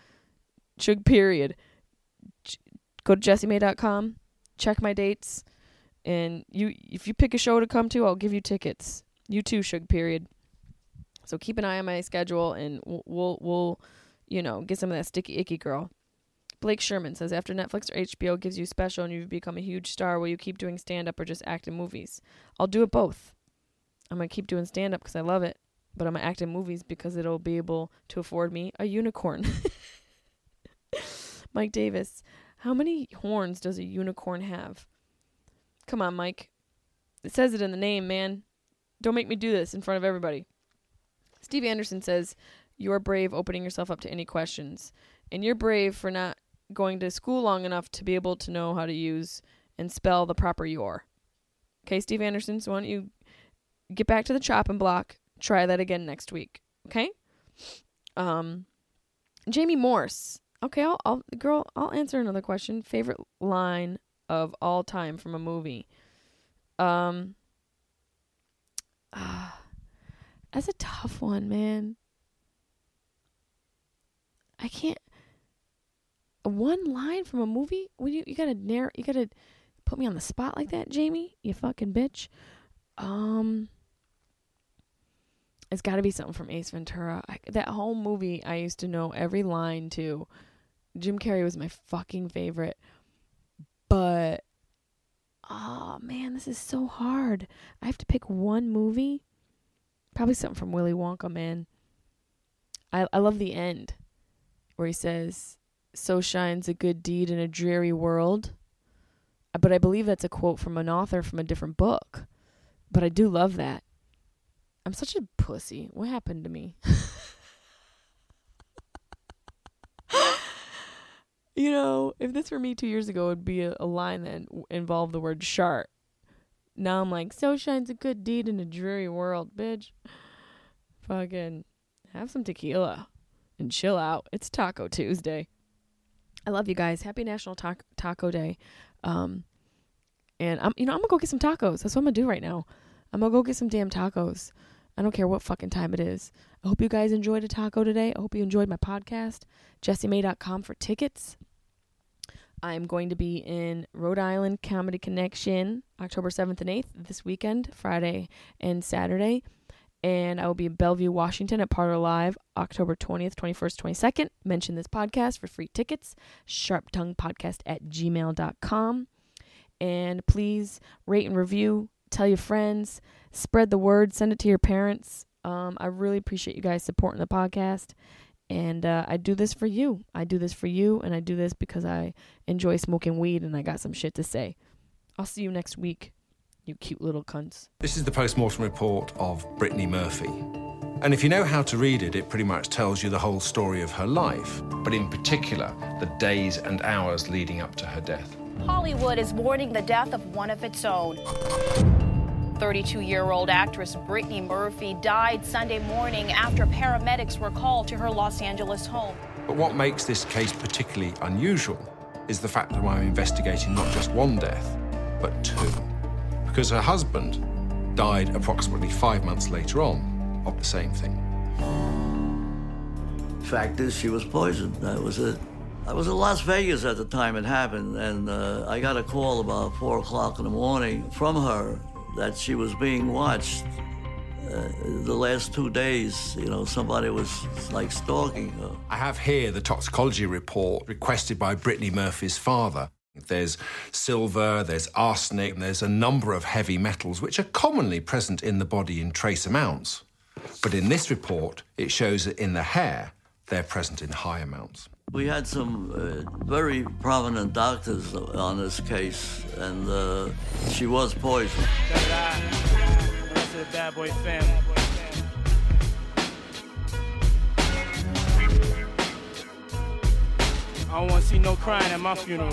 [SPEAKER 4] Shug, period. J- Go to jessiemay.com, check my dates, and you if you pick a show to come to, I'll give you tickets. You too, Shug, period. So keep an eye on my schedule, and we'll we'll, we'll you know, get some of that sticky icky girl. Blake Sherman says after Netflix or HBO gives you special and you've become a huge star, will you keep doing stand up or just act in movies? I'll do it both. I'm gonna keep doing stand up because I love it, but I'm gonna act in movies because it'll be able to afford me a unicorn. Mike Davis, how many horns does a unicorn have? Come on, Mike. It says it in the name, man. Don't make me do this in front of everybody. Steve Anderson says, You're brave opening yourself up to any questions. And you're brave for not going to school long enough to be able to know how to use and spell the proper your. Okay, Steve Anderson, so why don't you get back to the chopping block? Try that again next week. Okay? Um, Jamie Morse. Okay, I'll, I'll girl, I'll answer another question. Favorite line of all time from a movie. Um, ah, that's a tough one, man. I can't. One line from a movie? When you you gotta narr- you gotta put me on the spot like that, Jamie? You fucking bitch. Um, it's got to be something from Ace Ventura. I, that whole movie, I used to know every line to. Jim Carrey was my fucking favorite, but oh man, this is so hard. I have to pick one movie. Probably something from Willy Wonka, man. I I love the end where he says, "So shines a good deed in a dreary world." But I believe that's a quote from an author from a different book. But I do love that. I'm such a pussy. What happened to me? you know, if this were me two years ago, it would be a, a line that w- involved the word shart. Now I'm like, so shines a good deed in a dreary world, bitch. Fucking have some tequila and chill out. It's Taco Tuesday. I love you guys. Happy National Ta- Taco Day. Um, and I'm, you know, I'm gonna go get some tacos. That's what I'm gonna do right now. I'm gonna go get some damn tacos. I don't care what fucking time it is. I hope you guys enjoyed a taco today. I hope you enjoyed my podcast. JessieMay.com for tickets. I'm going to be in Rhode Island Comedy Connection October 7th and 8th this weekend, Friday and Saturday. And I will be in Bellevue, Washington at Parlor Live October 20th, 21st, 22nd. Mention this podcast for free tickets. SharpTonguePodcast at gmail.com. And please rate and review, tell your friends, spread the word, send it to your parents. Um, I really appreciate you guys supporting the podcast. And uh, I do this for you. I do this for you, and I do this because I enjoy smoking weed and I got some shit to say. I'll see you next week, you cute little cunts.
[SPEAKER 10] This is the postmortem report of Brittany Murphy. And if you know how to read it, it pretty much tells you the whole story of her life, but in particular, the days and hours leading up to her death.
[SPEAKER 11] Hollywood is mourning the death of one of its own. 32 year old actress Brittany Murphy died Sunday morning after paramedics were called to her Los Angeles home.
[SPEAKER 10] But what makes this case particularly unusual is the fact that I'm investigating not just one death, but two. Because her husband died approximately five months later on of the same thing.
[SPEAKER 12] Fact is, she was poisoned. That was it. I was in Las Vegas at the time it happened, and uh, I got a call about four o'clock in the morning from her that she was being watched. Uh, the last two days, you know, somebody was like stalking her.
[SPEAKER 10] I have here the toxicology report requested by Brittany Murphy's father. There's silver, there's arsenic, and there's a number of heavy metals which are commonly present in the body in trace amounts. But in this report, it shows that in the hair, they're present in high amounts.
[SPEAKER 12] We had some uh, very prominent doctors on this case, and uh, she was poisoned.
[SPEAKER 13] I don't want to see no crying at my funeral.